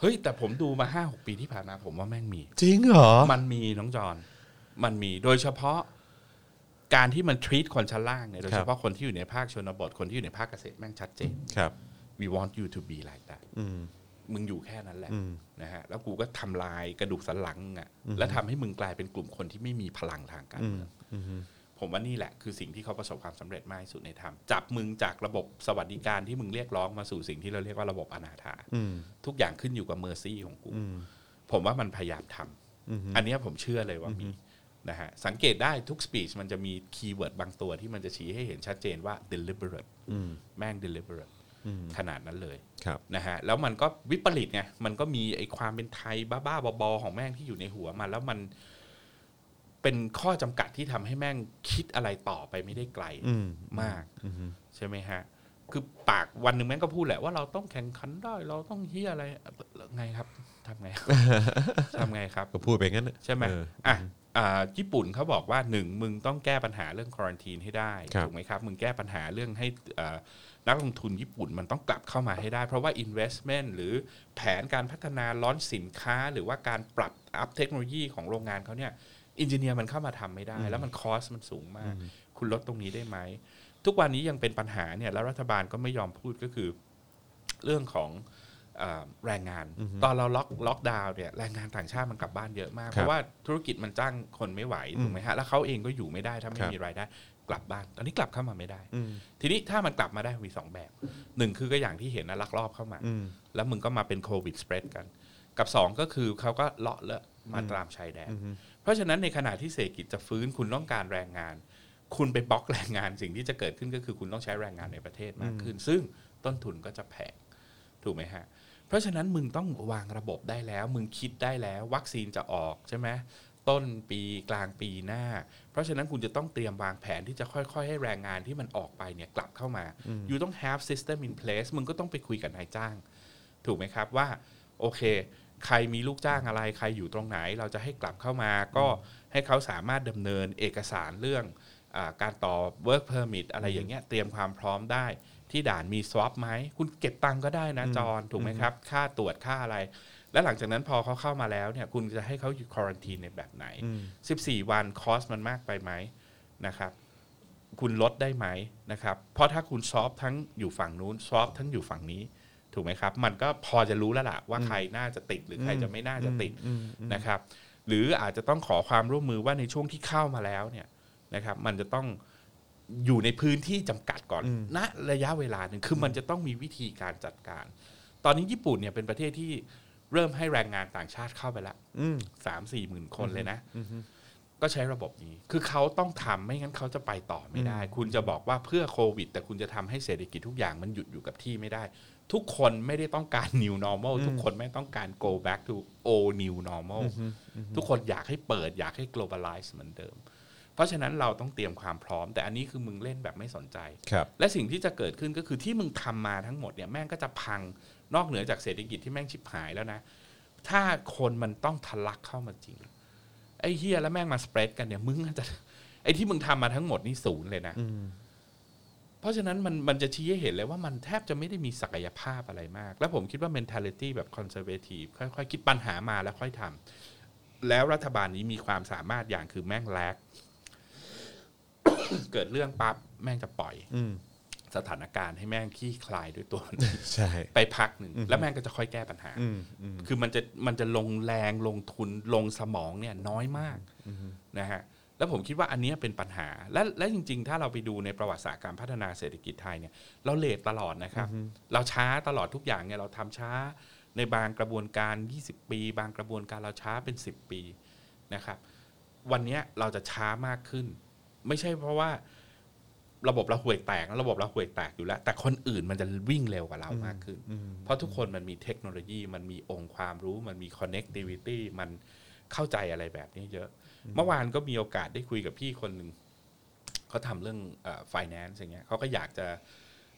Speaker 3: เฮ้ยแต่ผมดูมาห้าหกปีที่ผ่านมาผมว่าแม่งมี
Speaker 2: จริงเหรอ
Speaker 3: มันมีน้องจอนมันมีโดยเฉพาะการที่มัน treat คนชั้นล่างเนี่ยโดย
Speaker 2: ครับ
Speaker 3: เฉพาะคนที่อยู่ในภาคชนบทคนที่อยู่ในภาคเกษตรแม่งชัดเจน
Speaker 2: ครับ
Speaker 3: we want you to be like that
Speaker 2: อืม
Speaker 3: มึงอยู่แค่นั้นแหละ
Speaker 2: อืม
Speaker 3: นะฮะแล้วกูก็ทำลายกระดูกสันหลังมึงอะแล้วทำให้มึงกลายเป็นกลุ่มคนที่ไม่มีพลังทางการเมือง
Speaker 2: อืม
Speaker 3: ผมว่านี่แหละคือสิ่งที่เขาประสบความสำเร็จมากที่สุดในธรรมจับมึงจากระบบสวัสดิการที่มึงเรียกร้องมาสู่สิ่งที่เราเรียกว่าระบบอนาถา
Speaker 2: อืม
Speaker 3: ทุกอย่างขึ้นอยู่กับเมอร์ซี่ของกู
Speaker 2: อืม
Speaker 3: ผมว่ามันพยายามทำ
Speaker 2: อือฮึ
Speaker 3: อันเนี้ยผมเชื่อเลยว่ามีนะฮะสังเกตได้ทุกสปีชมันจะมีคีย์เวิร์ดบางตัวที่มันจะชี้ให้เห็นชัดเจนว่า deliberate
Speaker 2: อืม
Speaker 3: แม่ง deliberate
Speaker 2: อืม
Speaker 3: ขนาดนั้นเลย
Speaker 2: ครับ
Speaker 3: นะฮะแล้วมันก็วิปริตไงมันก็มีไอ้ความเป็นไทยบ้าๆบอๆของแม่งที่อยู่ในหัวมันแล้วมันเป็นข้อจำกัดที่ทำให้แม่งคิดอะไรต่อไปไม่ได้ไกล
Speaker 2: อืม
Speaker 3: มากใช่ไหมฮะ คือปากวันหนึ่งแม่งก็พูดแหละว่าเราต้องแข่งขันได้ เราต้องเฮียอะไรแล้วไงครับทำไง ทำไงครับ
Speaker 2: ก็พูดไปงั้นน่ะ
Speaker 3: ใช่ไหม
Speaker 2: เออ
Speaker 3: อ่ะอ่าญี่ปุ่นเขาบอกว่าหนึ่งมึงต้องแก้ปัญหาเรื่องควอนตีนให้ได้
Speaker 2: ครับ
Speaker 3: ถูกไหมครับ มึงแก้ปัญหาเรื่องให้เอ่อนักลงทุนญี่ปุ่นมันต้องกลับเข้ามาให้ได้ เพราะว่า investment หรือแผนการพัฒนาล้อนสินค้า หรือว่าการปรับอัพเทคโนโลยีของโรงงานเขาเนี่ยอินจิเนียร์มันเข้ามาทำไม่ได้ แล้วมันคอสมันสูงมาก คุณลดตรงนี้ได้ไหม ทุกวันนี้ยังเป็นปัญหาเนี่ยแล้วรัฐบาลก็ไม่ยอมพูดก็คือ เรื่องของเอ่อแรงงาน ตอนเราล็อกล็อกดาวน์เนี่ยแรงงานต่างชาติมันกลับบ้านเยอะมาก
Speaker 2: ครับ
Speaker 3: เพราะว่าธุรกิจมันจ้างคนไม่ไหวถูกไหมฮะแล้วเขาเองก็อยู่ไม่ได้ถ้าไม่
Speaker 2: ครับ
Speaker 3: มีรายได้ กลับบ้าน ตอนนี้กลับเข้ามาไม่ได้
Speaker 2: อืม
Speaker 3: ทีนี้ถ้ามันกลับมาได้มีสองแบบหนึ่งคือก็อย่างที่เห็นนะลักลอบเข้ามา
Speaker 2: อืม
Speaker 3: แล้วมึงก็มาเป็นโควิดสเปรดกัน กับ 2 ก็คือเขาก็เลาะเลอะมาตามชายแดน
Speaker 2: อือฮึ
Speaker 3: เพราะฉะนั้นในขณะที่เศรษฐกิจจะฟื้นคุณต้องการแรงงาน คุณไปบล็อกแรงงานสิ่งที่จะเกิดขึ้นก็คือคุณต้องใช้แรงงานในประเทศมากขึ้น ซึ่งต้นทุนก็จะแพงถูกไหมฮะ เพราะฉะนั้นมึงต้องวางระบบได้แล้ว มึงคิดได้แล้ว วัคซีนจะออกใช่ไหมต้นปีกลางปีหน้า เพราะฉะนั้นคุณจะต้องเตรียมวางแผนที่จะค่อยๆ ให้แรงงานที่มันออกไปเนี่ยกลับเข้ามา you ต้อง have system in place มึงก็ต้องไปคุยกับนายจ้าง ถูกไหมครับว่าโอเค ใครมีลูกจ้างอะไรใครอยู่ตรงไหน เราจะให้กลับเข้ามาก็ให้เขาสามารถดำเนินเอกสารเรื่องอาการต่อ work permit อะไรอย่างเงี้ยเตรียมความพร้อมได้ ที่ด่านมี swap ไหม คุณเก็บตังค์ก็ได้นะจอนถูกไหมครับ ค่าตรวจค่าอะไร และหลังจากนั้นพอเขาเข้ามาแล้วเนี่ยคุณจะให้เขาอยู่ควอรันทีนในแบบไหน 14 วันคอสมันมากไปไหมนะครับ คุณลดได้ไหมนะครับ เพราะถ้าคุณซอฟทั้งอยู่ฝั่งนู้นซอฟทั้งอยู่ฝั่งนี้ ถูกไหมครับ มันก็พอจะรู้แล้วล่ะว่าใครน่าจะติดหรือใครจะไม่น่าจะติดนะครับ หรืออาจจะต้องขอความร่วมมือว่าในช่วงที่เข้ามาแล้วเนี่ยนะครับ มันจะต้องอยู่ในพื้นที่จำกัดก่อนณระยะเวลาหนึ่งคือมันจะต้องมีวิธีการจัดการ ตอนนี้ญี่ปุ่นเนี่ยเป็นประเทศที่เริ่มให้แรงงานต่างชาติเข้าไปละ
Speaker 2: อืม
Speaker 3: สามสี่หมื่นคนเลยนะ ก็ใช้ระบบนี้ คือเขาต้องทำไม่งั้นเขาจะไปต่อไม่ได้ คุณจะบอกว่าเพื่อโควิด แต่คุณจะทำให้เศรษฐกิจทุกอย่างมันหยุดอยู่กับที่ไม่ได้ ทุกคนไม่ได้ต้องการ new normal ทุกคนไม่ต้องการ go back to old new normal ทุกคนอยากให้เปิดอยากให้ globalize เหมือนเดิม เพราะฉะนั้นเราต้องเตรียมความพร้อม แต่อันนี้คือมึงเล่นแบบไม่สนใจ
Speaker 2: ครับ
Speaker 3: และสิ่งที่จะเกิดขึ้นก็คือที่มึงทำมาทั้งหมดเนี่ยแม่งก็จะพังนอกเหนือจากเศรษฐกิจที่แม่งชิบหายแล้วนะ ถ้าคนมันต้องทะลักเข้ามาจริง ไอ้เฮียแล้วแม่งมาสเปรดกันเนี่ยมึงอาจจะ ไอ้ที่มึงทำมาทั้งหมดนี่ศูนย์เลยนะ เพราะฉะนั้นมันมันจะชี้ให้เห็นเลยว่ามันแทบจะไม่ได้มีศักยภาพอะไรมาก แล้วผมคิดว่า mentality แบบ conservative ค่อยๆ คิดปัญหามาแล้วค่อยทำแล้วรัฐบาลนี้มีความสามารถอย่างคือแม่งแลก เกิดเรื่องปั๊บแม่งจะปล่อย
Speaker 2: อืม
Speaker 3: สถานการณ์ให้แม่งขี้คลายด้วยตัวมัน
Speaker 2: ใช่
Speaker 3: ไปพักหนึ่งแล้วแม่งก็จะค่อยแก้ปัญหา
Speaker 2: อืมอืม
Speaker 3: คือมันจะมันจะลงแรงลงทุนลงสมองเนี่ยน้อยมากนะฮะแล้วผมคิดว่าอันเนี้ยเป็นปัญหาและและจริง ๆ ถ้าเราไปดูในประวัติศาสตร์การพัฒนาเศรษฐกิจไทยเนี่ยเราเลทตลอดนะครับ เราช้าตลอดทุกอย่างเนี่ยเราทำช้าในบางกระบวนการ 20 ปี บางกระบวนการเราช้าเป็น 10 ปีนะครับ วันเนี้ยเราจะช้ามากขึ้น ไม่ใช่เพราะว่า ระบบเราห่วยแตกแล้วระบบเราห่วยแตกอยู่แล้ว แต่คนอื่นมันจะวิ่งเร็วกว่าเรามากขึ้น เพราะทุกคนมันมีเทคโนโลยีมันมีองค์ความรู้มันมี connectivity มันเข้าใจอะไรแบบนี้เยอะ เมื่อวานก็มีโอกาสได้คุยกับพี่คนหนึ่งเขาทำเรื่องเอ่อ finance อย่างเงี้ยเขาก็อยากจะ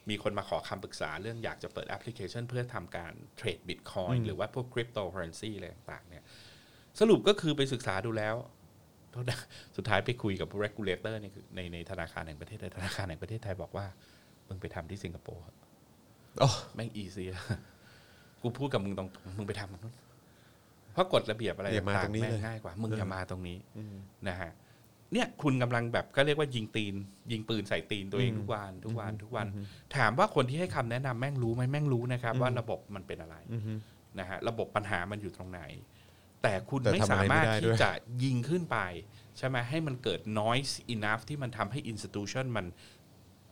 Speaker 3: มีคนมาขอคำปรึกษาเรื่องอยากจะเปิดแอปพลิเคชัน เพื่อทำการเทรดบิตคอยหรือว่าพวกคริปโตเคอเรนซีอะไรต่างๆเนี่ยสรุปก็คือไปศึกษาดูแล้ว โทษนะสุดท้ายไปคุยกับผู้ regulator ในในในธนาคารแห่งประเทศไทยธนาคารแห่งประเทศไทยบอกว่า มึงไปทำที่สิงคโปร์เถอะ
Speaker 2: โอ้
Speaker 3: แม่งอีเซีย กูพูดกับมึงตรงๆมึงไปทำมันนู้นเพราะกฎระเบียบอะไร
Speaker 2: อย่ามา
Speaker 3: ต่า
Speaker 2: ตรง งนี้
Speaker 3: ๆแม่
Speaker 2: เล
Speaker 3: ง
Speaker 2: ย
Speaker 3: ง่ายกว่า มึงอย่ามาตรงนี้นะฮะเนี่ยคุณกำลังแบบก็เรียกว่ายิงตีน ยิงปืนใส่ตีนตัวเองทุกวันทุกวันทุกวัน ถามว่าคนที่ให้คำแนะนำแม่งรู้ไหมแม่งรู้นะครับ ว่าระบบมันเป็นอะไร
Speaker 2: อือฮึ
Speaker 3: นะฮะระบบปัญหามันอยู่ตรงไหน แต่คุณ
Speaker 2: แต่
Speaker 3: ไม่
Speaker 2: ทำ
Speaker 3: สา
Speaker 2: อะไรไม่
Speaker 3: มารถ
Speaker 2: ได้ด้
Speaker 3: ที่
Speaker 2: วย
Speaker 3: จะยิงขึ้นไป ใช่ไหมให้มันเกิด noise enough ที่มันทำให้ institution มัน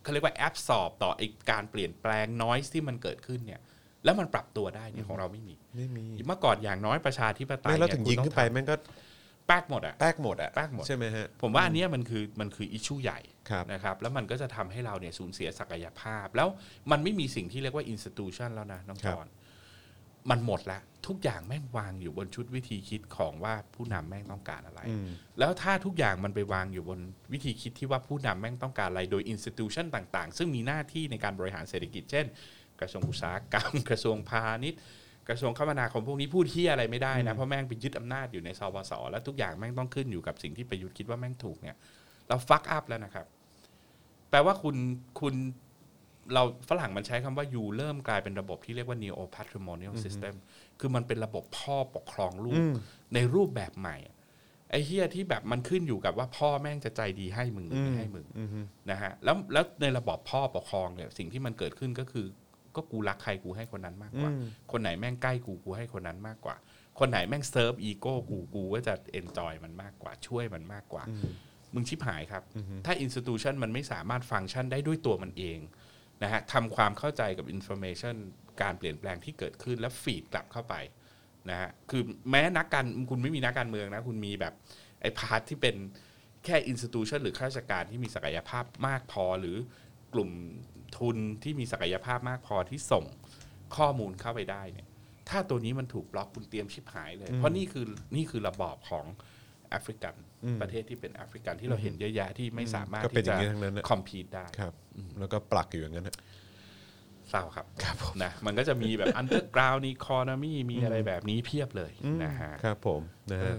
Speaker 3: เขาเรียกว่า absorb ต่อไอการเปลี่ยนแปลง noise ที่มันเกิดขึ้นเนี่ย แล้วมันปรับตัวได้เนี่ยของเราไม่มี
Speaker 2: ไม่มี
Speaker 3: เมื่อก่อนอย่างน้อยประชาธิปไตย
Speaker 2: ไม่แล้วถึง
Speaker 3: เนี่
Speaker 2: ยิง
Speaker 3: คุณ
Speaker 2: ขึ้นไป
Speaker 3: ต้อ
Speaker 2: แม่งก็
Speaker 3: ทำแป๊กหมดอ่ะ
Speaker 2: แป๊กหมดอะ
Speaker 3: แป๊กหมด
Speaker 2: ใช่ไหมฮะ
Speaker 3: ผมว่าอันเนี้ยมันคือมันคืออิชูใหญ่
Speaker 2: ครับ
Speaker 3: นะครับ แล้วมันก็จะทำให้เราเนี่ยสูญเสียศักยภาพ แล้วมันไม่มีสิ่งที่เรียกว่า institution แล้วนะน้อง
Speaker 2: ค
Speaker 3: จ
Speaker 2: รับ
Speaker 3: อนมันหมดละ ทุกอย่างแม่งวางอยู่บนชุดวิธีคิดของว่าผู้นำแม่งต้องการอะไร
Speaker 2: อืม
Speaker 3: แล้วถ้าทุกอย่างมันไปวางอยู่บนวิธีคิดที่ว่าผู้นำแม่งต้องการอะไรโดยอินสติทูชันต่าง ๆ ซึ่งมีหน้าที่ในการบริหารเศรษฐกิจ เช่น กระทรวงอุตสาหกรรม กระทรวงพาณิชย์ กระทรวงคมนาคมพวกนี้พูดที่อะไรไม่ได้นะ เพราะแม่งไปยึดอำนาจอยู่ในสวสแล้วทุกอย่างแม่งต้องขึ้นอยู่กับสิ่งที่ประยุทธ์คิดว่าแม่งถูกเนี่ย เราฟักอัพแล้วนะครับ แปลว่าคุณคุณเราฝรั่งมันใช้คำว่ายูเริ่มกลายเป็นระบบที่เรียกว่า neo patrimonial system คือมันเป็นระบบพ่อปกครองลูกในรูปแบบใหม่อะไอ้เฮียที่แบบมันขึ้นอยู่กับว่าพ่อแม่งจะใจดีให้มึงหรือไม่ให้มึงนะฮะแล้วแล้วในระบอบพ่อปกครองเนี่ยสิ่งที่มันเกิดขึ้นก็คือ ก็กูรักใครกูให้คนนั้นมากกว่า คนไหนแม่งใกล้กูกูให้คนนั้นมากกว่า คนไหนแม่งเซิร์ฟอีโก้กูกูก็จะเอนจอยมันมากกว่าช่วยมันมากกว่า มึงชิบหายครับ ถ้าอินสติทูชันมันไม่สามารถฟังก์ชันได้ด้วยตัวมันเองนะฮะทำความเข้าใจกับอินโฟเมชันการเปลี่ยนแปลงที่เกิดขึ้นและฟีดกลับเข้าไปนะฮะคือแม้นักการคุณไม่มีนักการเมืองนะ คุณมีแบบไอ้พาร์ทที่เป็นแค่อินสติทูชันหรือข้าราชการที่มีศักยภาพมากพอหรือกลุ่มทุนที่มีศักยภาพมากพอที่ส่งข้อมูลเข้าไปได้เนี่ยถ้าตัวนี้มันถูกบล็อกคุณเตรียมชิบหายเลย เพราะนี่คือนี่คือระบอบของ แอฟริกันประเทศที่เป็นแอฟริกันที่เราเห็นเยอะแยะที่ไม่สามารถ
Speaker 2: ก็เป็น
Speaker 3: ที่จะ
Speaker 2: อย่างนี้ทั้งนั้นน่ะ
Speaker 3: คอมพีตได้
Speaker 2: ครับ แล้วก็ปลักอยู่อย่างนั้นฮะ
Speaker 3: เศร้าครับนะมันก็จะมีแบบอันเดอร์กราวน์อีคอนมีมีอะไรแบบนี้เพียบเลยนะฮะ
Speaker 2: ครับผมนะฮะ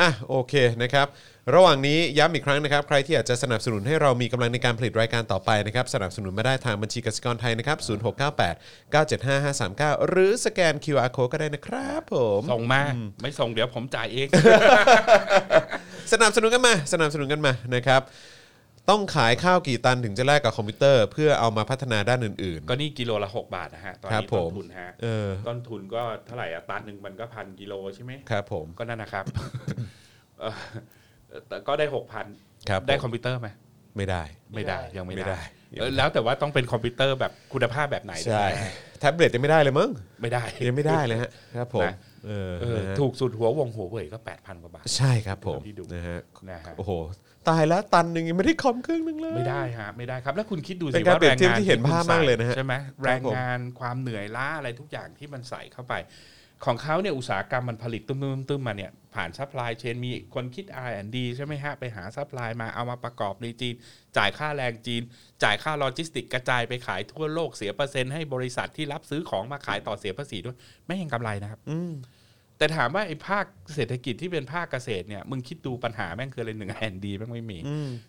Speaker 2: อ่ะโอเคนะครับ ระหว่างนี้ย้ำอีกครั้งนะครับ ใครที่อยากจะสนับสนุนให้เรามีกำลังในการผลิตรายการต่อไปนะครับ สนับสนุนมาได้ทางบัญชีกสิกรไทยนะครับ 0698 975 539 หรือสแกน QR code ก็ได้นะครับผม
Speaker 3: ส่งมา ไม่ส่งเดี๋ยวผมจ่ายเอง
Speaker 2: สนับสนุนกันมา สนับสนุนกันมานะครับ ต้องขายข้าวกี่ตันถึงจะแลกกับคอมพิวเตอร์ เพื่อเอามาพัฒนาด้านอื่น
Speaker 3: ก็นี่กิโลละ 6 บาทนะฮะ ตอน
Speaker 2: ครับ
Speaker 3: นี้
Speaker 2: ผ
Speaker 3: ต้
Speaker 2: ม
Speaker 3: นทุนฮะ
Speaker 2: เออ
Speaker 3: ต้นทุนก็เท่าไหร่อะตันหนึ่งมันก็พันกิโลใช่ไหม
Speaker 2: ๆ ครับผม
Speaker 3: ก็นั่น นะครับเอ่อแต่ก็ได้หกพัน
Speaker 2: ครับผม
Speaker 3: ได้คอมพิวเตอร์ไหม
Speaker 2: ไม่ได้
Speaker 3: ไม่ได้ยังไม่
Speaker 2: ไม่ได้
Speaker 3: ได้เออแล้วแต่ว่าต้องเป็นคอมพิวเตอร์แบบคุณภาพแบบไหนด้วย
Speaker 2: ใช่
Speaker 3: นะ
Speaker 2: แท็บเล็ตยังไม่ได้เลยมั้ง
Speaker 3: ไม่ได้
Speaker 2: ยังไม่ได้เลยฮะครับผม
Speaker 3: นะ
Speaker 2: เออ
Speaker 3: เออ
Speaker 2: นะฮะ
Speaker 3: ถูกสุดหัววงหัวเว่ยก็ 8,000 กว่าบาท
Speaker 2: ใช่ครับผม
Speaker 3: เท่าที่ดู
Speaker 2: นะฮะ
Speaker 3: นะฮะ
Speaker 2: โอ้โห ตายแล้วตันหนึ่งยังไม่ได้คอมเครื่องหนึงเลย
Speaker 3: ไม่ได้ฮะไม่ได้ครับ แล้วคุณคิดดู
Speaker 2: เป็
Speaker 3: สิ
Speaker 2: นการ
Speaker 3: ว่า
Speaker 2: เปรี
Speaker 3: แร
Speaker 2: ยบ
Speaker 3: ง
Speaker 2: เทียบ
Speaker 3: งาน
Speaker 2: ที่เห็นภาพมากเลยนะฮะ
Speaker 3: ใช่ไหม
Speaker 2: ครับผม
Speaker 3: แรงงานความเหนื่อยล้าอะไรทุกอย่างที่มันใส่เข้าไป ของเขาเนี่ยอุตสาหกรรมมันผลิตตุ้มๆๆมาเนี่ยผ่านซัพพลายเชนมีคนคิด R&D ใช่ไหมฮะ ไปหาซัพพลายมาเอามาประกอบในจีน จ่ายค่าแรงจีน จ่ายค่าโลจิสติก กระจายไปขายทั่วโลกเสียเปอร์เซ็นต์ให้บริษัทที่รับซื้อของมาขายต่อเสียภาษีด้วยไม่ยังกำไรนะครับ
Speaker 2: อืม
Speaker 3: แต่ถามว่าไอ้ภาคเศรษฐกิจที่เป็นภาคเกษตรเนี่ยมึงคิดดูปัญหาแม่งคืออะไรหนึ่งแอนดีแม่งไม่มี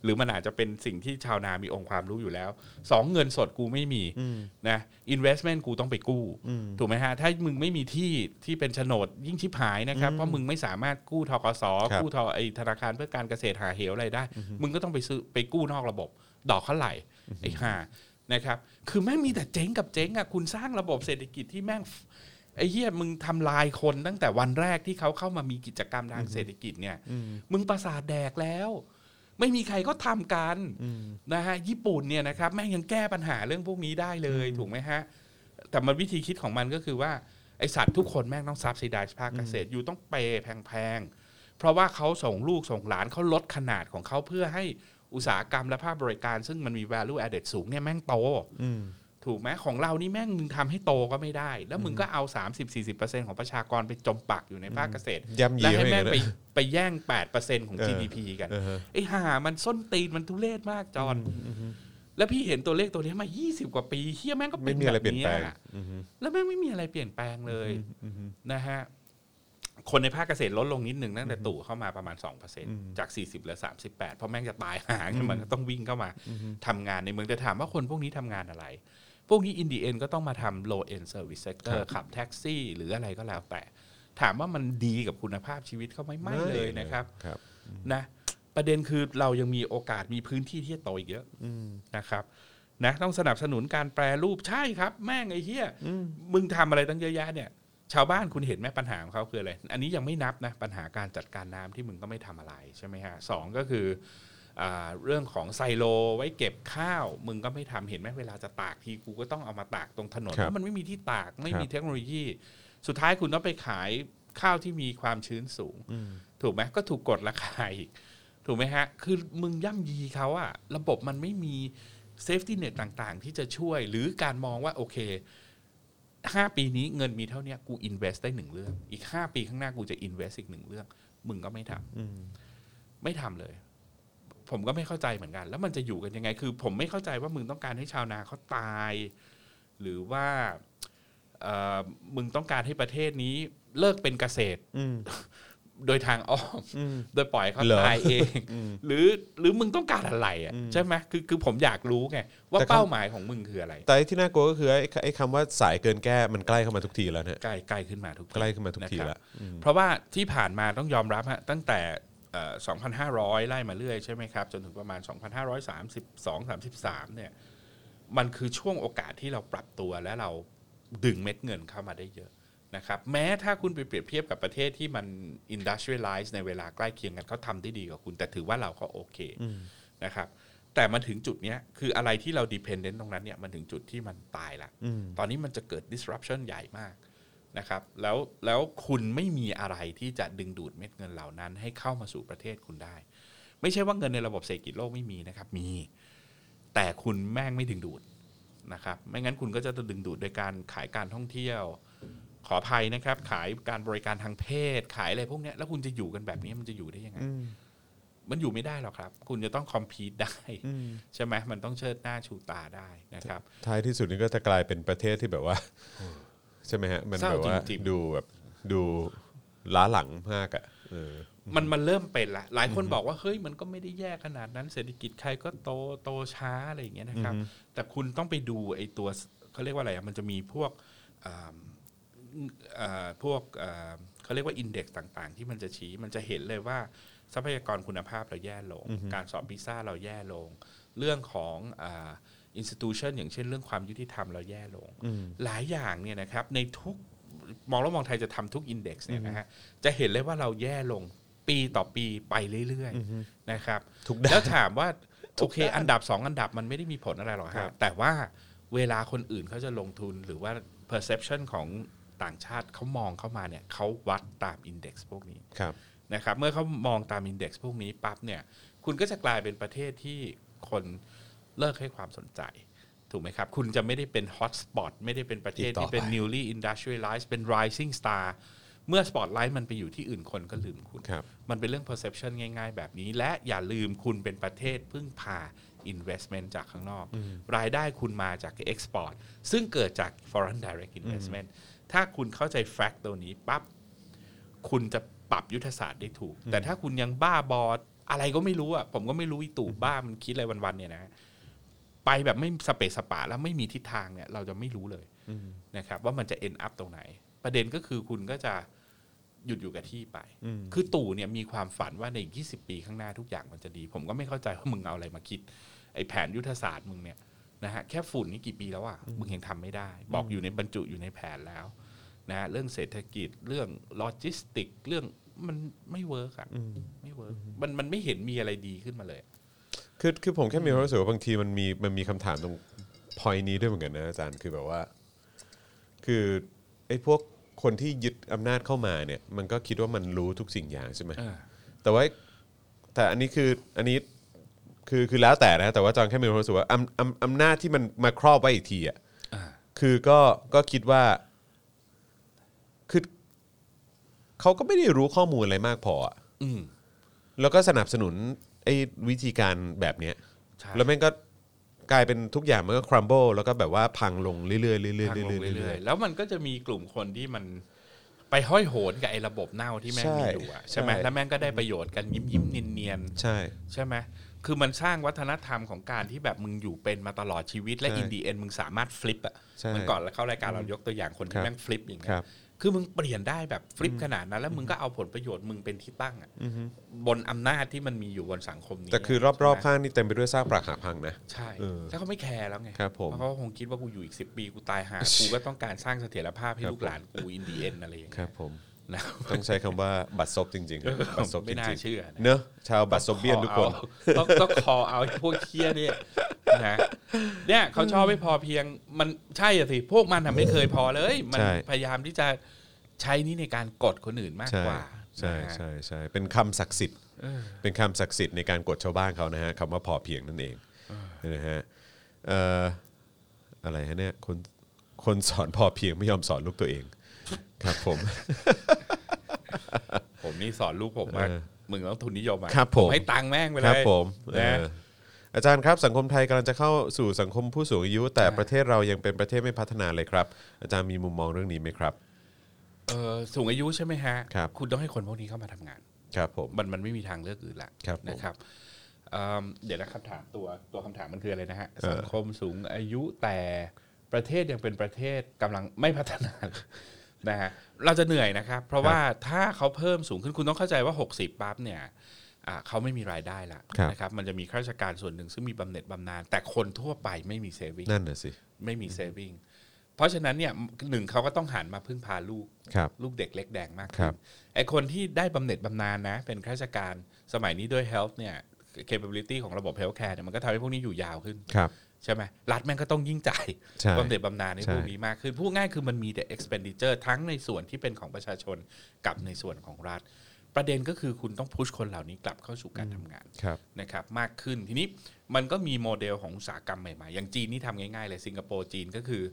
Speaker 3: หรือมันอาจจะเป็นสิ่งที่ชาวนามีองค์ความรู้อยู่แล้วสองเงินสดกูไม่มีนะอินเวสเมนต์กูต้องไปกู้ ถูกไหมฮะ ถ้ามึงไม่มีที่ที่เป็นโฉนดยิ่งชิบหายนะครับ เพราะมึงไม่สามารถกู้ทกส
Speaker 2: ครับ
Speaker 3: กู้ทไอธนาคารเพื่อการเกษตรหาเหวอะไรได้ มึงก็ต้องไปซื้อไปกู้นอกระบบ ดอกเท่าไหร่ไอ้ห่านะครับ คือแม่งมีแต่เจ๊งกับเจ๊งอะคุณสร้างระบบเศรษฐกิจที่แม่ง ไอ้เหี้ยมึงทำลายคนตั้งแต่วันแรกที่เขาเข้ามามีกิจกรรมทางเศรษฐกิจเนี่ย มึงประสาทแดกแล้ว ไม่มีใครก็ทำกันนะฮะญี่ปุ่นเนี่ยนะครับแม่งยังแก้ปัญหาเรื่องพวกนี้ได้เลยถูกไหมฮะ แต่มันวิธีคิดของมันก็คือว่า ไอสัตว์ทุกคนแม่งต้องซับซิได้ภาคเกษตรอยู่ต้องเปย์แพงๆ เพราะว่าเขาส่งลูกส่งหลานเขาลดขนาดของเขาเพื่อให้ อุตสาหกรรมและภาคบริการซึ่งมันมี value added สูงเนี่ยแม่งโต
Speaker 2: อืม
Speaker 3: ถูกไหมของเรานี่แม่งมึงทำให้โตก็ไม่ได้ แล้วมึงก็เอา 30-40%ของประชากรไปจมปักอยู่ในภาคเกษตร
Speaker 2: ย่ำยี
Speaker 3: แล้วให้แม่ง
Speaker 2: เขา
Speaker 3: ไป
Speaker 2: อย่างนั้นอะ
Speaker 3: ไปแย่ง 8%ของ
Speaker 2: เออ
Speaker 3: GDP กัน
Speaker 2: เออฮะ
Speaker 3: ไอ้ห่ามันส้นตีนมันทุเรศมากจอนแล้วพี่เห็นตัวเลขตัวเนี้ยมา 20 กว่าปีเฮียแม่งก็
Speaker 2: ไม่
Speaker 3: เป็น
Speaker 2: มี
Speaker 3: แบ
Speaker 2: อะไร
Speaker 3: บ
Speaker 2: เปลี่ยน
Speaker 3: เนี้
Speaker 2: แปลง
Speaker 3: ย
Speaker 2: อือฮึ
Speaker 3: แล้วแม่งไม่มีอะไรเปลี่ยนแปลงเลย
Speaker 2: อือฮึ
Speaker 3: นะฮะ คนในภาคเกษตรลดลงนิดหนึ่งตั้งแต่ตู่เข้ามาประมาณ
Speaker 2: อืม
Speaker 3: 2%จาก 40เหลือ38 เพราะแม่งจะตายหากันมันก็ต้องวิ่งเข้ามาทำงานในเมืองแต่ถามว่าคนพวกนี้ทำงานอะไร พวกนี้อินดีเอ็นก็ต้องมาทำ low end service
Speaker 2: ค
Speaker 3: sector
Speaker 2: รับ
Speaker 3: ขับแท็กซี่หรืออะไรก็แล้วแต่ ถามว่ามันดีกับคุณภาพชีวิตเขาไหมไม่เลยนะครับ
Speaker 2: ครับ
Speaker 3: นะประเด็นคือเรายังมีโอกาสมีพื้นที่ที่จะโตอีกเยอะ
Speaker 2: อืม
Speaker 3: นะครับนะต้องสนับสนุนการแปรรูปใช่ครับ แม่งไอ้เหี้ย
Speaker 2: อืม
Speaker 3: มึงทำอะไรตั้งเยอะแยะเนี่ย ชาวบ้านคุณเห็นไหมปัญหาของเขาคืออะไร อันนี้ยังไม่นับนะปัญหาการจัดการน้ำที่มึงก็ไม่ทำอะไรใช่ไหมฮะสองก็คืออาเรื่องของไซโลไว้เก็บข้าว มึงก็ไม่ทำเห็นไหมเวลาจะตากทีกูก็ต้องเอามาตากตรงถนน
Speaker 2: ครับ
Speaker 3: เพราะมันไม่มีที่ตากไม่
Speaker 2: ครั
Speaker 3: มี
Speaker 2: บ
Speaker 3: เทคโนโลยี สุดท้ายคุณต้องไปขายข้าวที่มีความชื้นสูง
Speaker 2: อืม
Speaker 3: ถูกไหมก็ถูกกดราคาอีก ถูกไหมฮะ คือมึงย่ำยีเขาอะระบบมันไม่มีเซฟตี้เน็ตต่างๆ ที่จะช่วย หรือการมองว่า โอเค 5 ปีนี้เงินมีเท่าเนี้ยกูอินเวสได้หนึ่งเรื่อง อีก 5 ปีข้างหน้ากูจะอินเวสอีกหนึ่งเรื่อง มึงก็ไม่ทำ
Speaker 2: อืม
Speaker 3: ไม่ทำเลย ผมก็ไม่เข้าใจเหมือนกัน แล้วมันจะอยู่กันยังไง คือผมไม่เข้าใจว่ามึงต้องการให้ชาวนาเขาตาย หรือว่าเอ่อมึงต้องการให้ประเทศนี้เลิกเป็นเกษตร
Speaker 2: อืม
Speaker 3: โดยทางอ้อม
Speaker 2: อืม
Speaker 3: โดยปล่อยเขา
Speaker 2: เหรอ
Speaker 3: ตายเอง หรือหรือมึงต้องการอะไรอ่ะ
Speaker 2: อืม
Speaker 3: ใช่ไหมคือคือผมอยากรู้ไง ว่า
Speaker 2: แต่คำ
Speaker 3: เป้าหมายของมึงคืออะไร
Speaker 2: แต่ที่น่ากลัวก็คือไอ้ไอ้คำว่าสายเกินแก้มันใกล้เข้ามาทุกทีแล้วนะ
Speaker 3: ใกล้ใกล้ขึ้นมาทุกที
Speaker 2: ใกล้เข้ามาทุกที
Speaker 3: นะครับ
Speaker 2: ละอืม
Speaker 3: เพราะว่าที่ผ่านมาต้องยอมรับฮะตั้งแต่เอ่อ2,500 ไล่มาเรื่อยใช่ไหมครับ จนถึงประมาณ 2,532-33 เนี่ย มันคือช่วงโอกาสที่เราปรับตัวและเราดึงเม็ดเงินเข้ามาได้เยอะนะครับ แม้ถ้าคุณไปเปรียบเทียบกับประเทศที่มัน industrialize ในเวลาใกล้เคียงกันเขาทำได้ดีกว่าคุณ แต่ถือว่าเราก็โอเค นะครับแต่มันถึงจุดเนี้ยคืออะไรที่เรา dependent ตรงนั้นเนี่ยมันถึงจุดที่มันตายละ
Speaker 2: อืม
Speaker 3: ตอนนี้มันจะเกิด disruption ใหญ่มากนะครับแล้วแล้วคุณไม่มีอะไรที่จะดึงดูดเม็ดเงินเหล่านั้น ให้เข้ามาสู่ประเทศคุณได้ ไม่ใช่ว่าเงินในระบบเศรษฐกิจโลกไม่มีนะครับมี แต่คุณแม่งไม่ดึงดูดนะครับไม่งั้นคุณก็จะดึงดูดโดยการขายการท่องเที่ยว ขออภัยนะครับ ขายการบริการทางเพศ ขายอะไรพวกเนี้ยแล้วคุณจะอยู่กันแบบนี้มันจะอยู่ได้ยังไง
Speaker 2: อืม
Speaker 3: มันอยู่ไม่ได้หรอกครับ คุณจะต้องคอมพีตได้
Speaker 2: อืม
Speaker 3: ใช่ไหมมันต้องเชิดหน้าชูตาได้นะครับ
Speaker 2: ท้ายที่สุดนี่ก็จะกลายเป็นประเทศที่แบบว่า ใช่ไหมฮะ มัน
Speaker 3: เศร้า
Speaker 2: แบบว่า
Speaker 3: จริงๆ
Speaker 2: ดูแบบดูล้าหลังมากอ่ะเออ
Speaker 3: มันมันเริ่มเป็นละหลายคนบอกว่าเฮ้ยมันก็ไม่ได้แย่ขนาดนั้น เศรษฐกิจใครก็โตโตช้าอะไรอย่างเงี้ยนะครับ แต่คุณต้องไปดูไอ้ตัวเขาเรียกว่าอะไรอะมันจะมีพวกอ่าเอ่อพวกเอ่อเขาเรียกว่าอินเด็กซ์ต่างๆ ที่มันจะชี้มันจะเห็นเลยว่าทรัพยากรคุณภาพเราแย่ลง การสอบพิซซ่าเราแย่ลง เรื่องของอินสติทูชันอย่างเช่นเรื่องความยุติธรรมเราแย่ลง หลายอย่างเนี่ยนะครับในทุกมองแล้วมองไทยจะทำทุกอินเด็กซ์เนี่ยนะฮะจะเห็นเลยว่าเราแย่ลงปีต่อปีไปเรื่อยๆนะครับ
Speaker 2: ทุกด้าน
Speaker 3: แล้วถาม ว่าโอเคอันดับ 2 อันดับมันไม่ได้มีผลอะไรหรอก
Speaker 2: ค
Speaker 3: ค
Speaker 2: รั
Speaker 3: รับ บ แต่ว่าเวลาคนอื่นเขาจะลงทุนหรือว่า perception ของต่างชาติเขามองเข้ามาเนี่ยเขาวัดตามอินเด็กซ์พวกนี้
Speaker 2: ครับ
Speaker 3: นะครับเมื่อเขามองตามอินเด็กซ์พวกนี้ปั๊บเนี่ยคุณก็จะกลายเป็นประเทศที่คนเลิกให้ความสนใจ ถูกไหมครับ คุณจะไม่ได้เป็นฮอตสปอตไม่ได้เป็นประเทศ
Speaker 2: อีกต่อ
Speaker 3: ที่เป็น
Speaker 2: ไป
Speaker 3: newly industrialized เป็น rising star เมื่อสปอตไลท์มันไปอยู่ที่อื่นคนก็ลืมคุณ
Speaker 2: ครับ
Speaker 3: มันเป็นเรื่อง perception ง่ายๆ แบบนี้ และอย่าลืมคุณเป็นประเทศพึ่งพา investment จากข้างนอก รายได้คุณมาจาก export ซึ่งเกิดจาก foreign direct investment ถ้าคุณเข้าใจ fact ตัวนี้ปั๊บ คุณจะปรับยุทธศาสตร์ได้ถูก แต่ถ้าคุณยังบ้าบออะไรก็ไม่รู้อ่ะ ผมก็ไม่รู้อีตู่บ้ามันคิดอะไรวันๆเนี่ยนะ ไปแบบไม่สเปะสปะแล้วไม่มีทิศทางเนี่ย เราจะไม่รู้เลยนะครับ ว่ามันจะ end up ตรงไหน ประเด็นก็คือคุณก็จะหยุดอยู่กับที่ไป คือตู่เนี่ยมีความฝันว่าในอีก20 ปีข้างหน้าทุกอย่างมันจะดี ผมก็ไม่เข้าใจว่ามึงเอาอะไรมาคิด ไอ้แผนยุทธศาสตร์มึงเนี่ยนะฮะแค่ฝุ่นนี่กี่ปีแล้วอ่ะมึงยังทำไม่ได้ บอกอยู่ในบรรจุอยู่ในแผนแล้ว นะฮะเรื่องเศรษฐกิจเรื่องโลจิสติก เรื่องมันไม่เวิร์กอ่ะไม่เวิร์กมันมันไม่เห็นมีอะไรดีขึ้นมาเลยอะ
Speaker 2: คือคือผมแค่มีความรู้สึกว่าบางทีมันมีมันมีคำถามตรงพอยนี้ด้วยเหมือนกันนะอาจารย์คือแบบว่า คือไอ้พวกคนที่ยึดอำนาจเข้ามาเนี่ย มันก็คิดว่ามันรู้ทุกสิ่งอย่างใช่ไหม
Speaker 3: เออ
Speaker 2: แต่ว่าแต่อันนี้คืออันนี้ คือคือแล้วแต่นะแต่ว่าจอนแค่มีความรู้สึกว่าอำอำอำนาจที่มันมาครอบไว้อีกทีอ่ะคือก็ก็คิดว่าคือเขาก็ไม่ได้รู้ข้อมูลอะไรมากพออะ
Speaker 3: อืม
Speaker 2: แล้วก็สนับสนุนไอ้วิธีการแบบเนี้ย
Speaker 3: ใช่
Speaker 2: แล้วแม่งก็กลายเป็นทุกอย่างมันก็ครัมเบิลแล้วก็แบบว่าพังลงเรื่อยๆเรื่อยๆเรื่
Speaker 3: พังลง
Speaker 2: อยๆ
Speaker 3: เรื่
Speaker 2: เรื่
Speaker 3: อ
Speaker 2: อย ย
Speaker 3: ๆ แล้วมันก็จะมีกลุ่มคนที่มันไปห้อยโหนกับไอ้ระบบเน่าที่แม่ง
Speaker 2: ใช่
Speaker 3: มีอยู่อะใช่ไหม
Speaker 2: ใช่
Speaker 3: แล้วแม่งก็ได้ประโยชน์กันยิ้มยิ้มๆเนียน
Speaker 2: ๆใช่
Speaker 3: ๆใช่ไหมคือมันสร้างวัฒนธรรมของการที่แบบมึงอยู่เป็นมาตลอดชีวิตและ
Speaker 2: ใช่
Speaker 3: อินดีเอ็นมึงสามารถฟลิปอะ
Speaker 2: ใช่
Speaker 3: เหมันก่อนแล้วเข้ารายการเรายกตัวอย่างคน
Speaker 2: ครั
Speaker 3: ที่
Speaker 2: บ
Speaker 3: แม่งฟลิปอย่างเงี้
Speaker 2: ครั
Speaker 3: ย
Speaker 2: บ
Speaker 3: คือมึงเปลี่ยนได้แบบฟลิปขนาดนั้นแล้วมึงก็เอาผลประโยชน์มึงเป็นที่ตั้งอะบนอำนาจที่มันมีอยู่บนสังคมนี้
Speaker 2: แต่คือรอบๆข้างนี่เต็มไปด้วยซากปรักหักพังนะ
Speaker 3: ใช่
Speaker 2: เออ
Speaker 3: แล้วเขาไม่แคร์แล้วไง
Speaker 2: ครับผม
Speaker 3: เพราะเขาคงคิดว่ากูอยู่อีกสิปีกูตายหา กูก็ต้องการสร้างเสถียรภาพให้ลูกหลานกูอินดีเอ็นอะไรอย่าง
Speaker 2: ครั
Speaker 3: เงี้ย
Speaker 2: บผม
Speaker 3: นะ
Speaker 2: ต้องใช้คำว่าบัตรซบจริงๆบัตรซบจ
Speaker 3: ไม่น่า
Speaker 2: ริง
Speaker 3: เชื่อ
Speaker 2: ๆเนอะชาวบัตรซบเบียนทุกคน
Speaker 3: ต้องต้องคอเอาไอ้พวกเคี้ยเนี่ยนะเนี่ยเขาชอบไม่พอเพียงมันใช่อะสิ พวกมันทำไม่เคยพอเลย มัน
Speaker 2: ใช่
Speaker 3: พยายามที่จะใช้นี่ในการกดคนอื่นมาก
Speaker 2: ใช่
Speaker 3: กว่า
Speaker 2: ใช่
Speaker 3: นะฮะ
Speaker 2: ใช่ใช่เป็นคำศักดิ์สิทธิ์ เป็นคำศักดิ์สิทธิ์ในการกดชาวบ้านเขานะฮะคำว่าพอเพียงนั่นเองนะฮะเอ่ออะไรฮะเนี่ยคนคนสอนพอเพียงไม่ยอมสอนลูกตัวเอง ครับผม
Speaker 3: ผมนี่สอนลูกผมว่า
Speaker 2: เออ
Speaker 3: มึงต้องทุนนิยมอะ
Speaker 2: ครับผม
Speaker 3: ให้ตังค์แม่งไปเลย
Speaker 2: ครับผมเอ
Speaker 3: นะ
Speaker 2: ออาจารย์ครับสังคมไทยกำลังจะเข้าสู่สังคมผู้สูงอายุ แต่ประเทศเรายังเป็นประเทศไม่พัฒนาเลยครับ อาจารย์มีมุมมองเรื่องนี้ไหมครับ
Speaker 3: เออสูงอายุใช่ไหมฮะ
Speaker 2: ครับ
Speaker 3: คุณต้องให้คนพวกนี้เข้ามาทำงาน
Speaker 2: ครับผม
Speaker 3: มันมันไม่มีทางเลือกอื่นละ
Speaker 2: ครับผม
Speaker 3: นะครับเอิ่มเดี๋ยวนะคำถามตัวตัวคำถามมันคืออะไรนะฮะสังคมสูงอายุแต่ประเทศยังเป็นประเทศกำลังไม่พัฒนา นะฮะเราจะเหนื่อยนะครับ เพ
Speaker 2: ค
Speaker 3: ราะ
Speaker 2: รับ
Speaker 3: ว่าถ้าเขาเพิ่มสูงขึ้นคุณต้องเข้าใจว่า 60 ปั๊บเนี่ยอ่าเขาไม่มีรายได้ละ
Speaker 2: ครับ
Speaker 3: นะครับมันจะมีข้าราชการส่วนหนึ่งซึ่งมีบำเหน็จบำนาญแต่คนทั่วไปไม่มีเซฟิง
Speaker 2: นั่นน่ะสิ
Speaker 3: ไม่มีเซฟิงเพราะฉะนั้นเนี่ยหนึ่งเขาก็ต้องหันมาพึ่งพาลูก
Speaker 2: ครับ
Speaker 3: ลูกเด็กเล็กแดงมาก
Speaker 2: ค
Speaker 3: ขึ้
Speaker 2: รั
Speaker 3: น
Speaker 2: บ
Speaker 3: ไอคนที่ได้บำเหน็จบำนาญนะ เป็นข้าราชการสมัยนี้ด้วย health เนี่ย capability ของระบบ healthcare เนี่ยมันก็ทำให้พวกนี้อยู่ยาวขึ้น
Speaker 2: ครับ
Speaker 3: ใช่ไหมรัฐแม่งก็ต้องยิ่งจ่าย
Speaker 2: ใช่
Speaker 3: บำเหน็จบำนาญใน
Speaker 2: ใช่
Speaker 3: พวกนี้มากขึ้นพูดง่ายคือมันมีแต่ expenditure ทั้งในส่วนที่เป็นของประชาชนกับในส่วนของรัฐ ประเด็นก็คือคุณต้องพุชคนเหล่านี้กลับเข้าสู่การทำงาน
Speaker 2: ครับ
Speaker 3: นะครับมากขึ้นทีนี้มันก็มีโมเดลของอุตสาหกรรมใหม่ๆ อย่างจีนนี่ทำง่ายๆเลยสิงคโปร์จีนก็คือ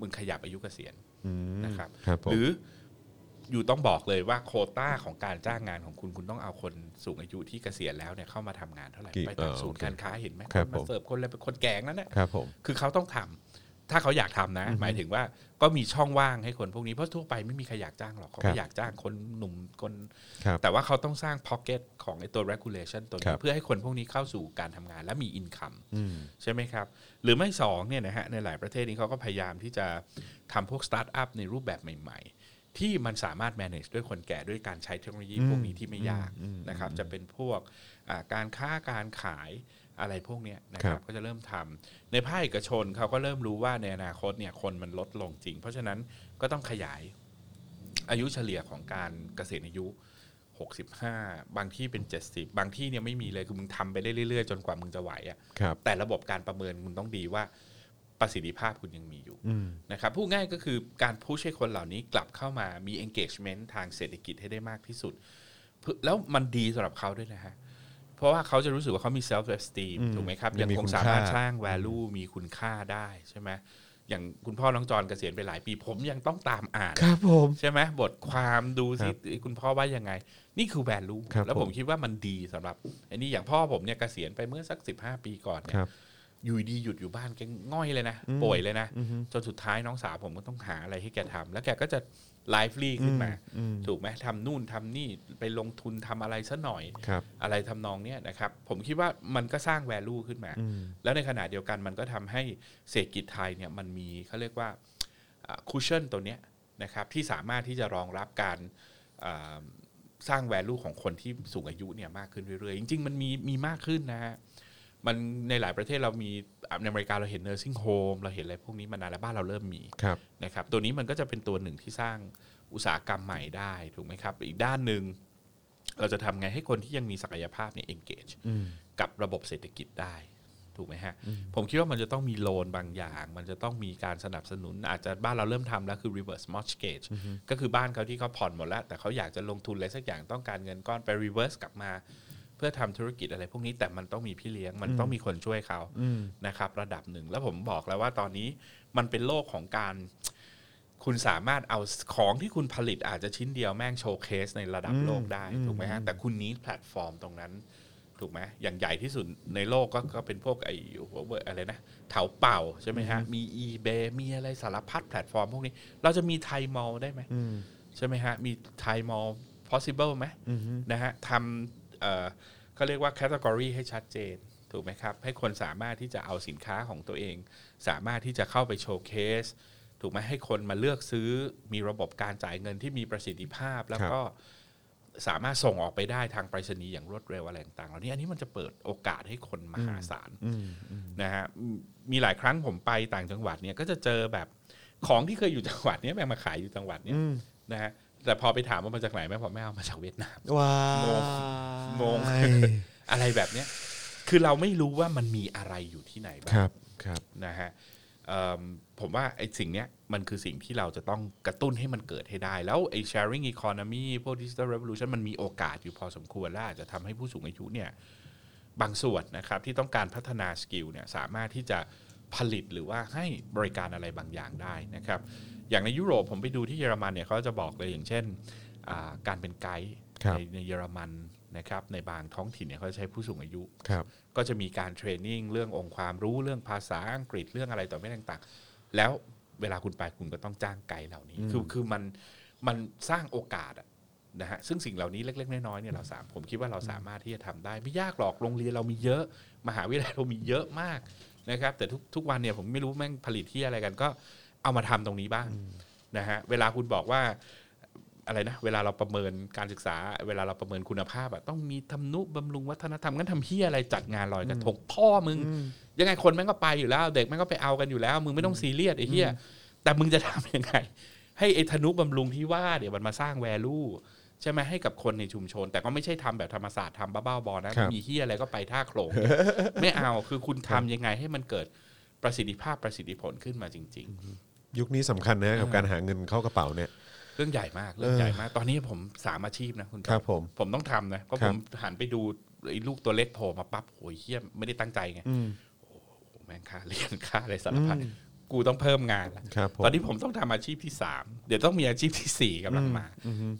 Speaker 3: มึงขยับอายุเกษียณนะครับ
Speaker 2: ครับผม
Speaker 3: หรืออยู่ต้องบอกเลยว่าโควต้าของการจ้างงานของคุณคุณต้องเอาคนสูงอายุที่เกษียณแล้วเนี่ยเข้ามาทำงานเท่าไหร่
Speaker 2: กี่
Speaker 3: ไปตาม
Speaker 2: เอ่อ
Speaker 3: ศูนย์
Speaker 2: โอเค
Speaker 3: การค้าเห็นไหม
Speaker 2: ครับ
Speaker 3: นมา
Speaker 2: ผม
Speaker 3: เสิร์ฟคนอะไรเป็นคนแก่งนั้นนะครับ
Speaker 2: ผม
Speaker 3: คือเขาต้องทำถ้าเขาอยากทำนะ หมายถึงว่าก็มีช่องว่างให้คนพวกนี้เพราะทั่วไปไม่มีใครอยากจ้างหรอกเขา
Speaker 2: ครั
Speaker 3: ก็
Speaker 2: บ
Speaker 3: อยากจ้างคนหนุ่มคน
Speaker 2: ครับ
Speaker 3: แต่ว่าเขาต้องสร้างพ็อกเก็ตของไอ้ตัว regulation ตัว
Speaker 2: ครั
Speaker 3: นี้
Speaker 2: บ
Speaker 3: เพื่อให้คนพวกนี้เข้าสู่การทำงานและมี income
Speaker 2: อืม
Speaker 3: ใช่ไหมครับ หรือไม่สองเนี่ยนะฮะในหลายประเทศนี้เขาก็พยายามที่จะทำพวกสตาร์ทอัพในรูปแบบใหม่ ๆ ที่มันสามารถ manage ด้วยคนแก่ด้วยการใช้เทคโนโลยีพวกนี้ที่ไม่ยากนะครับจะเป็นพวกอ่าการค้าการขายอะไรพวกเนี้ยนะค
Speaker 2: ค
Speaker 3: รั
Speaker 2: รั
Speaker 3: บบ ก็จะเริ่มทำในภาคเอกชนเขาก็เริ่มรู้ว่าในอนาคตเนี่ยคนมันลดลงจริง เพราะฉะนั้นก็ต้องขยาย อายุเฉลี่ยของการเกษียณอายุ 65 บางที่เป็น 70 บางที่เนี่ยไม่มีเลย คือมึงทำไปได้เรื่อยๆ จนกว่ามึงจะไหวอะ
Speaker 2: ครับ
Speaker 3: แต่ระบบการประเมินมึงต้องดีว่าประสิทธิภาพคุณยังมีอยู่
Speaker 2: อืม
Speaker 3: นะครับพูดง่ายก็คือการพุชให้คนเหล่านี้กลับเข้ามามี engagement ทางเศรษฐกิจให้ได้มากที่สุดเพื่อแล้วมันดีสำหรับเขาด้วยนะฮะ เพราะว่าเขาจะรู้สึกว่าเขามี self esteem
Speaker 2: อืม
Speaker 3: ถูกไหมครับ
Speaker 2: ยั
Speaker 3: ยัง ง
Speaker 2: มี
Speaker 3: ค
Speaker 2: คุ
Speaker 3: ง
Speaker 2: ณ
Speaker 3: สา
Speaker 2: ค่า
Speaker 3: มารถสร้าง value มีคุณค่าได้ใช่ไหมอย่างคุณพ่อน้องจอนเกษียณไปหลายปีผมยังต้องตามอ่าน
Speaker 2: ครับผม
Speaker 3: ใช่ไหมบทความดูซิ
Speaker 2: ครับ
Speaker 3: คุณพ่อว่ายังไง นี่คือแวลู
Speaker 2: ครับ
Speaker 3: แล้วผ
Speaker 2: ผม ม
Speaker 3: คิดว่ามันดีสำหรับไอ้นี่อย่างพ่อผมเนี่ยเกษียณไปเมื่อสัก 15 ปีก่อนเนี่
Speaker 2: ค
Speaker 3: ย
Speaker 2: รับ
Speaker 3: อยู่ดีหยุดอยู่บ้านแกง่อยเลยนะ ป่วยเลยนะ จนสุดท้ายน้องสาวผมก็ต้องหาอะไรให้แกทำแล้วแกก็จะไลฟ์ลีขึ้นมา
Speaker 2: อืม
Speaker 3: ถูกไหมทำนู่นทำนี่ไปลงทุนทำอะไรซะหน่อย
Speaker 2: ครับ
Speaker 3: อะไรทำนองเนี้ยนะครับ ผมคิดว่ามันก็สร้างแวลูขึ้นมา
Speaker 2: อืม
Speaker 3: แล้วในขณะเดียวกันมันก็ทำให้เศรษฐกิจไทยเนี่ยมันมีเขาเรียกว่าคุชเช i o n ตัวเนี้ยนะครับที่สามารถที่จะรองรับการอ่าสร้างแวลูของคนที่สูงอายุเนี่ยมากขึ้นเรื่อยๆ จริง ๆ มันมีมีมากขึ้นนะฮะมันในหลายประเทศเรามีอ่ะในอเมริกาเราเห็น nursing home เราเห็นอะไรพวกนี้มานานแล้วบ้านเราเริ่มมี
Speaker 2: ครับ
Speaker 3: นะครับตัวนี้มันก็จะเป็นตัวหนึ่งที่สร้างอุตสาหกรรมใหม่ได้ถูกไหมครับ อีกด้านหนึ่งเราจะทำไงให้คนที่ยังมีศักยภาพเนี่ย engage
Speaker 2: อืม
Speaker 3: กับระบบเศรษฐกิจได้ถูกไหมฮะ ผมคิดว่ามันจะต้องมีโลนบางอย่าง มันจะต้องมีการสนับสนุน อาจจะบ้านเราเริ่มทำแล้วคือ reverse mortgage ก็คือบ้านเขาที่เขาผ่อนหมดแล้ว แต่เขาอยากจะลงทุนอะไรสักอย่างต้องการเงินก้อนไป reverse กลับมา พื่อทำธุรกิจอะไรพวกนี้แต่มันต้องมีพี่เลี้ยงมันต้องมีคนช่วยเขานะครับ ระดับหนึ่งแล้วผมบอกแล้วว่าตอนนี้มันเป็นโลกของการ คุณสามารถเอาของที่คุณผลิตอาจจะชิ้นเดียวแม่งโชว์เคสในระดับโลกได้ถูกไหมฮะแต่คุณนี้แพลตฟอร์มตรงนั้น ถูกไหมอย่างใหญ่ที่สุดในโลกก็ก็เป็นพวกไอ้หัวเว่ยอะไรนะเถาเป่าใช่ไหมฮะ มี eBay มีอะไรสารพัดแพลตฟอร์มพวกนี้ เราจะมีไทยมอลได้ไหมใช่ไหมฮะ มีไทยมอล possible ไหมนะฮะทำเอ่อเขาเรียกว่า category ให้ชัดเจน ถูกไหมครับ ให้คนสามารถที่จะเอาสินค้าของตัวเอง สามารถที่จะเข้าไปโชว์เคส ถูกไหมให้คนมาเลือกซื้อมีระบบการจ่ายเงินที่มีประสิทธิภาพแล้วก็ สามารถส่งออกไปได้ทางไปรษณีย์อย่างรวดเร็วอะไรต่างๆเหล่านี้อันนี้มันจะเปิดโอกาสให้คนมหาศาลนะฮะอืมมีหลายครั้งผมไปต่างจังหวัดเนี่ยก็จะเจอแบบของที่เคยอยู่จังหวัดเนี้ยแม่งมาขายอยู่จังหวัดเนี้ยนะฮะแต่พอไปถามว่ามาจากไหนแม่บอกไม่เอามาจากเวียดนาม
Speaker 2: ว้าง
Speaker 3: ง อะไรแบบเนี้ยคือเราไม่รู้ว่ามันมีอะไรอยู่ที่ไหนบ้าง
Speaker 2: ครับครับ
Speaker 3: นะฮะเอิ่มผมว่าไอ้สิ่งเนี้ยมันคือสิ่งที่เราจะต้องกระตุ้นให้มันเกิดให้ได้ แล้วไอ้ sharing economy พวก digital revolution มันมีโอกาสอยู่พอสมควร และอาจจะทำให้ผู้สูงอายุเนี่ยบางส่วนนะครับที่ต้องการพัฒนาสกิลเนี่ยสามารถที่จะผลิตหรือว่าให้บริการอะไรบางอย่างได้นะครับ อย่างในยุโรปผมไปดูที่เยอรมันเนี่ยเขาจะบอกเลยอย่างเช่นอ่าการเป็นไกด์
Speaker 2: ครับ
Speaker 3: ในในเยอรมันนะครับในบางท้องถิ่นเนี่ยเขาจะใช้ผู้สูงอายุ
Speaker 2: ครับ
Speaker 3: ก็จะมีการเทรนนิ่งเรื่ององค์ความรู้เรื่องภาษาอังกฤษเรื่องอะไรต่อไม่ต่างๆ แล้วเวลาคุณไปคุณก็ต้องจ้างไกด์เหล่านี้ คือคือมันมันสร้างโอกาสอะนะฮะซึ่งสิ่งเหล่านี้เล็ก ๆ น้อยๆเนี่ยเราสามผมคิดว่าเราสามารถที่จะทำได้ไม่ยากหรอกโรงเรียนเรามีเยอะ มหาวิทยาลัยเรามีเยอะมากนะครับ แต่ทุกทุกวันเนี่ยผมไม่รู้แม่งผลิตที่อะไรกันก็เอามาทำตรงนี้บ้างนะฮะเวลาคุณบอกว่า อะไรนะเวลาเราประเมินการศึกษา เวลาเราประเมินคุณภาพอะต้องมีทำนุบำรุงวัฒนธรรมงั้นทำเฮียอะไรจัดงานลอยกระทงพ่อมึง ยังไงคนแม่งก็ไปอยู่แล้ว เด็กแม่งก็ไปเอากันอยู่แล้ว มึงไม่ต้องซีเรียสไอ้เฮียแต่มึงจะทำยังไง ให้ไอ้ธนุบำรุงที่ว่าเดี๋ยวมันมาสร้างแวลูใช่ไหมให้กับคนในชุมชน แต่ก็ไม่ใช่ทำแบบธรรมศาสตร์ทำบ้าๆบอๆนะครับ มีเฮียอะไรก็ไปท่าโขลง ไม่เอาคือคุณทำยังไงให้มันเกิดประสิทธิภาพประสิทธิผลขึ้นมาจริง ๆ
Speaker 2: ยุคนี้สำคัญนะกับการหาเงินเข้ากระเป๋าเนี่ย
Speaker 3: เรื่องใหญ่มากเรื่องใหญ่มาก ตอนนี้ผมสามอาชีพนะคุณ
Speaker 2: ครับผม
Speaker 3: ผมต้องทำนะเพราะ
Speaker 2: ครั
Speaker 3: ผ
Speaker 2: บ
Speaker 3: มหันไปดูไอ้ลูกตัวเล็กโผล่มาปั๊บโอ้ยเฮี้ยไม่ได้ตั้งใจไงโอ้โหแม่งค่าเรียนค่าอะไรสารพัดกูต้องเพิ่มงานละ
Speaker 2: ครับผม
Speaker 3: ตอนนี้ผมต้องทำอาชีพที่สามเดี๋ยวต้องมีอาชีพที่สี่กำลังมา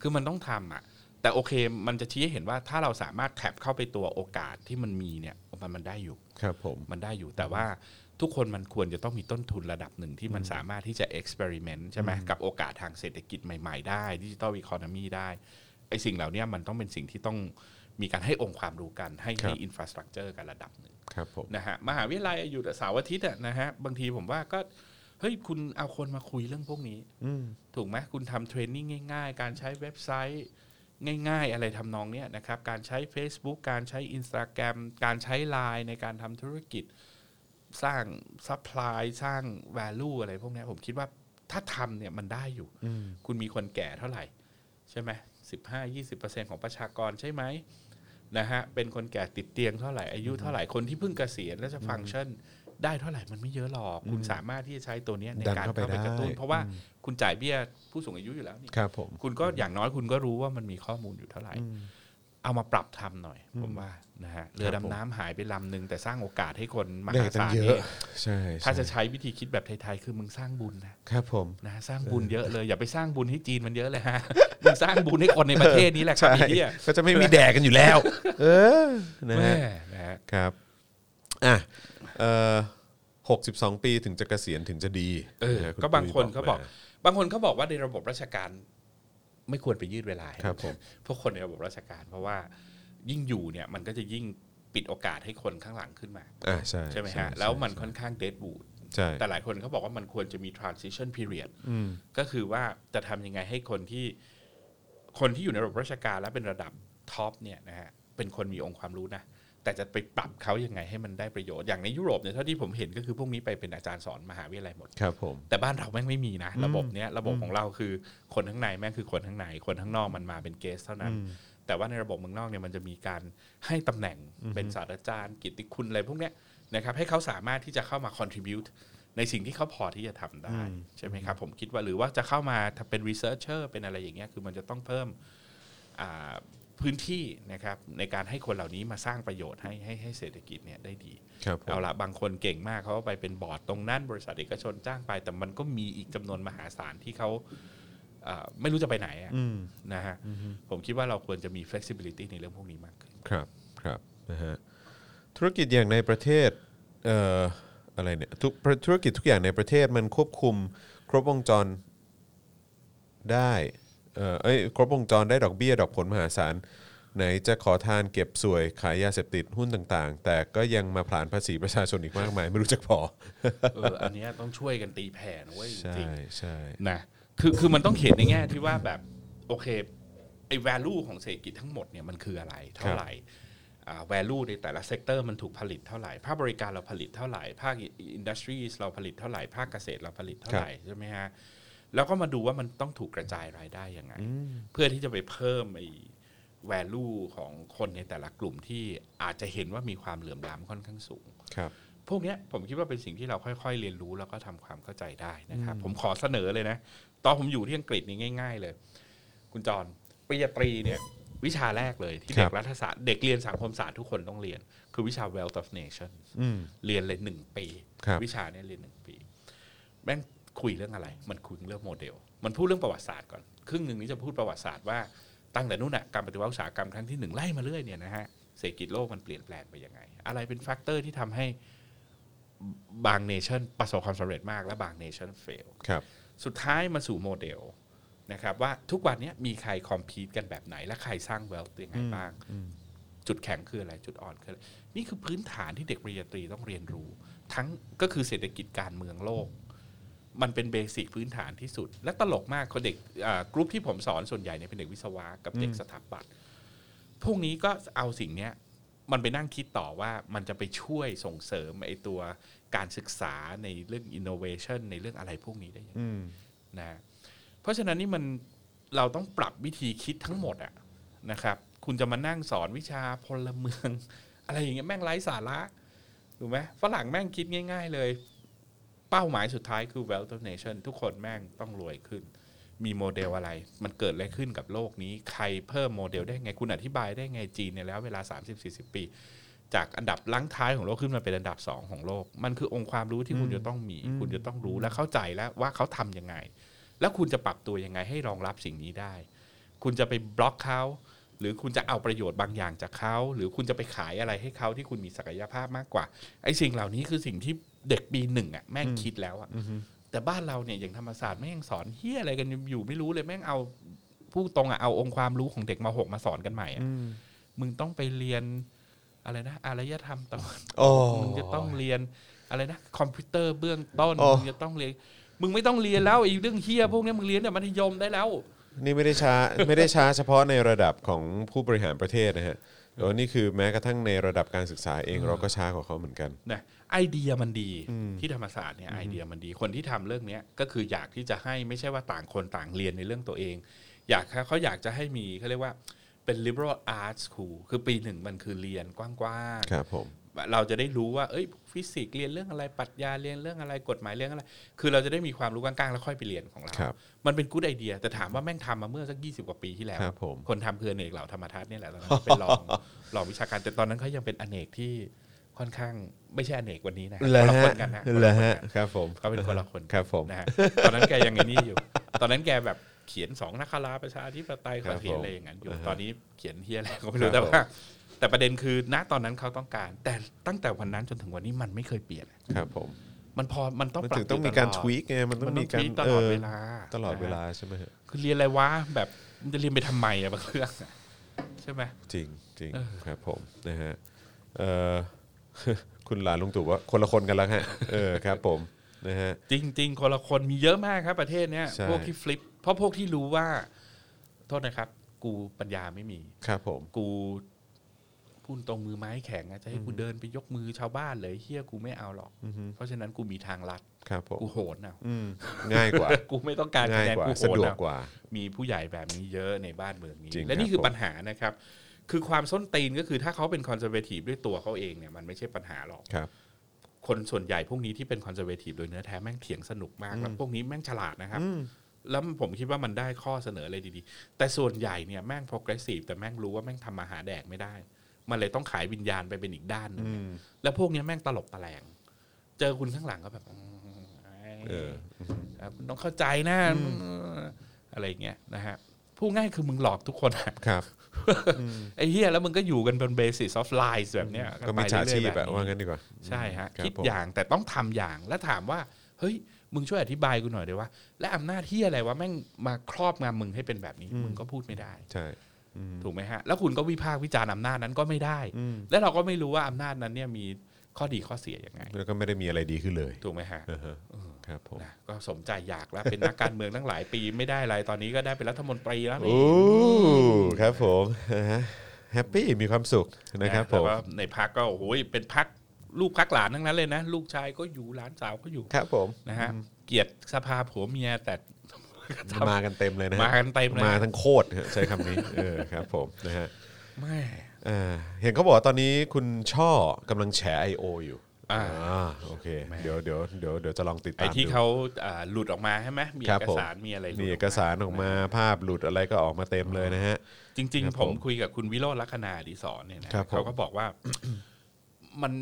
Speaker 3: คือมันต้องทำอ่ะ แต่โอเคมันจะชี้ให้เห็นว่าถ้าเราสามารถแท็บเข้าไปตัวโอกาสที่มันมีเนี่ยมันมันได้อยู่
Speaker 2: ครับผม
Speaker 3: มันได้อยู่แต่ว่าทุกคนมันควรจะต้องมีต้นทุนระดับหนึ่งที่มันสามารถที่จะ experiment ใช่ไหมกับโอกาสทางเศรษฐกิจใหม่ ๆ ได้ดิจิ t a ล e c ค n o m y ได้ไอสิ่งเหล่านี้มันต้องเป็นสิ่งที่ต้องมีการให้องค์ความรู้กัน ให้
Speaker 2: ครั
Speaker 3: ให้
Speaker 2: บ
Speaker 3: อินฟราสตรักเจอร์กันระดับหนึ่ง
Speaker 2: ครับผม
Speaker 3: นะฮะมหาวิทยาลัยอยู่แต่เสาร์อาทิตย์อะนะฮะบางทีผมว่าก็ เฮ้ย คุณเอาคนมาคุยเรื่องพวกนี้ ถูกไหมคุณทำเทรนนิ่งง่ายๆ การใช้เว็บไซต์ ง่ายๆ อะไรทำนองเนี้ยนะครับ การใช้ Facebook การใช้ Instagram การใช้ Line ในการทำธุรกิจ สร้าง Supply สร้าง Value อะไรพวกเนี้ยผมคิดว่าถ้าทำเนี่ยมันได้อยู่ คุณมีคนแก่เท่าไหร่ ใช่ไหมสิบห้ายี่สิบเปอร์เซ็นของประชากรใช่ไหมนะฮะเป็นคนแก่ติดเตียงเท่าไหร่ อายุเท่าไหร่คนที่เพิ่งเกษียณแล้วจะฟังก์ชันได้เท่าไหร่มันไม่เยอะหรอกคุณสามารถที่จะใช้ตัวเนี้ยใน
Speaker 2: ดัน
Speaker 3: การ
Speaker 2: เข้าไป
Speaker 3: เข้าไปกระตุ้น
Speaker 2: ได้
Speaker 3: เพราะว่าคุณจ่ายเบี้ยผู้สูงอายุอยู่แล้วนี่
Speaker 2: ครับผม
Speaker 3: คุณก็อย่างน้อยคุณก็รู้ว่ามันมีข้อมูลอยู่เท่าไหร่ เอามาปรับทำหน่อย ผมว่านะฮะเรือ
Speaker 2: ครับผม
Speaker 3: ดำน้ำหายไปลำหนึ่งแต่สร้างโอกาสให้คนม
Speaker 2: ได้
Speaker 3: หา
Speaker 2: ตั้ง
Speaker 3: ศาล
Speaker 2: เย
Speaker 3: เนี่
Speaker 2: อะ
Speaker 3: ย
Speaker 2: ใช่
Speaker 3: ถ้า
Speaker 2: ใช่
Speaker 3: จะใช้วิธีคิดแบบไทยๆคือมึงสร้างบุญนะ
Speaker 2: ครับผม
Speaker 3: นะสร้างบุญเยอะเลยอย่าไปสร้างบุญให้จีนมันเยอะเลยฮะ มึงสร้างบุญให้คนในประเทศนี้แหละครับ
Speaker 2: ใช่
Speaker 3: ไอ้เหี้ย
Speaker 2: ก็จะไม่มีแดกกันอยู่แล้ว เออนะ
Speaker 3: แม่
Speaker 2: ฮะ
Speaker 3: นะฮะ
Speaker 2: ครับ อ่ะเอ่อหกสิบสองปีถึงจะเกษียณถึงจะดี
Speaker 3: เออ
Speaker 2: นะณ
Speaker 3: ก็บางคนเขาบอก
Speaker 2: ม
Speaker 3: บางคนเขาบอกว่าในระบบราชการ ไม่ควรไปยืดเวลาให้
Speaker 2: ครับผม
Speaker 3: พวกคนในระบบราชการ เพราะว่ายิ่งอยู่เนี่ยมันก็จะยิ่งปิดโอกาสให้คนข้างหลังขึ้นมา
Speaker 2: อ่าใช่
Speaker 3: ใช่ไหมฮะ แล้วมันค่อนข้างเดดบูด
Speaker 2: ใช่
Speaker 3: แต่หลายคนเขาบอกว่ามันควรจะมี transition period ก็คือว่าจะทำยังไงให้คนที่คนที่อยู่ในระบบราชการและเป็นระดับท็อปเนี่ยนะฮะเป็นคนมีองค์ความรู้นะ แต่จะไปปรับเขายังไงให้มันได้ประโยชน์อย่างในยุโรปเนี่ยเท่าที่ผมเห็นก็คือพวกนี้ไปเป็นอาจารย์สอนมหาวิทยาลัยหมด
Speaker 2: ครับผม
Speaker 3: แต่บ้านเราแม่งไม่มีนะ ระบบเนี้ยระบบของเราคือคนข้างในแม่งคือคนข้างในคนข้างนอกมันมาเป็นเกสเท่านั้น แต่ว่าในระบบเมืองนอกเนี่ยมันจะมีการให้ตำแหน่งเป็นศาสตราจารย์กิตติคุณอะไรพวกเนี้ยนะครับให้เขาสามารถที่จะเข้ามา contribute ในสิ่งที่เขาพอที่จะทำได้ ใช่ไหมครับ ผมคิดว่าหรือว่าจะเข้ามาถ้าเป็น researcher เป็นอะไรอย่างเงี้ยคือมันจะต้องเพิ่มอ่า พื้นที่นะครับในการให้คนเหล่านี้มาสร้างประโยชน์ให้ให้ให้เศรษฐกิจเนี่ยได้ดี
Speaker 2: ครับผม
Speaker 3: เอาละบางคนเก่งมากเขาก็ไปเป็นบอร์ดตรงนั้น บริษัทเอกชนจ้างไป แต่มันก็มีอีกจำนวนมหาศาลที่เขาเอ่อไม่รู้จะไปไหนอะ
Speaker 2: อืม
Speaker 3: นะฮะผมคิดว่าเราควรจะมี flexibility ในเรื่องพวกนี้มากขึ้ น
Speaker 2: ครับครับนะฮะธุรกิจอย่างในประเทศเอ่ออะไรเนี่ยทุกธุรกิจทุกอย่างในประเทศมันควบคุมครบวงจรได้เอ่อเอ้ยครบวงจรได้ดอกเบี้ยดอกผลมหาศาลไหนจะขอทานเก็บสวยขายยาเสพติดหุ้นต่างๆ แต่ก็ยังมาผลานภาษีประชาชนอีกมากมาย ไม่รู้จักพอ
Speaker 3: เอออันเนี้ยต้องช่วยกันตีแผ่นะเว้ยจ
Speaker 2: ใช่
Speaker 3: ริง
Speaker 2: ใช่
Speaker 3: ๆนะคือคือมันต้องเห็นในแง่ที่ว่าแบบโอเคไอ้ value ของเศรษฐกิจทั้งหมดเนี่ยมันคืออะไรเท่าไหร่อ่า value ในแต่ละเซกเตอร์มันถูกผลิตเท่าไหร่ภาคบริการเราผลิตเท่าไหร่ภาคอินดัสทรีเราผลิตเท่าไหร่ภาคเกษตรเราผลิตเท่าไหร่ใช่ไหมฮะแล้วก็มาดูว่ามันต้องถูกกระจายรายได้ยังไง เพื่อที่จะไปเพิ่มไอ้ value ของคนในแต่ละกลุ่มที่อาจจะเห็นว่ามีความเหลื่อมล้ำค่อนข้างสูง
Speaker 2: ครับ
Speaker 3: พวกเนี้ยผมคิดว่าเป็นสิ่งที่เราค่อยๆ เรียนรู้แล้วก็ทำความเข้าใจได้นะครับ ผมขอเสนอเลยนะ ตอนผมอยู่ที่อังกฤษนี่ง่าย ๆ เลย คุณจรปริญญาตรีเนี่ยวิชาแรกเลยที่
Speaker 2: ครั
Speaker 3: เด็
Speaker 2: บ
Speaker 3: กรัฐศาสตร์เด็กเรียนสังคมศาสตร์ทุกคนต้องเรียน คือวิชา wealth of nation
Speaker 2: อืม
Speaker 3: เรียนเลยหนึ่งปี
Speaker 2: ครับ
Speaker 3: วิชาเนี่ยเรียนหนึ่งปี แม่งคุยเรื่องอะไร มันคุยเรื่องโมเดล มันพูดเรื่องประวัติศาสตร์ก่อน ครึ่งหนึ่งนี้จะพูดประวัติศาสตร์ว่าตั้งแต่นู้นน่ะการปฏิวัติอุตสาหกรรมครั้งที่หนึ่งไล่มาเรื่อยเนี่ยนะฮะเศรษฐกิจโลกมันเปลี่ยนแปลงไปยังไง อะไรเป็นแฟกเตอร์ที่ทำให้บางเนชั่นประสบความสำเร็จมากและบางเนชั่นเฟล
Speaker 2: ครับ
Speaker 3: สุดท้ายมาสู่โมเดลนะครับว่าทุกวันเนี้ยมีใครคอมพีตกันแบบไหน และใครสร้างเวล t ์ยังไงบ้าง จุดแข็งคืออะไร จุดอ่อนคืออะไร นี่คือพื้นฐานที่เด็กปริญญาตรีต้องเรียนรู้ ทั้งก็คือเศรษฐกิจการเมืองโลก มันเป็นเบสิกพื้นฐานที่สุด และตลกมากคนเด็กอ่ากลุ่มที่ผมสอนส่วนใหญ่เนี่ยเป็นเด็กวิศวะกับเด็กสถาปัตย์พวกนี้ก็เอาสิ่งเนี้ยมันไปนั่งคิดต่อว่ามันจะไปช่วยส่งเสริมไอตัวการศึกษาในเรื่อง innovation ในเรื่องอะไรพวกนี้ได้ยังไง
Speaker 2: อืม
Speaker 3: นะฮะเพราะฉะนั้นนี่มันเราต้องปรับวิธีคิดทั้งหมดอะนะครับ คุณจะมานั่งสอนวิชาพลเมือง อะไรอย่างเงี้ยแม่งไร้สาระถูกไหมฝรั่งแม่งคิดง่าย ๆเลย เป้าหมายสุดท้ายคือ wealth of nation ทุกคนแม่งต้องรวยขึ้น มีโมเดลอะไร มันเกิดอะไรขึ้นกับโลกนี้ ใครเพิ่มโมเดลได้ไง คุณอธิบายได้ไงจีนเนี่ยแล้วเวลา 30-40 ปี จากอันดับลังท้ายของโลกขึ้นมาเป็นอันดับสองของโลก มันคือองค์ความรู้ที่คุณจะต้องมี คุณจะต้องรู้และเข้าใจแล้วว่าเขาทำยังไง แล้วคุณจะปรับตัวยังไงให้รองรับสิ่งนี้ได้ คุณจะไปบล็อกเขา หรือคุณจะเอาประโยชน์บางอย่างจากเขา หรือคุณจะไปขายอะไรให้เขาที่คุณมีศักยภาพมากกว่า ไอ้สิ่งเหล่านี้คือสิ่งที่เด็กปีหนึ่งอ่ะแม่งคิดแล้วอ่ะ แต่บ้านเราเนี่ยอย่างธรรมศาสตร์แม่งสอนเฮียอะไรกันอยู่ไม่รู้เลยแม่งเอาผู้ตรงอ่ะเอาองค์ความรู้ของเด็กมาหกมาสอนกันใหม่อ่ะมึงต้องไปเรียนอะไรนะอารยธรรมตะวัน
Speaker 2: โอ้
Speaker 3: มึงจะต้องเรียนอะไรนะคอมพิวเตอร์เบื้องต้น
Speaker 2: โอ้
Speaker 3: มึงจะต้องเรียนมึงไม่ต้องเรียนแล้วไอ้เรื่องเฮียพวกเนี้ยมึงเรียนแต่มัธยมได้แล้ว
Speaker 2: นี่ไม่ได้ช้า ไม่ได้ช้าเฉพาะในระดับของผู้บริหารประเทศนะฮะแต่ว่านี่คือแม้กระทั่งในระดับการศึกษาเองเราก็ช้ากว่าเขาเหมือนกัน
Speaker 3: นะไอเดียมันดีที่ธรรมศาสตร์เนี่ยไอเดียมันดีคนที่ทำเรื่องเนี้ยก็คืออยากที่จะให้ไม่ใช่ว่าต่างคนต่างเรียนในเรื่องตัวเอง อยากเขาอยากจะให้มีเขาเรียกว่าเป็น liberal arts school คือปีหนึ่งมันคือเรียนกว้างๆ
Speaker 2: ครับผม
Speaker 3: เราจะได้รู้ว่า เอ้ย ฟิสิกส์เรียนเรื่องอะไร ปรัชญาเรียนเรื่องอะไร กฎหมายเรื่องอะไร คือเราจะได้มีความรู้กลางๆ แล้วค่อยไปเรียนของเรา
Speaker 2: ครับ
Speaker 3: มันเป็นกู๊ดไอเดีย แต่ถามว่าแม่งทำมาเมื่อสักยี่สิบกว่าปีที่แล้ว
Speaker 2: ครับผม
Speaker 3: คนทำคืออเนกเหล่าธรรมทัศน์เนี่ยแหละตอนนั้นก็เป็นรอง รองวิชาการ แต่ตอนนั้นเขายังเป็นอเนกที่ค่อนข้างไม่ใช่อเนกวันนี้นะคนละคนกันนะคน
Speaker 2: แล้
Speaker 3: ละ
Speaker 2: ว
Speaker 3: คน
Speaker 2: ฮะ
Speaker 3: กัน
Speaker 2: ครับผม
Speaker 3: เขาเป็นคนละคน
Speaker 2: ครับผม
Speaker 3: นะฮะตอนนั้นแกยังไงนี่อยู่ ตอนนั้นแกแบบเขียนสองนักคาราประชาธิปไตย
Speaker 2: ค
Speaker 3: ค
Speaker 2: รั
Speaker 3: วา
Speaker 2: บ
Speaker 3: มเขียนอะไร
Speaker 2: ผม
Speaker 3: อย่างนั้นอยู่
Speaker 2: อ่าฮะ
Speaker 3: ตอนนี้เขียนเฮียอะไรก็ไม่
Speaker 2: ครั
Speaker 3: รู้
Speaker 2: บ
Speaker 3: แต่ว่า แต่ประเด็นคือณตอนนั้นเขาต้องการ แต่ตั้งแต่วันนั้นจนถึงวันนี้มันไม่เคยเปลี่ยน
Speaker 2: ครับผม
Speaker 3: มันพอมันต้อง
Speaker 2: มัน
Speaker 3: ปรับ
Speaker 2: ถึงต้องมีการทวีกไงมัน
Speaker 3: มั
Speaker 2: ต้อน งมี
Speaker 3: ต้อง
Speaker 2: การ
Speaker 3: tweak ตลอดเวลา
Speaker 2: เออตลอดเวลาใช่ไหมฮะ
Speaker 3: คือเรียนอะไรวะแบบมันจะเรียนไปทำไมอะบางเรื่องอะ ใช่ไหม
Speaker 2: จริงจริง
Speaker 3: เออ
Speaker 2: ครับผมนะฮะเอ่อ คุณหลานลุงตู่ว่าคนละคนกันแล้วฮะเออครับผมนะฮะ
Speaker 3: จริง ๆ คนละคนมีเยอะมากครับประเทศเนี้ย
Speaker 2: ใช่
Speaker 3: พวกที่ฟลิปเพราะพวกที่รู้ว่าโทษนะครับ กูปัญญาไม่มี
Speaker 2: ครับผม
Speaker 3: กูพูดตรงมือไม้แข็งอะจะให้กูเดินไปยกมือชาวบ้านเลยเฮียกูไม่เอาหรอก
Speaker 2: อือฮึ
Speaker 3: เพราะฉะนั้นกูมีทางลัด
Speaker 2: ครับผม
Speaker 3: กูโหนเอา
Speaker 2: อืมง่ายกว่า
Speaker 3: กูไม่ต้องการคะ
Speaker 2: ง่าย
Speaker 3: แนน
Speaker 2: กว่า
Speaker 3: กูโห
Speaker 2: สะ
Speaker 3: น
Speaker 2: ดวก
Speaker 3: เอา
Speaker 2: กว่า
Speaker 3: มีผู้ใหญ่แบบนี้เยอะในบ้านเมืองนี้
Speaker 2: จริง
Speaker 3: และ
Speaker 2: ครับ
Speaker 3: นี่คือ
Speaker 2: ผม
Speaker 3: ปัญหานะครับ คือความส้นตีนก็คือถ้าเขาเป็นคอนเซอร์เวทีฟด้วยตัวเขาเองเนี่ยมันไม่ใช่ปัญหาหรอก
Speaker 2: ครับ
Speaker 3: คนส่วนใหญ่พวกนี้ที่เป็นคอนเซอร์เวทีฟโดยเนื้อแท้แม่งเถียงสนุกมากแล้วพวกนี้แม่งฉลาดนะครับ แล้วผมคิดว่ามันได้ข้อเสนออะไรดีๆ แต่ส่วนใหญ่เนี่ยแม่ง progressive แต่แม่งรู้ว่าแม่งทำมาหาแดกไม่ได้ มันเลยต้องขายวิญญาณไปเป็นอีกด้านหนึงแล้วพวกเนี้ยแม่งตลบตะแลง เจอคุณข้างหลังก็แบบอืม
Speaker 2: เออ
Speaker 3: ครับคุณต้องเข้าใจนะอะไรอย่างเงี้ยนะฮะพูดง่ายคือมึงหลอกทุกคนอะ
Speaker 2: ครับ
Speaker 3: ไอ้เฮียแล้วมึงก็อยู่กันบนเบสิส of lies แบบเนี้ย
Speaker 2: ก็มี
Speaker 3: ไป
Speaker 2: ชา
Speaker 3: เรื่อยๆ
Speaker 2: ชีพ
Speaker 3: แบ
Speaker 2: อะ
Speaker 3: บนี้
Speaker 2: ว่างั้นดีกว่า
Speaker 3: ใช่ฮะ
Speaker 2: ครับ
Speaker 3: คิด
Speaker 2: ผม
Speaker 3: อย่างแต่ต้องทำอย่างแล้วถามว่า เฮ้ย มึงช่วยอธิบายกูหน่อยได้ว่า และอำนาจที่อะไรวะแม่งมาครอบงำมึงให้เป็นแบบนี้ มึงก็พูดไม่ได้
Speaker 2: ใช่
Speaker 3: ถูกไหมฮะ แล้วคุณก็วิพากษ์วิจารณ์อำนาจนั้นก็ไม่ได้
Speaker 2: อืม
Speaker 3: และเราก็ไม่รู้ว่าอำนาจนั้นเนี่ยมีข้อดีข้อเสียยังไง
Speaker 2: แล้วก็ไม่ได้มีอะไรดีขึ้นเลย
Speaker 3: ถูกไหมฮะ
Speaker 2: อ่าฮะครับผม
Speaker 3: นะก็สมใจอยากแล้วเป็นนักการเมืองตั้งหลายปีไม่ได้อะไรตอนนี้ก็ได้เป็นรัฐมนตรีแล้วนี่
Speaker 2: โอ้ครับผมนะฮะแฮปปี้มีความสุขนะครับผ
Speaker 3: แล้ว
Speaker 2: ม
Speaker 3: ก็ในพักก็โอ้โหเป็นพักลูกพักหลานทั้งนั้นเลยนะลูกชายก็อยู่หลานสาวก็อยู่
Speaker 2: ครับผม
Speaker 3: นะฮะเกลียรติสภาผัวเมียแต่ ทำ
Speaker 2: มากันเต็มเลยนะฮะ
Speaker 3: มากันเต็มเลย
Speaker 2: มาทั้งโคตรฮะใช้ คำนี้เออครับผมนะฮะ
Speaker 3: แม่
Speaker 2: อ่าเห็นเขาบอกว่าตอนนี้คุณช่อกำลังแฉ I.O. อยู่
Speaker 3: อ่า
Speaker 2: โอเค เดี๋ยวเดี๋ยวเดี๋ยวเดี๋ยวจะลองติดตาม
Speaker 3: ไอ้ที่
Speaker 2: ดู
Speaker 3: เขาอ่าหลุดออกมาใช่ไหมมี
Speaker 2: ค
Speaker 3: เอ
Speaker 2: รับ
Speaker 3: ก
Speaker 2: ผม
Speaker 3: สารมีอะไรหลุด
Speaker 2: มีเอกสารออกมาภาพหลุดอะไรก็ออกมาเต็มเลยนะฮะ
Speaker 3: จริง
Speaker 2: ครับ
Speaker 3: ๆ
Speaker 2: ผ
Speaker 3: ผม มคุยกับคุณวิโรจน์ลักษณาดิศรเนี่ยนะครับ
Speaker 2: ผม
Speaker 3: เขาก็บอกว่า มัน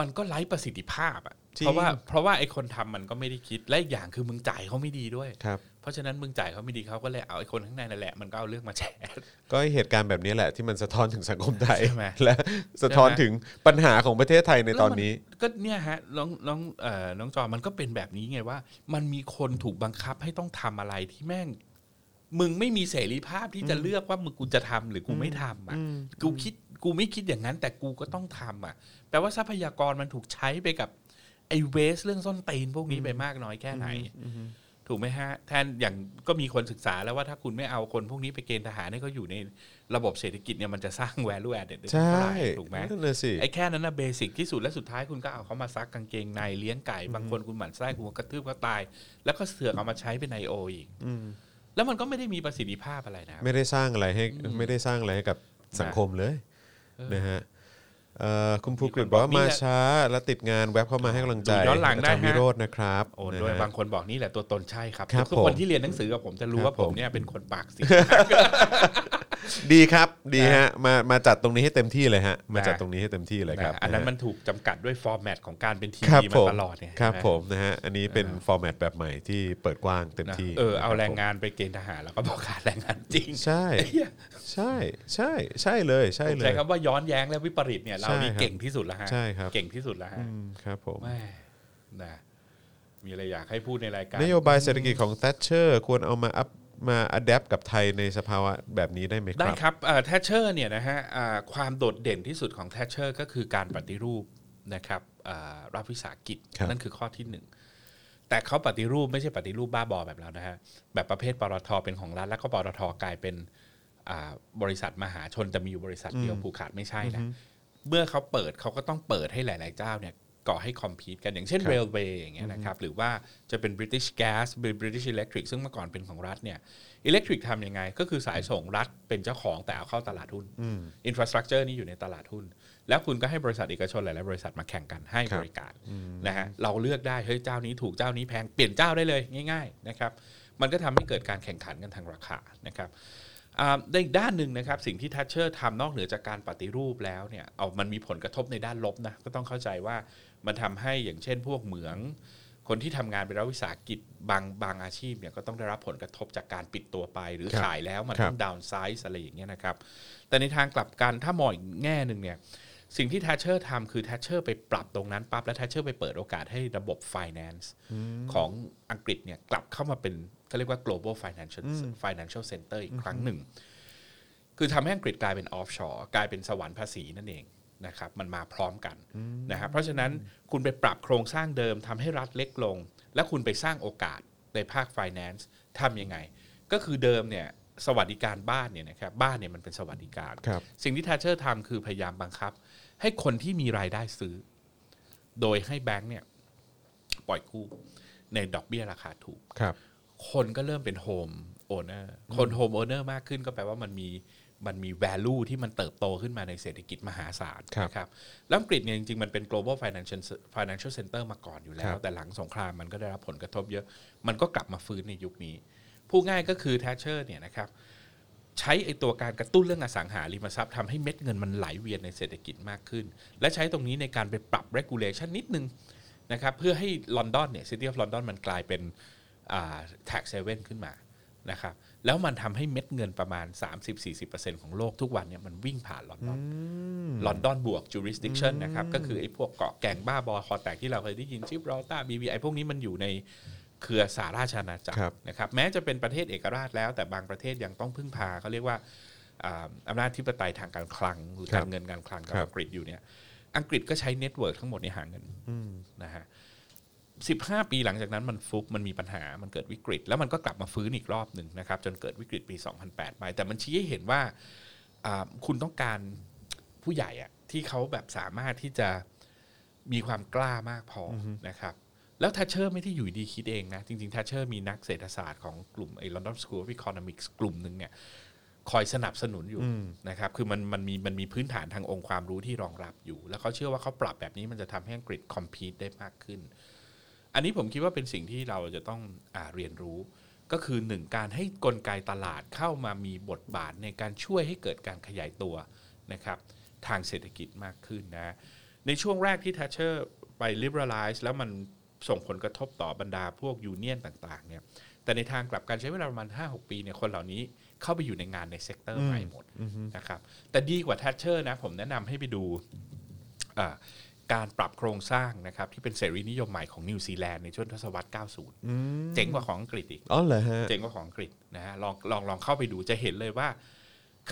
Speaker 3: มันก็ไร้ประสิทธิภาพอ่ะ
Speaker 2: จริง
Speaker 3: เพราะว่าเพราะว่าไอ้คนทำมันก็ไม่ได้คิดและอีกอย่างคือมึงจ่ายเขาไม่ดีด้วย
Speaker 2: ครับ
Speaker 3: เพราะฉะนั้นมึงจ่ายเขาไม่ดีเขาก็เลยเอาไอ้คนข้างในนั่นแหละมันก็เอาเรื่องมาแฉ
Speaker 2: ก็เหตุการณ์แบบนี้แหละที่มันสะท้อนถึงสังคมไทย
Speaker 3: ใช่ไหม
Speaker 2: และสะท้อน
Speaker 3: ใช่ไหม
Speaker 2: ถึงปัญหาของประเทศไทยในตอนนี้
Speaker 3: แล้วมันก็เนี่ยฮะน้องน้องเอ่อน้องจอมันก็เป็นแบบนี้ไงว่า มันมีคนถูกบังคับให้ต้องทำอะไรที่แม่ง มึงไม่มีเสรีภาพที่จะเลือกว่ามึงกูจะทำหรือกูไม่ทำอ่ะกูคิดกูไม่คิดอย่างนั้น แต่กูก็ต้องทำอ่ะแปลว่าทรัพยากรมันถูกใช้ไปกับไอ้เวสเรื่องส้นตีนพวกนี้ไปมากน้อยแค่ไหน ถูกไหมฮะแทนอย่างก็มีคนศึกษาแล้วว่าถ้าคุณไม่เอาคนพวกนี้ไปเกณฑ์ทหารให้เขาอยู่ในระบบเศรษฐกิจเนี่ยมันจะสร้าง value added ได้
Speaker 2: ใช่
Speaker 3: เท่าไหร่ถูกไหม
Speaker 2: นั่นน่ะสิ
Speaker 3: ไอ้แค่นั้นนะเบสิกที่สุดและสุดท้ายคุณก็เอาเขามาซักกางเกงในเลี้ยงไก่บางคนคุณหมั่นไส้คุณก็กระทืบเขาตาย แล้วก็เสือกเอามาใช้เป็นไอโออีกแล้วมันก็ไม่ได้มีประสิทธิภาพอะไรนะครับ
Speaker 2: ไม่ได้สร้างอะไรให้ไม่ได้สร้างอะไรให้กับสังคมเลย
Speaker 3: เออ
Speaker 2: นะฮะเอ่อคุณภูกฤษบอกว่า
Speaker 3: มี
Speaker 2: มา
Speaker 3: แหละ
Speaker 2: ช้าและติดงานแวบเข้ามาให้กำลังใจ
Speaker 3: ดูย้อนหลัง
Speaker 2: า
Speaker 3: ได้
Speaker 2: จารย์
Speaker 3: ฮะ
Speaker 2: วิโรจน์นะครับ
Speaker 3: โอนด้วย
Speaker 2: ะฮะ
Speaker 3: บางคนบอกนี่แหละตัวตนใช่ครับ
Speaker 2: ครับ
Speaker 3: ทุก
Speaker 2: ผม
Speaker 3: คนที่เรียนหนังสือกับผมจะ
Speaker 2: ค
Speaker 3: รู้
Speaker 2: รับ
Speaker 3: ว่าผม
Speaker 2: ผม
Speaker 3: เนี่ยเป็นคนปากเสีย
Speaker 2: ดีครับดีฮะมามาจัดตรงนี้ให้เต็มที่เลยฮะมาจัดตรงนี้ให้เต็มที่เลยครับ
Speaker 3: นะอันนั้นมันะ
Speaker 2: ฮะ
Speaker 3: ถูกจำกัดด้วยฟอร์แมตของการเป็นที
Speaker 2: ครับ
Speaker 3: วีมา
Speaker 2: ผม
Speaker 3: ตลอดเนี่ย
Speaker 2: ครับ
Speaker 3: นะ
Speaker 2: ผมนะฮะอันนี้เป็นฟอร์แมตแบบใหม่ที่เปิดกว้างเต็ม
Speaker 3: นะ
Speaker 2: ที่
Speaker 3: เออเอา
Speaker 2: ะคบ
Speaker 3: แรง
Speaker 2: ผม
Speaker 3: งานไปเกณฑ์ทหารแล้วก็บอกขาดแรงงานจริง
Speaker 2: ใช่
Speaker 3: เหี้ย
Speaker 2: ใช่ใช่ใช่เลยใช่
Speaker 3: ผม
Speaker 2: เลย
Speaker 3: ใช้คำว่าย้อนแย้งและวิปริตเนี่ยเรานี่
Speaker 2: ใช่ครับ
Speaker 3: เก่งที่สุดแล้วฮะ
Speaker 2: ใช่ครับ
Speaker 3: เก่งที่สุดแล้วฮะ
Speaker 2: อืมครับผม
Speaker 3: แม่นะมีอะไรอยากให้พูดในรายการ
Speaker 2: นโยบายเศรษฐกิจของแทชเชอร์ควรเอามาอัพมาอัดแอปกับไทยในสภาวะแบบนี้ได้ไหมค
Speaker 3: ได้
Speaker 2: รับ
Speaker 3: ครับแทชเชอร์เนี่ยนะฮะอ่าความโดดเด่นที่สุดของแทชเชอร์ก็คือการปฏิรูปนะครับอ่ารัฐวิสาหกิจ
Speaker 2: ครับ
Speaker 3: นั่นคือข้อที่หนึ่งแต่เขาปฏิรูปไม่ใช่ปฏิรูปบ้าบอแบบเรานะฮะแบบประเภทปตทเป็นของรัฐแล้วก็ปตทกลายเป็นอ่าบริษัทมหาชนแต่มีอยู่บริษัทเดียวผูกขาดไม่ใช่นะเมื่อเขาเปิดเขาก็ต้องเปิดให้หลาย ๆ เจ้าเนี่ยก่อให้คอมพีตกันอย่างเช่นเรลเวย์อย่างเงี้ยนะครับหรือว่าจะเป็น British Gas เป็น British Electric ซึ่งเมื่อก่อนเป็นของรัฐเนี่ย อิเล็กทริกทำยังไง ก็คือสายส่งรัฐเป็นเจ้าของแต่เอาเข้าตลาดหุ้นอินฟราสตรักเจอร์นี่อยู่ในตลาดหุ้น แล้วคุณก็ให้บริษัทเอกชนหลายๆบริษัทมาแข่งกันให้
Speaker 2: ครับ
Speaker 3: บริการนะฮะเราเลือกได้เฮ้ยเจ้านี้ถูกเจ้านี้แพงเปลี่ยนเจ้าได้เลยง่าย ๆนะครับ มันก็ทำให้เกิดการแข่งขันกันทางราคานะครับอ่าในอีกด้านหนึ่งนะครับสิ่งที่ทัชเชอร์ทำนอกเหนือจากการปฏิรูปแล้วเนี่ยเอามันมีผลกระทบในด้านลบนะก็ต้องเข้าใจว่ามันทำให้อย่างเช่น พวกเหมือง คนที่ทำงานเป็นรัฐวิสาหกิจบางบางอาชีพเนี่ยก็ต้องได้รับผลกระทบจากการปิดตัวไป หรือ
Speaker 2: ครับ
Speaker 3: ขายแล้วมัน
Speaker 2: ครั
Speaker 3: ต้
Speaker 2: บ
Speaker 3: องดาวน์ไซส์อะไรอย่างเงี้ยนะครับ แต่ในทางกลับกันถ้ามองอีกแง่หนึ่งเนี่ยสิ่งที่ทัชเชอร์ทำคือทัชเชอร์ไปปรับตรงนั้นปั๊บแล้วทัชเชอร์ไปเปิดโอกาสให้ระบบ finance ของอังกฤษเนี่ยกลับเข้ามาเป็นเขาเรียกว่า global financial financial center อีกครั้งหนึ่ง คือทำให้อังกฤษกลายเป็นออฟชอร์กลายเป็นสวรรค์ภาษีนั่นเองนะครับมันมาพร้อมกันนะครับเพราะฉะนั้นคุณไปปรับโครงสร้างเดิมทำให้รัฐเล็กลง และคุณไปสร้างโอกาสในภาค finance ทำยังไง ก็คือเดิมเนี่ยสวัสดิการบ้านเนี่ยนะครับบ้านเนี่ยมันเป็นสวัสดิการ
Speaker 2: ครับ
Speaker 3: สิ่งที่ทชเชอร์ทำคือพยายามบังคับ ให้คนที่มีรายได้ซื้อ โดยให้แบงก์เนี่ยปล่อยกู้ในดอกเบี้ยราคาถูก
Speaker 2: ครับ
Speaker 3: คนก็เริ่มเป็นโฮมโอเนอร์คนโฮมโอเนอร์มากขึ้นก็แปลว่ามันมีมันมี value ที่มันเติบโตขึ้นมาในเศรษฐกิจมหาศาล
Speaker 2: ครับ
Speaker 3: นะครับแล้วอังกฤษเนี่ยจริงๆ มันเป็น global financial financial center มาก่อนอยู่แล้
Speaker 2: คว รับ
Speaker 3: แต่หลังสงครามมันก็ได้รับผลกระทบเยอะ มันก็กลับมาฟื้นในยุคนี้ พูดง่ายก็คือแทชเชอร์เนี่ยนะครับใช้ไอตัวการกระตุ้นเรื่องอสังหาริมทรัพย์ทำให้เม็ดเงินมันไหลเวียนในเศรษฐกิจมากขึ้น และใช้ตรงนี้ในการไปปรับ regulation นิดนึงนะครับเพื่อให้ลอนดอนเนี่ยซิตี้ออฟลอนดอนมันกลายเป็นอ่า tax haven ขึ้นมานะครับแล้วมันทำให้เม็ดเงินประมาณ 30-40%ของโลกทุกวันเนี่ยมันวิ่งผ่านลอนดอน ลอนดอนบวก jurisdiction นะครับ ก็คือไอ้พวกเกาะแก่งบ้าบอคอแตกที่เราเคยได้ยินชิบรอต้าบีบีไอพวกนี้มันอยู่ในเครือสาราชอาณาจัก
Speaker 2: ครับ
Speaker 3: รนะครับแม้จะเป็นประเทศเอกราชแล้ว แต่บางประเทศยังต้องพึ่งพาเขาเรียกว่าอ่าอำนาจธิปไตยทางการคลัง หรือ
Speaker 2: ครับ
Speaker 3: การเงินการคลังกับ
Speaker 2: ครับ
Speaker 3: อังกฤษอยู่เนี่ยอังกฤษก็ใช้เน็ตเวิร์กทั้งหมดในยหาเงินนะฮะสิบห้าปีหลังจากนั้นมันฟุบมันมีปัญหามันเกิดวิกฤต แล้วมันก็กลับมาฟื้นอีกรอบหนึ่งนะครับจนเกิดวิกฤตปี 2008 ไป แต่มันชี้ให้เห็นว่าอ่าคุณต้องการ ผู้ใหญ่อะที่เขาแบบสามารถที่จะมีความกล้ามากพออนะครับ แล้วทัชเชอร์ไม่ได้อยู่ดีคิดเองนะ จริงๆทัชเชอร์มีนักเศรษฐศาสตร์ของกลุ่มไอ้ London School of Economics กลุ่มหนึ่งเนี่ยคอยสนับสนุนอยู่นะครับ คือมันมันมีมันมีพื้นฐานทางองค์ความรู้ที่รองรับอยู่ แล้วเขาเชื่อว่าเขาปรับแบบนี้มันจะทำให้อังกฤษคอมพ t e ได้มากขึ้น อันนี้ผมคิดว่าเป็นสิ่งที่เราจะต้องอาเรียนรู้ ก็คือหนึ่งการให้กลไกตลาดเข้ามามีบทบาทในการช่วยให้เกิดการขยายตัวนะครับทางเศรษฐกิจมากขึ้นนะ ในช่วงแรกที่ทัชเชอร์ไป liberalize แล้วมันส่งผลกระทบต่อบรรดาพวกยูเนียนต่างๆเนี่ยแต่ในทางกลับกันใช้เวลาประมาณ 5-6 ปีเนี่ยคนเหล่านี้เข้าไปอยู่ในงานในเซกเตอร์ใหม่หมดนะครับแต่ดีกว่าทัชเชอร์นะผมแนะนำให้ไปดู อ่าการปรับโครงสร้างนะครับที่เป็นเสรีนิยมใหม่ของนิวซีแลนด์ในช่วงทศวรรษ 90 เจ๋งกว่าของอังกฤษอีก
Speaker 2: อ๋อเหรอฮะ
Speaker 3: เจ๋งกว่าของอังกฤษนะฮะลองลองลองเข้าไปดูจะเห็นเลยว่า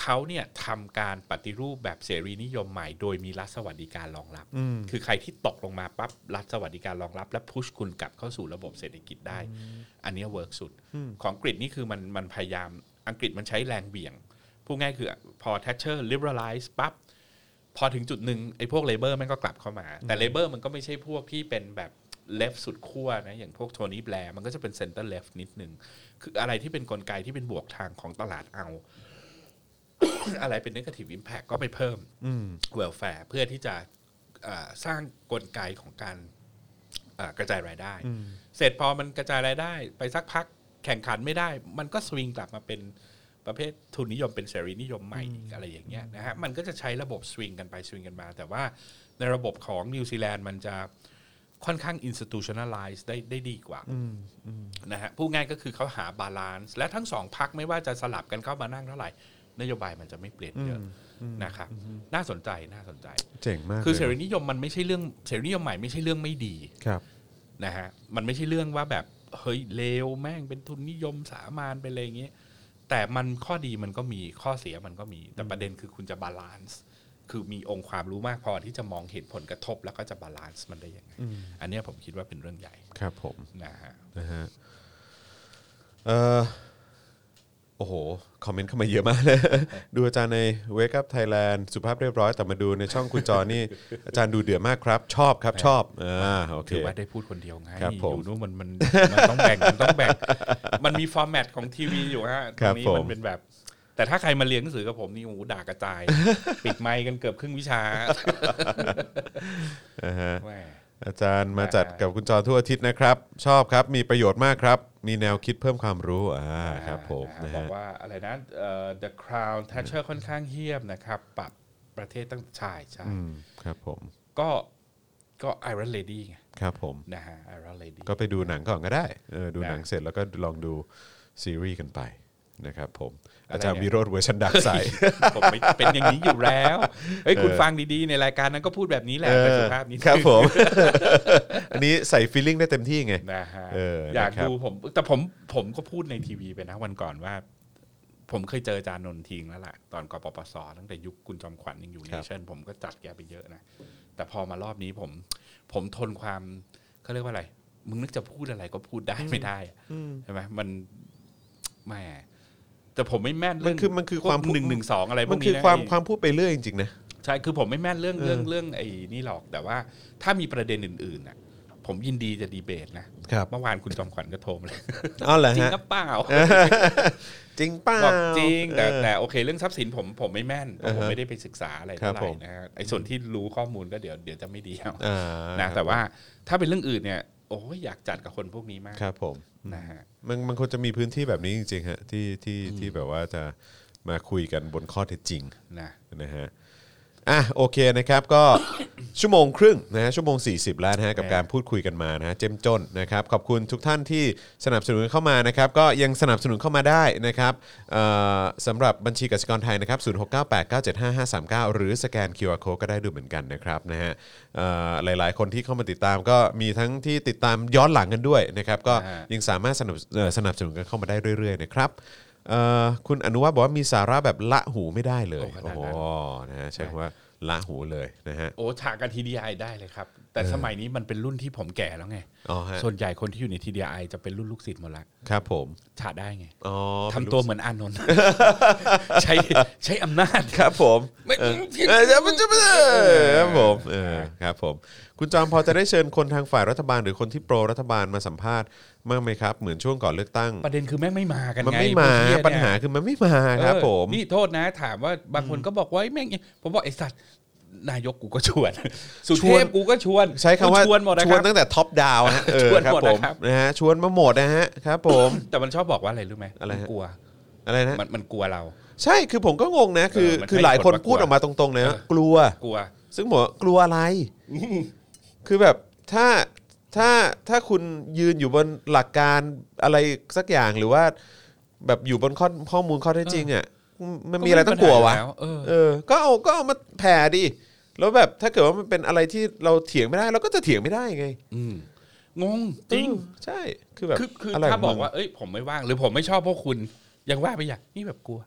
Speaker 3: เขาเนี่ยทำการปฏิรูปแบบเสรีนิยมใหม่ โดยมีรัฐสวัสดิการรองรับ คือใครที่ตกลงมาปั๊บรัฐสวัสดิการรองรับ และพุชคุณกลับเข้าสู่ระบบเศรษฐกิจได้ อันเนี้เวิร์กสุด ของอังกฤษนี่คือมันมันพยายามอังกฤษมันใช้แรงเบี่ยงพูดง่ายคือพอแทชเชอร์ลิเบอรัลไลซ์ปั๊บพอถึงจุดหนึ่งไอ้พวกเลเบอร์มันก็กลับเข้ามา แต่เลเบอร์มันก็ไม่ใช่พวกที่เป็นแบบเลฟสุดขั้วนะอย่างพวกโทนี่แบร์มันก็จะเป็นเซนเตอร์เลฟนิดหนึ่ง คืออะไรที่เป็นนกลไกที่เป็นบวกทางของตลาดเอา อะไรเป็น negative impact ก็ไปเพิ่ม welfare เพื่อที่จะอ่าสร้างกลไกของการอ่ากระจายรายได้ เสร็จพอมันกระจายรายได้ ไปสักพักแข่งขันไม่ได้ มันก็สวิงกลับมาเป็นประเภททุนนิยมเป็นเสรีนิยมใหม่อีกอะไรอย่างเงี้ยนะฮะมันก็จะใช้ระบบสวิงกันไปสวิงกันมา แต่ว่าในระบบของนิวซีแลนด์มันจะค่อนข้าง institutionalize ได้ได้ดีกว่า นะฮะพูดง่ายก็คือเขาหาบาลานซ์และทั้งสองพักไม่ว่าจะสลับกันเข้ามานั่งเท่าไหร่ นโยบายมันจะไม่เปลี่ยนเยอะนะครับน่าสนใจน่าสนใจ
Speaker 2: เจ๋งมาก
Speaker 3: คือเส
Speaker 2: ลย
Speaker 3: รีนิยมมันไม่ใช่เรื่องเสรีนิยมใหม่ไม่ใช่เรื่องไม่ดี
Speaker 2: ครับ
Speaker 3: นะฮะมันไม่ใช่เรื่องว่าแบบเฮ้ยเลวแม่งเป็นทุนนิยมสามานไปอะไรอย่างเงี้ยแต่มันข้อดีมันก็มีข้อเสียมันก็มี แต่ประเด็นคือคุณจะบาลานซ์คือมีองค์ความรู้มากพอที่จะมองเห็นผลกระทบแล้วก็จะบาลานซ์มันได้ยังไงอันเนี้ยผมคิดว่าเป็นเรื่องใหญ่
Speaker 2: ครับผม
Speaker 3: นะฮะ
Speaker 2: นะฮะเอ่อโอ้โห คอมเมนต์เข้ามาเยอะม ากเลย ดูอาจารย์ใน Wake Up Thailand สุภาพเรียบร้อย แต่มาดูในช่องคุณจอนี่ อาจารย์ดูเดือดมากครับ ชอบครับชอบอ่าโอเค
Speaker 3: ถือว่าได้พูดคนเดียวไง
Speaker 2: ครับผม
Speaker 3: อยู่นู่นมันมันมันต้องแบ่งมันต้องแบ่ง มันมีฟอร์แมตของทีวีอยู่ฮะต
Speaker 2: ครั
Speaker 3: ร
Speaker 2: บ
Speaker 3: งนี้
Speaker 2: ผม
Speaker 3: มันเป็นแบบ แต่ถ้าใครมาเรียนหนังสือกับผมนี่โอ้โหด่ากระ จาย ปิดไมค์กันเกือบครึ่งวิชา
Speaker 2: อ่าฮะ
Speaker 3: แหม่
Speaker 2: อาจารย์มาจัดกับคุณจอทั่วอาทิตย์นะครับ ชอบครับ มีประโยชน์มากครับ มีแนวคิดเพิ่มความรู้ อ่าครับผม
Speaker 3: นะ
Speaker 2: นะ
Speaker 3: ฮะบอ
Speaker 2: ฮะ
Speaker 3: กว่าอะไรนะเอ่อ The Crown Thatcher ค่อนข้างเฮี้ยมนะครับ ปรับประเทศตั้งใช่ใช่
Speaker 2: อืมครับผม
Speaker 3: ก็ก็ Iron Lady ไง
Speaker 2: ครับผม
Speaker 3: นะฮะ Iron Lady
Speaker 2: ก็ไปดูหนังก่อนก็ได้เออดูหนัง
Speaker 3: นะ
Speaker 2: เสร็จแล้วก็ลองดูซีรีส์กันไปนะครับผม
Speaker 3: อะไร
Speaker 2: อาจารย์
Speaker 3: เนี่ย
Speaker 2: วิโรธเวอร์ชันดักใส
Speaker 3: ผมไม่เป็นอย่างนี้อยู่แล้วเฮ้ยคุณ
Speaker 2: เออ
Speaker 3: ฟังดีๆ ในรายการนั้นก็พูดแบบนี้แหละ
Speaker 2: เอ
Speaker 3: แต่
Speaker 2: อ
Speaker 3: สุภาพนี้
Speaker 2: ครับ ผม อันนี้ใส่ฟีลลิ่งได้เต็มที่ไง
Speaker 3: นะฮะ
Speaker 2: เออ
Speaker 3: อยาก
Speaker 2: นะครับ
Speaker 3: ดูผมแต่ผมผมก็พูดในทีวีไปนะวันก่อนว่า ผมเคยเจออาจารย์นนทิงแล้วล่ะ ตอนกปปสตั้งแต่ยุคคุณจอมขวัญยังอยู่
Speaker 2: ค
Speaker 3: ใน
Speaker 2: รับ
Speaker 3: ชั่นผมก็จัดแกไปเยอะนะ แต่พอมารอบนี้ผม ผมทนความเขาเรียกว่าอะไร มึงนึกจะพูดอะไรก็พูดได้ไม่ได้อะใช่ไหมมันแหม่แต่ผมไม่แม่น
Speaker 2: มั
Speaker 3: เรื่
Speaker 2: น
Speaker 3: อง
Speaker 2: คือมันคือความ
Speaker 3: หนึ่งหนึ่งสองอะไรพว
Speaker 2: มั
Speaker 3: ก
Speaker 2: น
Speaker 3: นี้
Speaker 2: คือ
Speaker 3: นะ
Speaker 2: ความ
Speaker 3: ไอ้
Speaker 2: ความพูดไปเรื่อยจริงๆนะ
Speaker 3: ใช่ คือผมไม่แม่นเรื่อง
Speaker 2: เออ
Speaker 3: เรื่องเรื่องไอ้นี่หรอก แต่ว่าถ้ามีประเด็นอื่นๆน่ะ ผมยินดีจะดีเบตนะ
Speaker 2: ครับ
Speaker 3: เมื่อวานคุณจอมขวัญก็โทรมาเลย
Speaker 2: อ๋อเหรอ
Speaker 3: จริง
Speaker 2: ฮะ
Speaker 3: ก็เปล่า
Speaker 2: จริงเป้า
Speaker 3: บอกจริง แต่แต่โอเคเรื่องทรัพย์สินผมผมไม่แม่นเพราะผ
Speaker 2: อ่า
Speaker 3: ม
Speaker 2: ฮะ
Speaker 3: ไม่ได้ไปศึกษาอะไร
Speaker 2: ครับ
Speaker 3: เท่าไห
Speaker 2: ผ
Speaker 3: ร่
Speaker 2: ม
Speaker 3: นะฮะไอ้ส่วนที่รู้ข้อมูลก็เดี๋ยวเดี๋ยวจะไม่ดีเอา
Speaker 2: อ่า
Speaker 3: นะแต่ว่าถ้าเป็นเรื่องอื่นเนี่ย โอ้ยอยากจัดกับคนพวกนี้มาก
Speaker 2: ครับผม
Speaker 3: นะฮะ
Speaker 2: มันมันควรจะมีพื้นที่แบบนี้จริงๆฮะที่ที่ที่แบบว่าจะมาคุยกันบนข้อเท็จจริง
Speaker 3: นะ
Speaker 2: นะฮะ อ่ะโอเคนะครับก็ ชั่วโมงครึ่งนะฮะชั่วโมง 40 แล้วนะฮะกับการพูดคุยกันมานะฮะเจ้มจนนะครับขอบคุณทุกท่านที่สนับสนุนเข้ามานะครับก็ยังสนับสนุนเข้ามาได้นะครับเอ่อสำหรับบัญชีกสิกรไทยนะครับ0 6 9 8 9 7 5 5 3 9 หรือสแกน QR Code ก็ได้ดูเหมือนกันนะครับนะฮะเอ่อหลายๆ คนที่เข้ามาติดตามก็มีทั้งที่ติดตามย้อนหลังกันด้วยนะครับก็ยังสามารถสนับเอ่อสนับสนุนกันเข้ามาได้เรื่อยๆนะครับเอ่อคุณอนุวัฒน์บอกว่ามีสาระแบบละหูไม่ได้เลยโอ้โหนะฮะใช่คำว่าละหูเลยนะฮะ
Speaker 3: โอ้ฉากกันทีดีไอได้เลยครับ แต่สมัยนี้มันเป็นรุ่นที่ผมแก่แล้วไง
Speaker 2: อ๋อฮะ
Speaker 3: ส่วนใหญ่คนที่อยู่ในทีดีไอจะเป็นรุ่นลูกศิษย์หมดละ
Speaker 2: ครับผม
Speaker 3: ฉากได้ไง
Speaker 2: อ๋อ
Speaker 3: ทำตัวเหมือนอานนท์ ใช้ใช้อำนาจ
Speaker 2: ครับผม
Speaker 3: ไม่
Speaker 2: เออ
Speaker 3: ผิด
Speaker 2: เออจะมันจะมันเออครับผมเออครับผม คุณจอมพอจะได้เชิญคนทางฝ่ายรัฐบาลหรือคนที่โปรรัฐบาลมาสัมภาษณ์บ้างไหมครับ เหมือนช่วงก่อนเลือกตั้ง
Speaker 3: ประเด็นคือแม่งไม่มากัน
Speaker 2: มัน
Speaker 3: ไง
Speaker 2: ไม่มา
Speaker 3: พวกเหี้ยเนี่ย
Speaker 2: ปัญหาคือมันไม่มาครับ
Speaker 3: เออ
Speaker 2: ผม
Speaker 3: นี่โทษนะ ถามว่าบางคนก็บอกว่าแม่งผมบอกไอ้สัตว์นายกกูก็ช วน สุเทพกูก็ชวน
Speaker 2: ใช้คำว่า
Speaker 3: ชวนหมดนะ
Speaker 2: ช
Speaker 3: ค
Speaker 2: วน
Speaker 3: รับ
Speaker 2: ตั้งแต่ท็อปดาวฮะเออ
Speaker 3: ชวน
Speaker 2: ครับ
Speaker 3: หมด
Speaker 2: ผ
Speaker 3: นะ
Speaker 2: ม
Speaker 3: ครับ
Speaker 2: นะฮะชวนมาหมดนะฮะครับผม
Speaker 3: แต่มันชอบบอกว่าอะไรรู้ไหม
Speaker 2: อะไรฮะ
Speaker 3: มันกลัว
Speaker 2: อะไรนะ
Speaker 3: มันมันกลัวเรา
Speaker 2: ใช่คือผมก็งงนะคือ
Speaker 3: เออมัน
Speaker 2: คือ
Speaker 3: ให้
Speaker 2: หลายคน
Speaker 3: ผลประกวด
Speaker 2: พูดออกมาตรงๆเลยนะ
Speaker 3: เออ
Speaker 2: กลัว
Speaker 3: กลัว
Speaker 2: ซึ่งหมอกลัวอะไร คือแบบถ้าถ้าถ้าคุณยืนอยู่บนหลักการอะไรสักอย่างหรือว่า แบบอยู่บนข้อข้อมูลข้อเท็จจริงอ่ะมันมีอะไรต้องกลัววะ
Speaker 3: ก็ไม่มีปัญหาอยู่แล้วเออ
Speaker 2: เออ ก็เอาก็เอามาแผ่ดิแล้วแบบถ้าเกิดว่ามันเป็นอะไรที่เราเถียงไม่ได้ เราก็จะเถียงไม่ได้ไง
Speaker 3: อืมงงจริง
Speaker 2: เออใช่คือแบบ
Speaker 3: คือคือ
Speaker 2: อะไร
Speaker 3: ถ้า
Speaker 2: ขง
Speaker 3: บอก
Speaker 2: มึง
Speaker 3: ว่าเอ้ยผมไม่ว่างหรือผมไม่ชอบพวกคุณยังว่าไปอย่างนี่แบบกลัว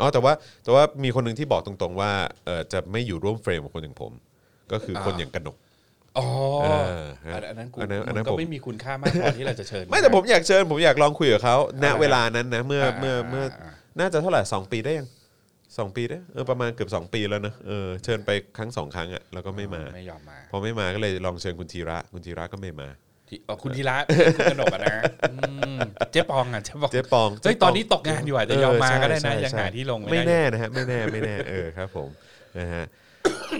Speaker 2: อ๋อแต่ว่าแต่ว่ามีคนหนึ่งที่บอกตรงๆ ว่าเออจะไม่อยู่ร่วมเฟรมกับคนอย่างผม ก็คือคน
Speaker 3: อ่า
Speaker 2: อย่างกนก
Speaker 3: อ๋อ
Speaker 2: เอออั
Speaker 3: นอันนั้นกู
Speaker 2: อันนั้นอันนั้
Speaker 3: มัน นก็
Speaker 2: ผม
Speaker 3: ไม่มีคุณค่ามากพอที่เราจะเชิญ
Speaker 2: ไม่แต่ผมอยากเชิญผมอยากลองคุยกับเขาณ
Speaker 3: อ่า
Speaker 2: เวลานั้นนะเมื่อเมื่อเมื่อ
Speaker 3: อ่า
Speaker 2: น่าจะเท่าไหร่สองปีได้ยังสองปีได้เออประมาณเกือบสองปีแล้วนะเออเชิญไปครั้งสองครั้งอ่ะแล้วก็ไม่มา
Speaker 3: ไม่ยอมมา
Speaker 2: พอไม่มาก็เลยลองเชิญคุณธีระคุณธีระก็ไม่มา
Speaker 3: ที่อ๋อคุณธีระคุณกนกอะนะอืมเจ๊ปองอ่ะเจ๊ปอง
Speaker 2: เจ๊ปอง
Speaker 3: เฮ้ย
Speaker 2: เจ๊ปอง
Speaker 3: ตอนนี้ตกงานอยู่อาจจะยอมมา
Speaker 2: เใช่
Speaker 3: ก็ได้นะ
Speaker 2: ใช่
Speaker 3: ยังหาที่ลง
Speaker 2: ไม่
Speaker 3: ด้
Speaker 2: แน่นะฮะไม่แน่ไม่แน่เออครับผมนะฮะ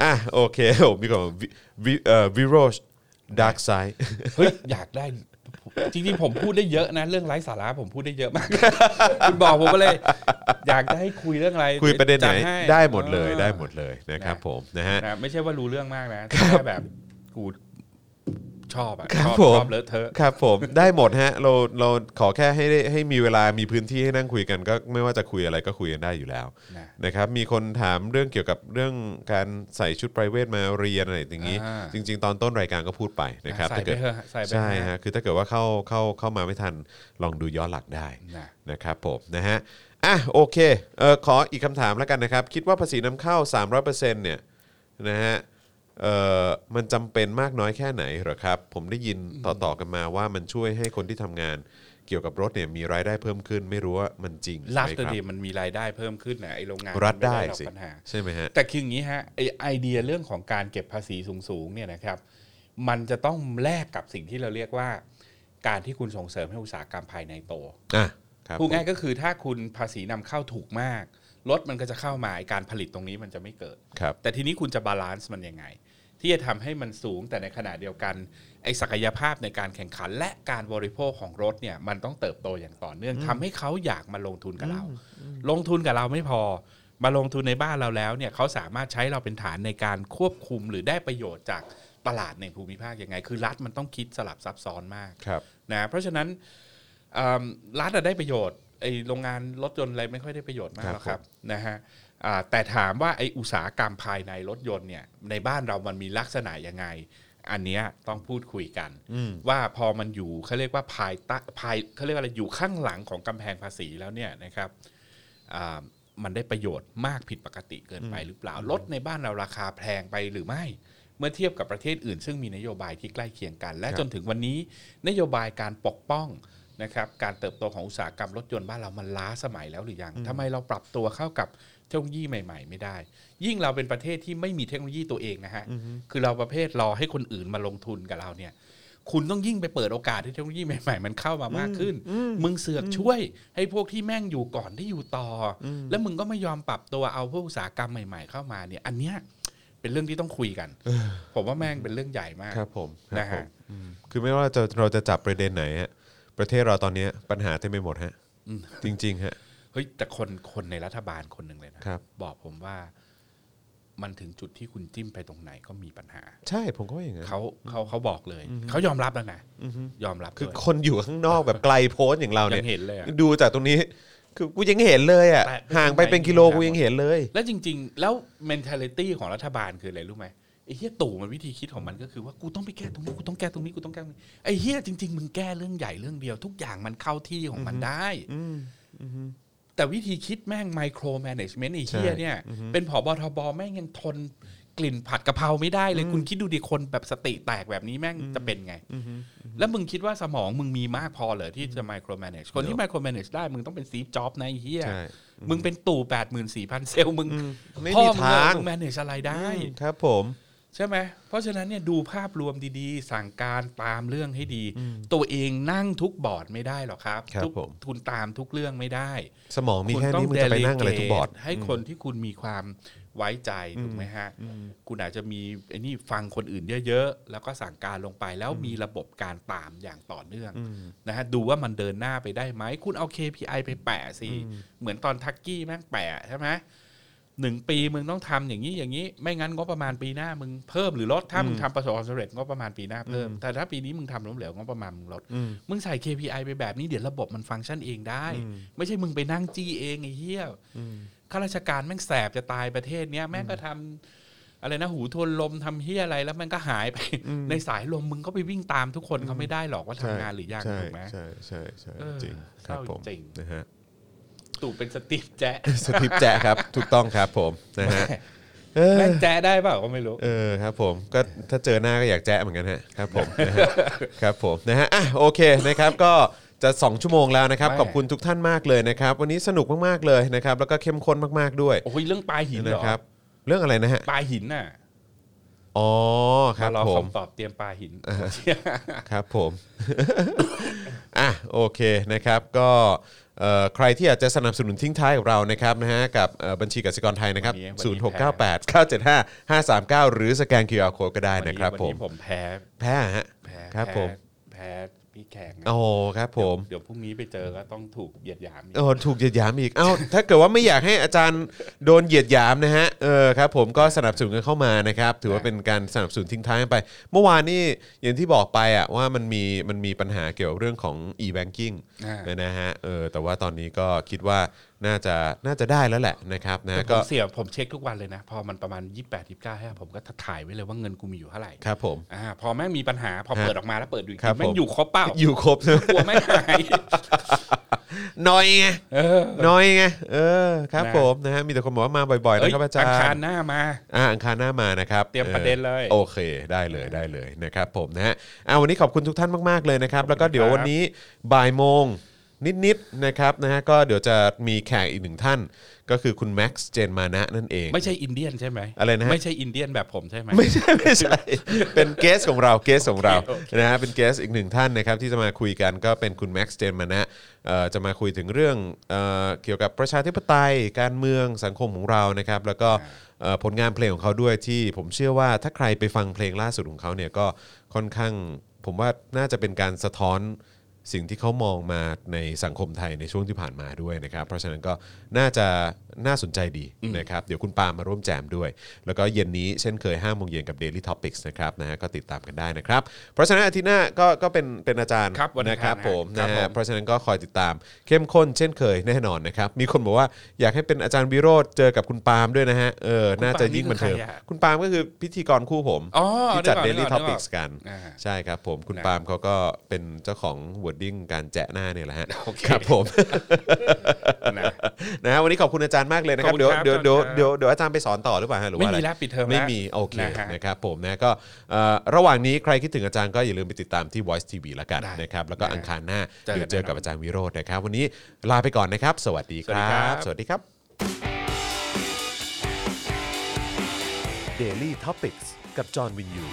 Speaker 2: อ่ะโอเค ผมมีก่อนวิวิเอ่อวิโรชดาร์กไซด์
Speaker 3: เฮ้ยอยากได้จริงๆผมพูดได้เยอะนะ เรื่องไร้สาระผมพูดได้เยอะ มาก คุณบอกผมก็เลย อยากได้คุยเรื่องอะไร
Speaker 2: คุยประเด็นไหน
Speaker 3: จัให้
Speaker 2: ได้หมดเลย
Speaker 3: ออ
Speaker 2: ได้หมดเลยนะครับ
Speaker 3: นะ
Speaker 2: ผมนะฮะ
Speaker 3: นะไม่ใช่ว่ารู้เรื่องมากนะแต่แค่แบบกูชอบอะ
Speaker 2: ครั
Speaker 3: ช
Speaker 2: บ
Speaker 3: อบ
Speaker 2: ผม
Speaker 3: ชอบเลอะเทอะ
Speaker 2: ครับผม ได้หมดฮะเราเราขอแค่ให้ได้ให้มีเวลามีพื้นที่ให้นั่งคุยกันก็ไม่ว่าจะคุยอะไรก็คุยกันได้อยู่แล้ว
Speaker 3: นะ
Speaker 2: นะครับมีคนถามเรื่องเกี่ยวกับเรื่องการใส่ชุดไพรเวทมาเรียนอะไรอย่างนี้ จริง ๆ ตอนต้นรายการก็พูดไปนะครับ
Speaker 3: ใส่
Speaker 2: ถ้า
Speaker 3: ไป
Speaker 2: เกิด
Speaker 3: เถอะใส่ไป
Speaker 2: ใช่
Speaker 3: เถอะ
Speaker 2: ฮะคือถ้าเกิดว่าเข้าเข้าเข้ามาไม่ทันลองดูย้อนหลักได้
Speaker 3: นะ
Speaker 2: นะครับผมนะฮะอ่ะโอเคเออขออีกคำถามแล้วกันนะครับ คิดว่าภาษีนำเข้า 300%เนี่ยนะฮะเออมันจำเป็นมากน้อยแค่ไหนเหรอครับ ผมได้ยินต่อๆกันมาว่ามันช่วยให้คนที่ทำงานเกี่ยวกับรถเนี่ยมีรายได้เพิ่มขึ้น ไม่รู้ว่ามันจริง
Speaker 3: ลาส
Speaker 2: ไหม
Speaker 3: เตอ
Speaker 2: ค
Speaker 3: ร์
Speaker 2: รับ
Speaker 3: ดีมันมีรายได้เพิ่มขึ้นนะไอโรงงาน
Speaker 2: รัฐได้
Speaker 3: มันม่หรอก
Speaker 2: สิ
Speaker 3: ปัญหา
Speaker 2: ใช่ไหมฮะ
Speaker 3: แต่คืออย่างนี้ฮะไอไอเดียเรื่องของการเก็บภาษีสูงๆเนี่ยนะครับ มันจะต้องแลกกับสิ่งที่เราเรียกว่า การที่คุณส่งเสริมให้อุตสาหกรรมภายในโต
Speaker 2: อ่ะครับ
Speaker 3: พูดง่ายก็คือถ้าคุณภาษีนำเข้าถูกมากรถมันก็จะเข้ามาไอ้การผลิตตรงนี้มันจะไม่เกิด
Speaker 2: ครับ
Speaker 3: แต่ทีนี้คุณจะบาลานซ์มันยังไง ที่จะทำให้มันสูงแต่ในขณะเดียวกัน ไอ้ศักยภาพในการแข่งขัน และการบริโภคของรถเนี่ยมันต้องเติบโตอย่างต่อเนื่องทำให้เขาอยากมาลงทุนกับเรา ลงทุนกับเราไม่พอ มาลงทุนในบ้านเราแล้วเนี่ยเขาสามารถใช้เราเป็นฐานในการควบคุมหรือได้ประโยชน์จากตลาดในภูมิภาคยังไง คือรัฐมันต้องคิดสลับซับซ้อนมาก
Speaker 2: ครับ
Speaker 3: นะเพราะฉะนั้นเอิ่มรัฐอะได้ประโยชน์ไอโรงงานรถยนต์อะไรไม่ค่อยได้ประโยชน์มากหรอก
Speaker 2: ค
Speaker 3: ค
Speaker 2: รั
Speaker 3: รั
Speaker 2: บบ
Speaker 3: นะฮะอ่าแต่ถามว่าไออุตสาหกรรมภายในรถยนต์เนี่ยในบ้านเรามันมีลักษณะยังไง อันเนี้ยต้องพูดคุยกัน
Speaker 2: อืม
Speaker 3: ว่าพอมันอยู่เขาเรียกว่าภายใต้ภายเขาเรียกว่าอะไรอยู่ข้างหลังของกำแพงภาษีแล้วเนี่ยนะครับอ่ามันได้ประโยชน์มากผิดปกติเกินไปหรือเปล่ารถในบ้านเราราคาแพงไปหรือไม่ เมื่อเทียบกับประเทศอื่น ซึ่งมีนโยบายที่ใกล้เคียงกัน และ
Speaker 2: ครับ
Speaker 3: จนถึงวันนี้ นโยบายการปกป้องนะครับการเติบโตของอุตสาหกรรมรถยนต์บ้านเรามันล้าสมัยแล้วหรือยังทำไมเราปรับตัวเข้ากับเทคโนโลยีใหม่ๆ ไม่ได้ ยิ่งเราเป็นประเทศที่ไม่มีเทคโนโลยีตัวเองนะฮะคือเราประเภทรอให้คนอื่นมาลงทุนกับเราเนี่ย คุณต้องยิ่งไปเปิดโอกาสให้เทคโนโลยีใหม่ๆ มันเข้ามามากขึ้น มึงเสือกช่วยให้พวกที่แม่งอยู่ก่อนได้อยู่ต่ออแล้วมึงก็ไม่ยอมปรับตัวเอาพวกอุตสาหกรรมใหม่ ๆ เข้ามาเนี่ย อันเนี้ย เป็นเรื่องที่ต้องคุยกัน ผมว่าแม่งเป็นเรื่องใหญ่มาก
Speaker 2: ครับผม
Speaker 3: นะ
Speaker 2: ครั
Speaker 3: ฮะ
Speaker 2: บผมอืมคือไม่ว่าจะเราจะจับประเด็นไหนฮะประเทศเราตอนเนี้ยปัญหาเต็มไปหมดฮะจริง ๆ ฮะ
Speaker 3: เฮ้ยแต่คนคนในรัฐบาลคนหนึ่งเลยนะครับ บอกผมว่ามันถึงจุดที่คุณจิ้มไปตรงไหนก็มีปัญหา
Speaker 2: ใช่ผมก็ว่าอย่างนั้น
Speaker 3: เขาเขาเขาบอกเลย เขายอมรับแล้วนะยอมรับ
Speaker 2: คือ
Speaker 3: ด้วย
Speaker 2: คนอยู่ข้างนอกแบบไกลโพ้นอย่างเราเนี่ย
Speaker 3: ยังเห็นเลยอะ
Speaker 2: ดูจากตรงนี้คือกูยังเห็นเลยอ่ะ
Speaker 3: แต่
Speaker 2: ห่างไปเป็นกิโลกูยังเห็นเลย
Speaker 3: แล้วจริง ๆ แล้ว mentality ของรัฐบาลคืออะไรรู้ไหมไอ้เฮียตู่มันวิธีคิดของมันก็คือว่ากูต้องไปแก้ตรงนี้กูต้องแก้ตรงนี้กูต้องแก้ตรงนี้ไอ้เฮียจริง ๆ มึงแก้เรื่องใหญ่เรื่องเดียว ทุกอย่างมันเข้าที่ของมันได้ แต่วิธีคิดแม่ง micro management ไอ้เฮีย
Speaker 2: ใช่
Speaker 3: เนี่ย เป็นผอบทบแม่งยังทนกลิ่นผัดกะเพราไม่ได้เลยคุณคิดดูดิคนแบบสติแตกแบบนี้แม่งจะเป็นไง แล้วมึงคิดว่าสมองมึงมีมากพอเหรอที่จะ micro manage คนที่ micro manage ได้มึงต้องเป็นซีฟจ็อบนะไอ้เฮีย
Speaker 2: ใช่
Speaker 3: มึงเป็นตู่แปดหมื่นสี่พันเซลล์มึง
Speaker 2: อืมไม่
Speaker 3: พ่อ
Speaker 2: มี
Speaker 3: ง
Speaker 2: ทาง
Speaker 3: แมเนจอะไรได้
Speaker 2: อืมครับผม
Speaker 3: ใช่ไหมเพราะฉะนั้นเนี่ยดูภาพรวมดีๆ สั่งการตามเรื่องให้ดี ตัวเองนั่งทุกบอร์ดไม่ได้หรอกครับ
Speaker 2: ครับ
Speaker 3: ทุก
Speaker 2: ผม
Speaker 3: ทุนตามทุกเรื่องไม่ได้
Speaker 2: สมองมี
Speaker 3: คุณ
Speaker 2: แค่นี้มึงจะไปนั่งอะไรทุกบอร์ด
Speaker 3: ให้คนที่คุณมีความไว้ใจถูกไหมฮะ คุณอาจจะมีไอ้นี่ฟังคนอื่นเยอะๆ แล้วก็สั่งการลงไปแล้วมีระบบการตามอย่างต่อเนื่องนะฮะดูว่ามันเดินหน้าไปได้ไหมคุณเอา KPI ไปแปะสิเหมือนตอนทักกี้แม่งแปะใช่ไหม หนึ่งปีมึงต้องทำอย่างนี้อย่างนี้ ไม่งั้นงบประมาณปีหน้ามึงเพิ่มหรือลดถ้ามึงทำประสบความสำเร็จงบประมาณปีหน้าเพิ่ม แต่ถ้าปีนี้มึงทำล้มเหลวงบประมาณมึงลดมึงใส่ KPI ไปแบบนี้เดี๋ยวระบบมันฟังก์ชันเองได้ ไม่ใช่มึงไปนั่งจี้เองไอ้เหี้ยข้าราชการแม่งแสบจะตายประเทศเนี้ยแม่งก็ทำอะไรนะหูทวนลมทำเหี้ยอะไรแล้วมันก็หายไป ในสายลมมึงก็ไปวิ่งตามทุกคนเขาไม่ได้หรอกว่าทำงานหรือยัง
Speaker 2: ใช่
Speaker 3: ถูกไหม
Speaker 2: ใช่ใช่ใช่
Speaker 3: เออ
Speaker 2: จริงค
Speaker 3: เศ
Speaker 2: รั
Speaker 3: ร้า
Speaker 2: บผม
Speaker 3: จริง
Speaker 2: นะฮะ
Speaker 3: ตู่เป็นสตีฟแจ๊ะ
Speaker 2: สติปแจครับ ถูกต้องครับผมนะฮะเออ
Speaker 3: แม่งแจ๊ะได้เปล่าก็ไม่รู้
Speaker 2: เออครับผมก็ถ้าเจอหน้าก็อยากแจ๊ะเหมือนกันฮะครับผมนะฮะครับผมนะฮะอ่ะโอเคนะครับก็จะ 2 ชั่วโมงแล้วนะครับ
Speaker 3: ไม่
Speaker 2: ขอบคุณทุกท่านมากเลยนะครับ วันนี้สนุกมากๆเลยนะครับ แล้วก็เข้มข้นมากๆด้วย
Speaker 3: โอ้ยเรื่องปลาหินเห
Speaker 2: นะ
Speaker 3: รอ
Speaker 2: ครับ เรื่องอะไรนะฮะ
Speaker 3: ปลาหินน่ะ
Speaker 2: อ๋อครับ
Speaker 3: มารอ
Speaker 2: ผม
Speaker 3: คำตอบเตรียมปลาหิน
Speaker 2: ครับผม อ่ะโอเคนะครับก็เอ่อใครที่อยากจะสนับสนุนทิ้งท้ายกับเรานะครับนะฮะกับเอ่อบัญชีกสิกรไทยนะครับ
Speaker 3: วันนี้
Speaker 2: 0698 975 539 หรือสแกน QR code ก็ได้
Speaker 3: วั
Speaker 2: นะครับ
Speaker 3: วั
Speaker 2: ผม
Speaker 3: ผมแพ้
Speaker 2: แพ้ฮะ
Speaker 3: แพ้
Speaker 2: ครับผม
Speaker 3: แพ้พี่แขกนะ
Speaker 2: โอ้ครับผม
Speaker 3: เดี๋ยวพรุ่งนี้ไปเจอก็ต้องถูกเหยียดหยามอีก
Speaker 2: โอ้ถูกเหยียดหยามอีก เอ้า ถ้าเกิดว่าไม่อยากให้อาจารย์โดนเหยียดหยามนะฮะเออครับผมก็สนับสนุนกันเข้ามานะครับ ถือว่าเป็นการสนับสนุนทิ้งท้ายกันไป เมื่อวานนี่อย่างที่บอกไปอะว่ามันมีมันมีปัญหาเกี่ยวกับเรื่องของ e-banking
Speaker 3: อ่า
Speaker 2: นะฮะเออแต่ว่าตอนนี้ก็คิดว่าน่าจะน่าจะได้แล้วแหละนะครับนะ
Speaker 3: ก็
Speaker 2: ก็
Speaker 3: เสียผมเช็คทุกวันเลยนะ พอมันประมาณ 28 29ให้ผมก็ถ่ายไว้เลยว่าเงินกูมีอยู่เท่าไหร่
Speaker 2: ครับผม
Speaker 3: อ่าพอแม่งมีปัญหา พอ
Speaker 2: ฮะ
Speaker 3: เปิดออกมาแล้วเปิดดูอีก
Speaker 2: ครั
Speaker 3: ที
Speaker 2: บ
Speaker 3: แม่
Speaker 2: ผ
Speaker 3: ง
Speaker 2: ม
Speaker 3: อยู่ครบเปล่า
Speaker 2: อยู่ครบใช่ไหม
Speaker 3: กลัวไม่ หาย
Speaker 2: น้อยไง
Speaker 3: เออ
Speaker 2: น้อยไงเออครับ
Speaker 3: นะ
Speaker 2: ผมนะฮะมีแต่คนบอกว่ามาบ่อยๆ
Speaker 3: เอ้ย
Speaker 2: นะครับอาจา
Speaker 3: อังคาร ร
Speaker 2: ย์
Speaker 3: หน้ามา
Speaker 2: อ่าอังคารหน้ามานะครับ
Speaker 3: เตรียมประเด็นเลย
Speaker 2: ออโอเคได้เลยได้เลยนะครับผมนะฮะอ่าวันนี้ขอบคุณทุกท่านมากๆเลยนะครับ แล้วก็เดี๋ยววันนี้บ่ายโมงนิดๆนะครับนะฮะก็เดี๋ยวจะมีแขกอีกหนึ่งท่าน ก็คือคุณแม็กซ์เจนมานะนั่นเอง
Speaker 3: ไม่ใช่อินเดียนใช่ไหม
Speaker 2: อะไรนะฮะ
Speaker 3: ไม่ใช่อินเดียนแบบผมใช่ไหม
Speaker 2: ไม่ ใช่ ไม่ใช่ เป็นเกสของเราเกสของเรา
Speaker 3: โอเค
Speaker 2: นะฮะเป็นเกสอีกหนึ่งท่านนะครับที่จะมาคุยกันก็เป็นคุณแม็กซ์เจนมานะเอ่อจะมาคุยถึงเรื่องเอ่อเกี่ยวกับประชาธิปไตยการเมืองสังคมของเรานะครับ แล้วก็เอ่อผลงานเพลงของเขาด้วยที่ผมเชื่อว่าถ้าใครไปฟังเพลงล่าสุดของเขาเนี่ยก็ค่อนข้างผมว่าน่าจะเป็นการสะท้อน สิ่งที่เขามองมาในสังคมไทยในช่วงที่ผ่านมาด้วยนะครับ เพราะฉะนั้นก็น่าจะน่าสนใจดีนะครับ เดี๋ยวคุณปาล์มมาร่วมแจมด้วย แล้วก็เย็นนี้เช่นเคย5้าโมงเย็นกับ Daily Topics นะครับนะฮะก็ติดตามกันได้นะครับ เพราะฉะนั้นอาทิตย์หน้าก็ก็เป็นเป็นอาจารย์
Speaker 3: ครับวันอั
Speaker 2: นะ
Speaker 3: ง
Speaker 2: ค
Speaker 3: คาร
Speaker 2: รับผม
Speaker 3: ครั
Speaker 2: นะ
Speaker 3: บ
Speaker 2: ฮะ
Speaker 3: ผม
Speaker 2: เพราะฉะนั้นก็คอยติดตามเข้มข้นเช่นเคยแน่นอนนะครับ มีคนบอกว่าอยากให้เป็นอาจารย์วิโรธเจอกับคุณปาล์มด้วยนะฮะเออน่าจะยิ่งบันเทิงคุณปาล์มก็คือพิธีกรคู่ผม
Speaker 3: อ๋อ
Speaker 2: ที่จัด
Speaker 3: นึ
Speaker 2: Daily
Speaker 3: กออกนึกออก
Speaker 2: Topics กัน
Speaker 3: อ่า
Speaker 2: ใช่ครับผมคุณ
Speaker 3: นะ
Speaker 2: ปาล์มเขาก็เป็นเจ้าของวอร์ดิ้งการแจะหน้าเนี่ยแหละฮะ
Speaker 3: โอเค
Speaker 2: ครับผม
Speaker 3: นะ
Speaker 2: นะฮะวันนี้ขอบคุณอาจารย์มากเลยนะครับ
Speaker 3: ขอบคุณ
Speaker 2: เดี๋ยว
Speaker 3: ครับ
Speaker 2: เดี๋ยวเดี๋ยว
Speaker 3: ขอบคุณครับ
Speaker 2: เดี๋ยวเดี๋ยวอาจารย์ไปสอนต่อหรือเปล่าฮะหรือว่าอะไร
Speaker 3: ไม่มีแล้วปิดเทอมแล้ว
Speaker 2: ไม่มีโอเค
Speaker 3: นะฮะ
Speaker 2: นะครับผมนะก็เอ่อระหว่างนี้ใครคิดถึงอาจารย์ก็อย่าลืมไปติดตามที่ Voice TV ละกัน
Speaker 3: ได้
Speaker 2: นะครับแล้วก็
Speaker 3: นะฮะ
Speaker 2: อังคารหน้า
Speaker 3: เจอกัน
Speaker 2: เดี๋ยวเจอกับ
Speaker 3: แน่นอน
Speaker 2: อาจารย์วิโรจน์นะครับ วันนี้ลาไปก่อนนะครับ สวัสดีครั
Speaker 3: สวัสดีครับ บ
Speaker 2: สวัสดีครับ
Speaker 1: Daily t o p i c กกับจอห์นวินยู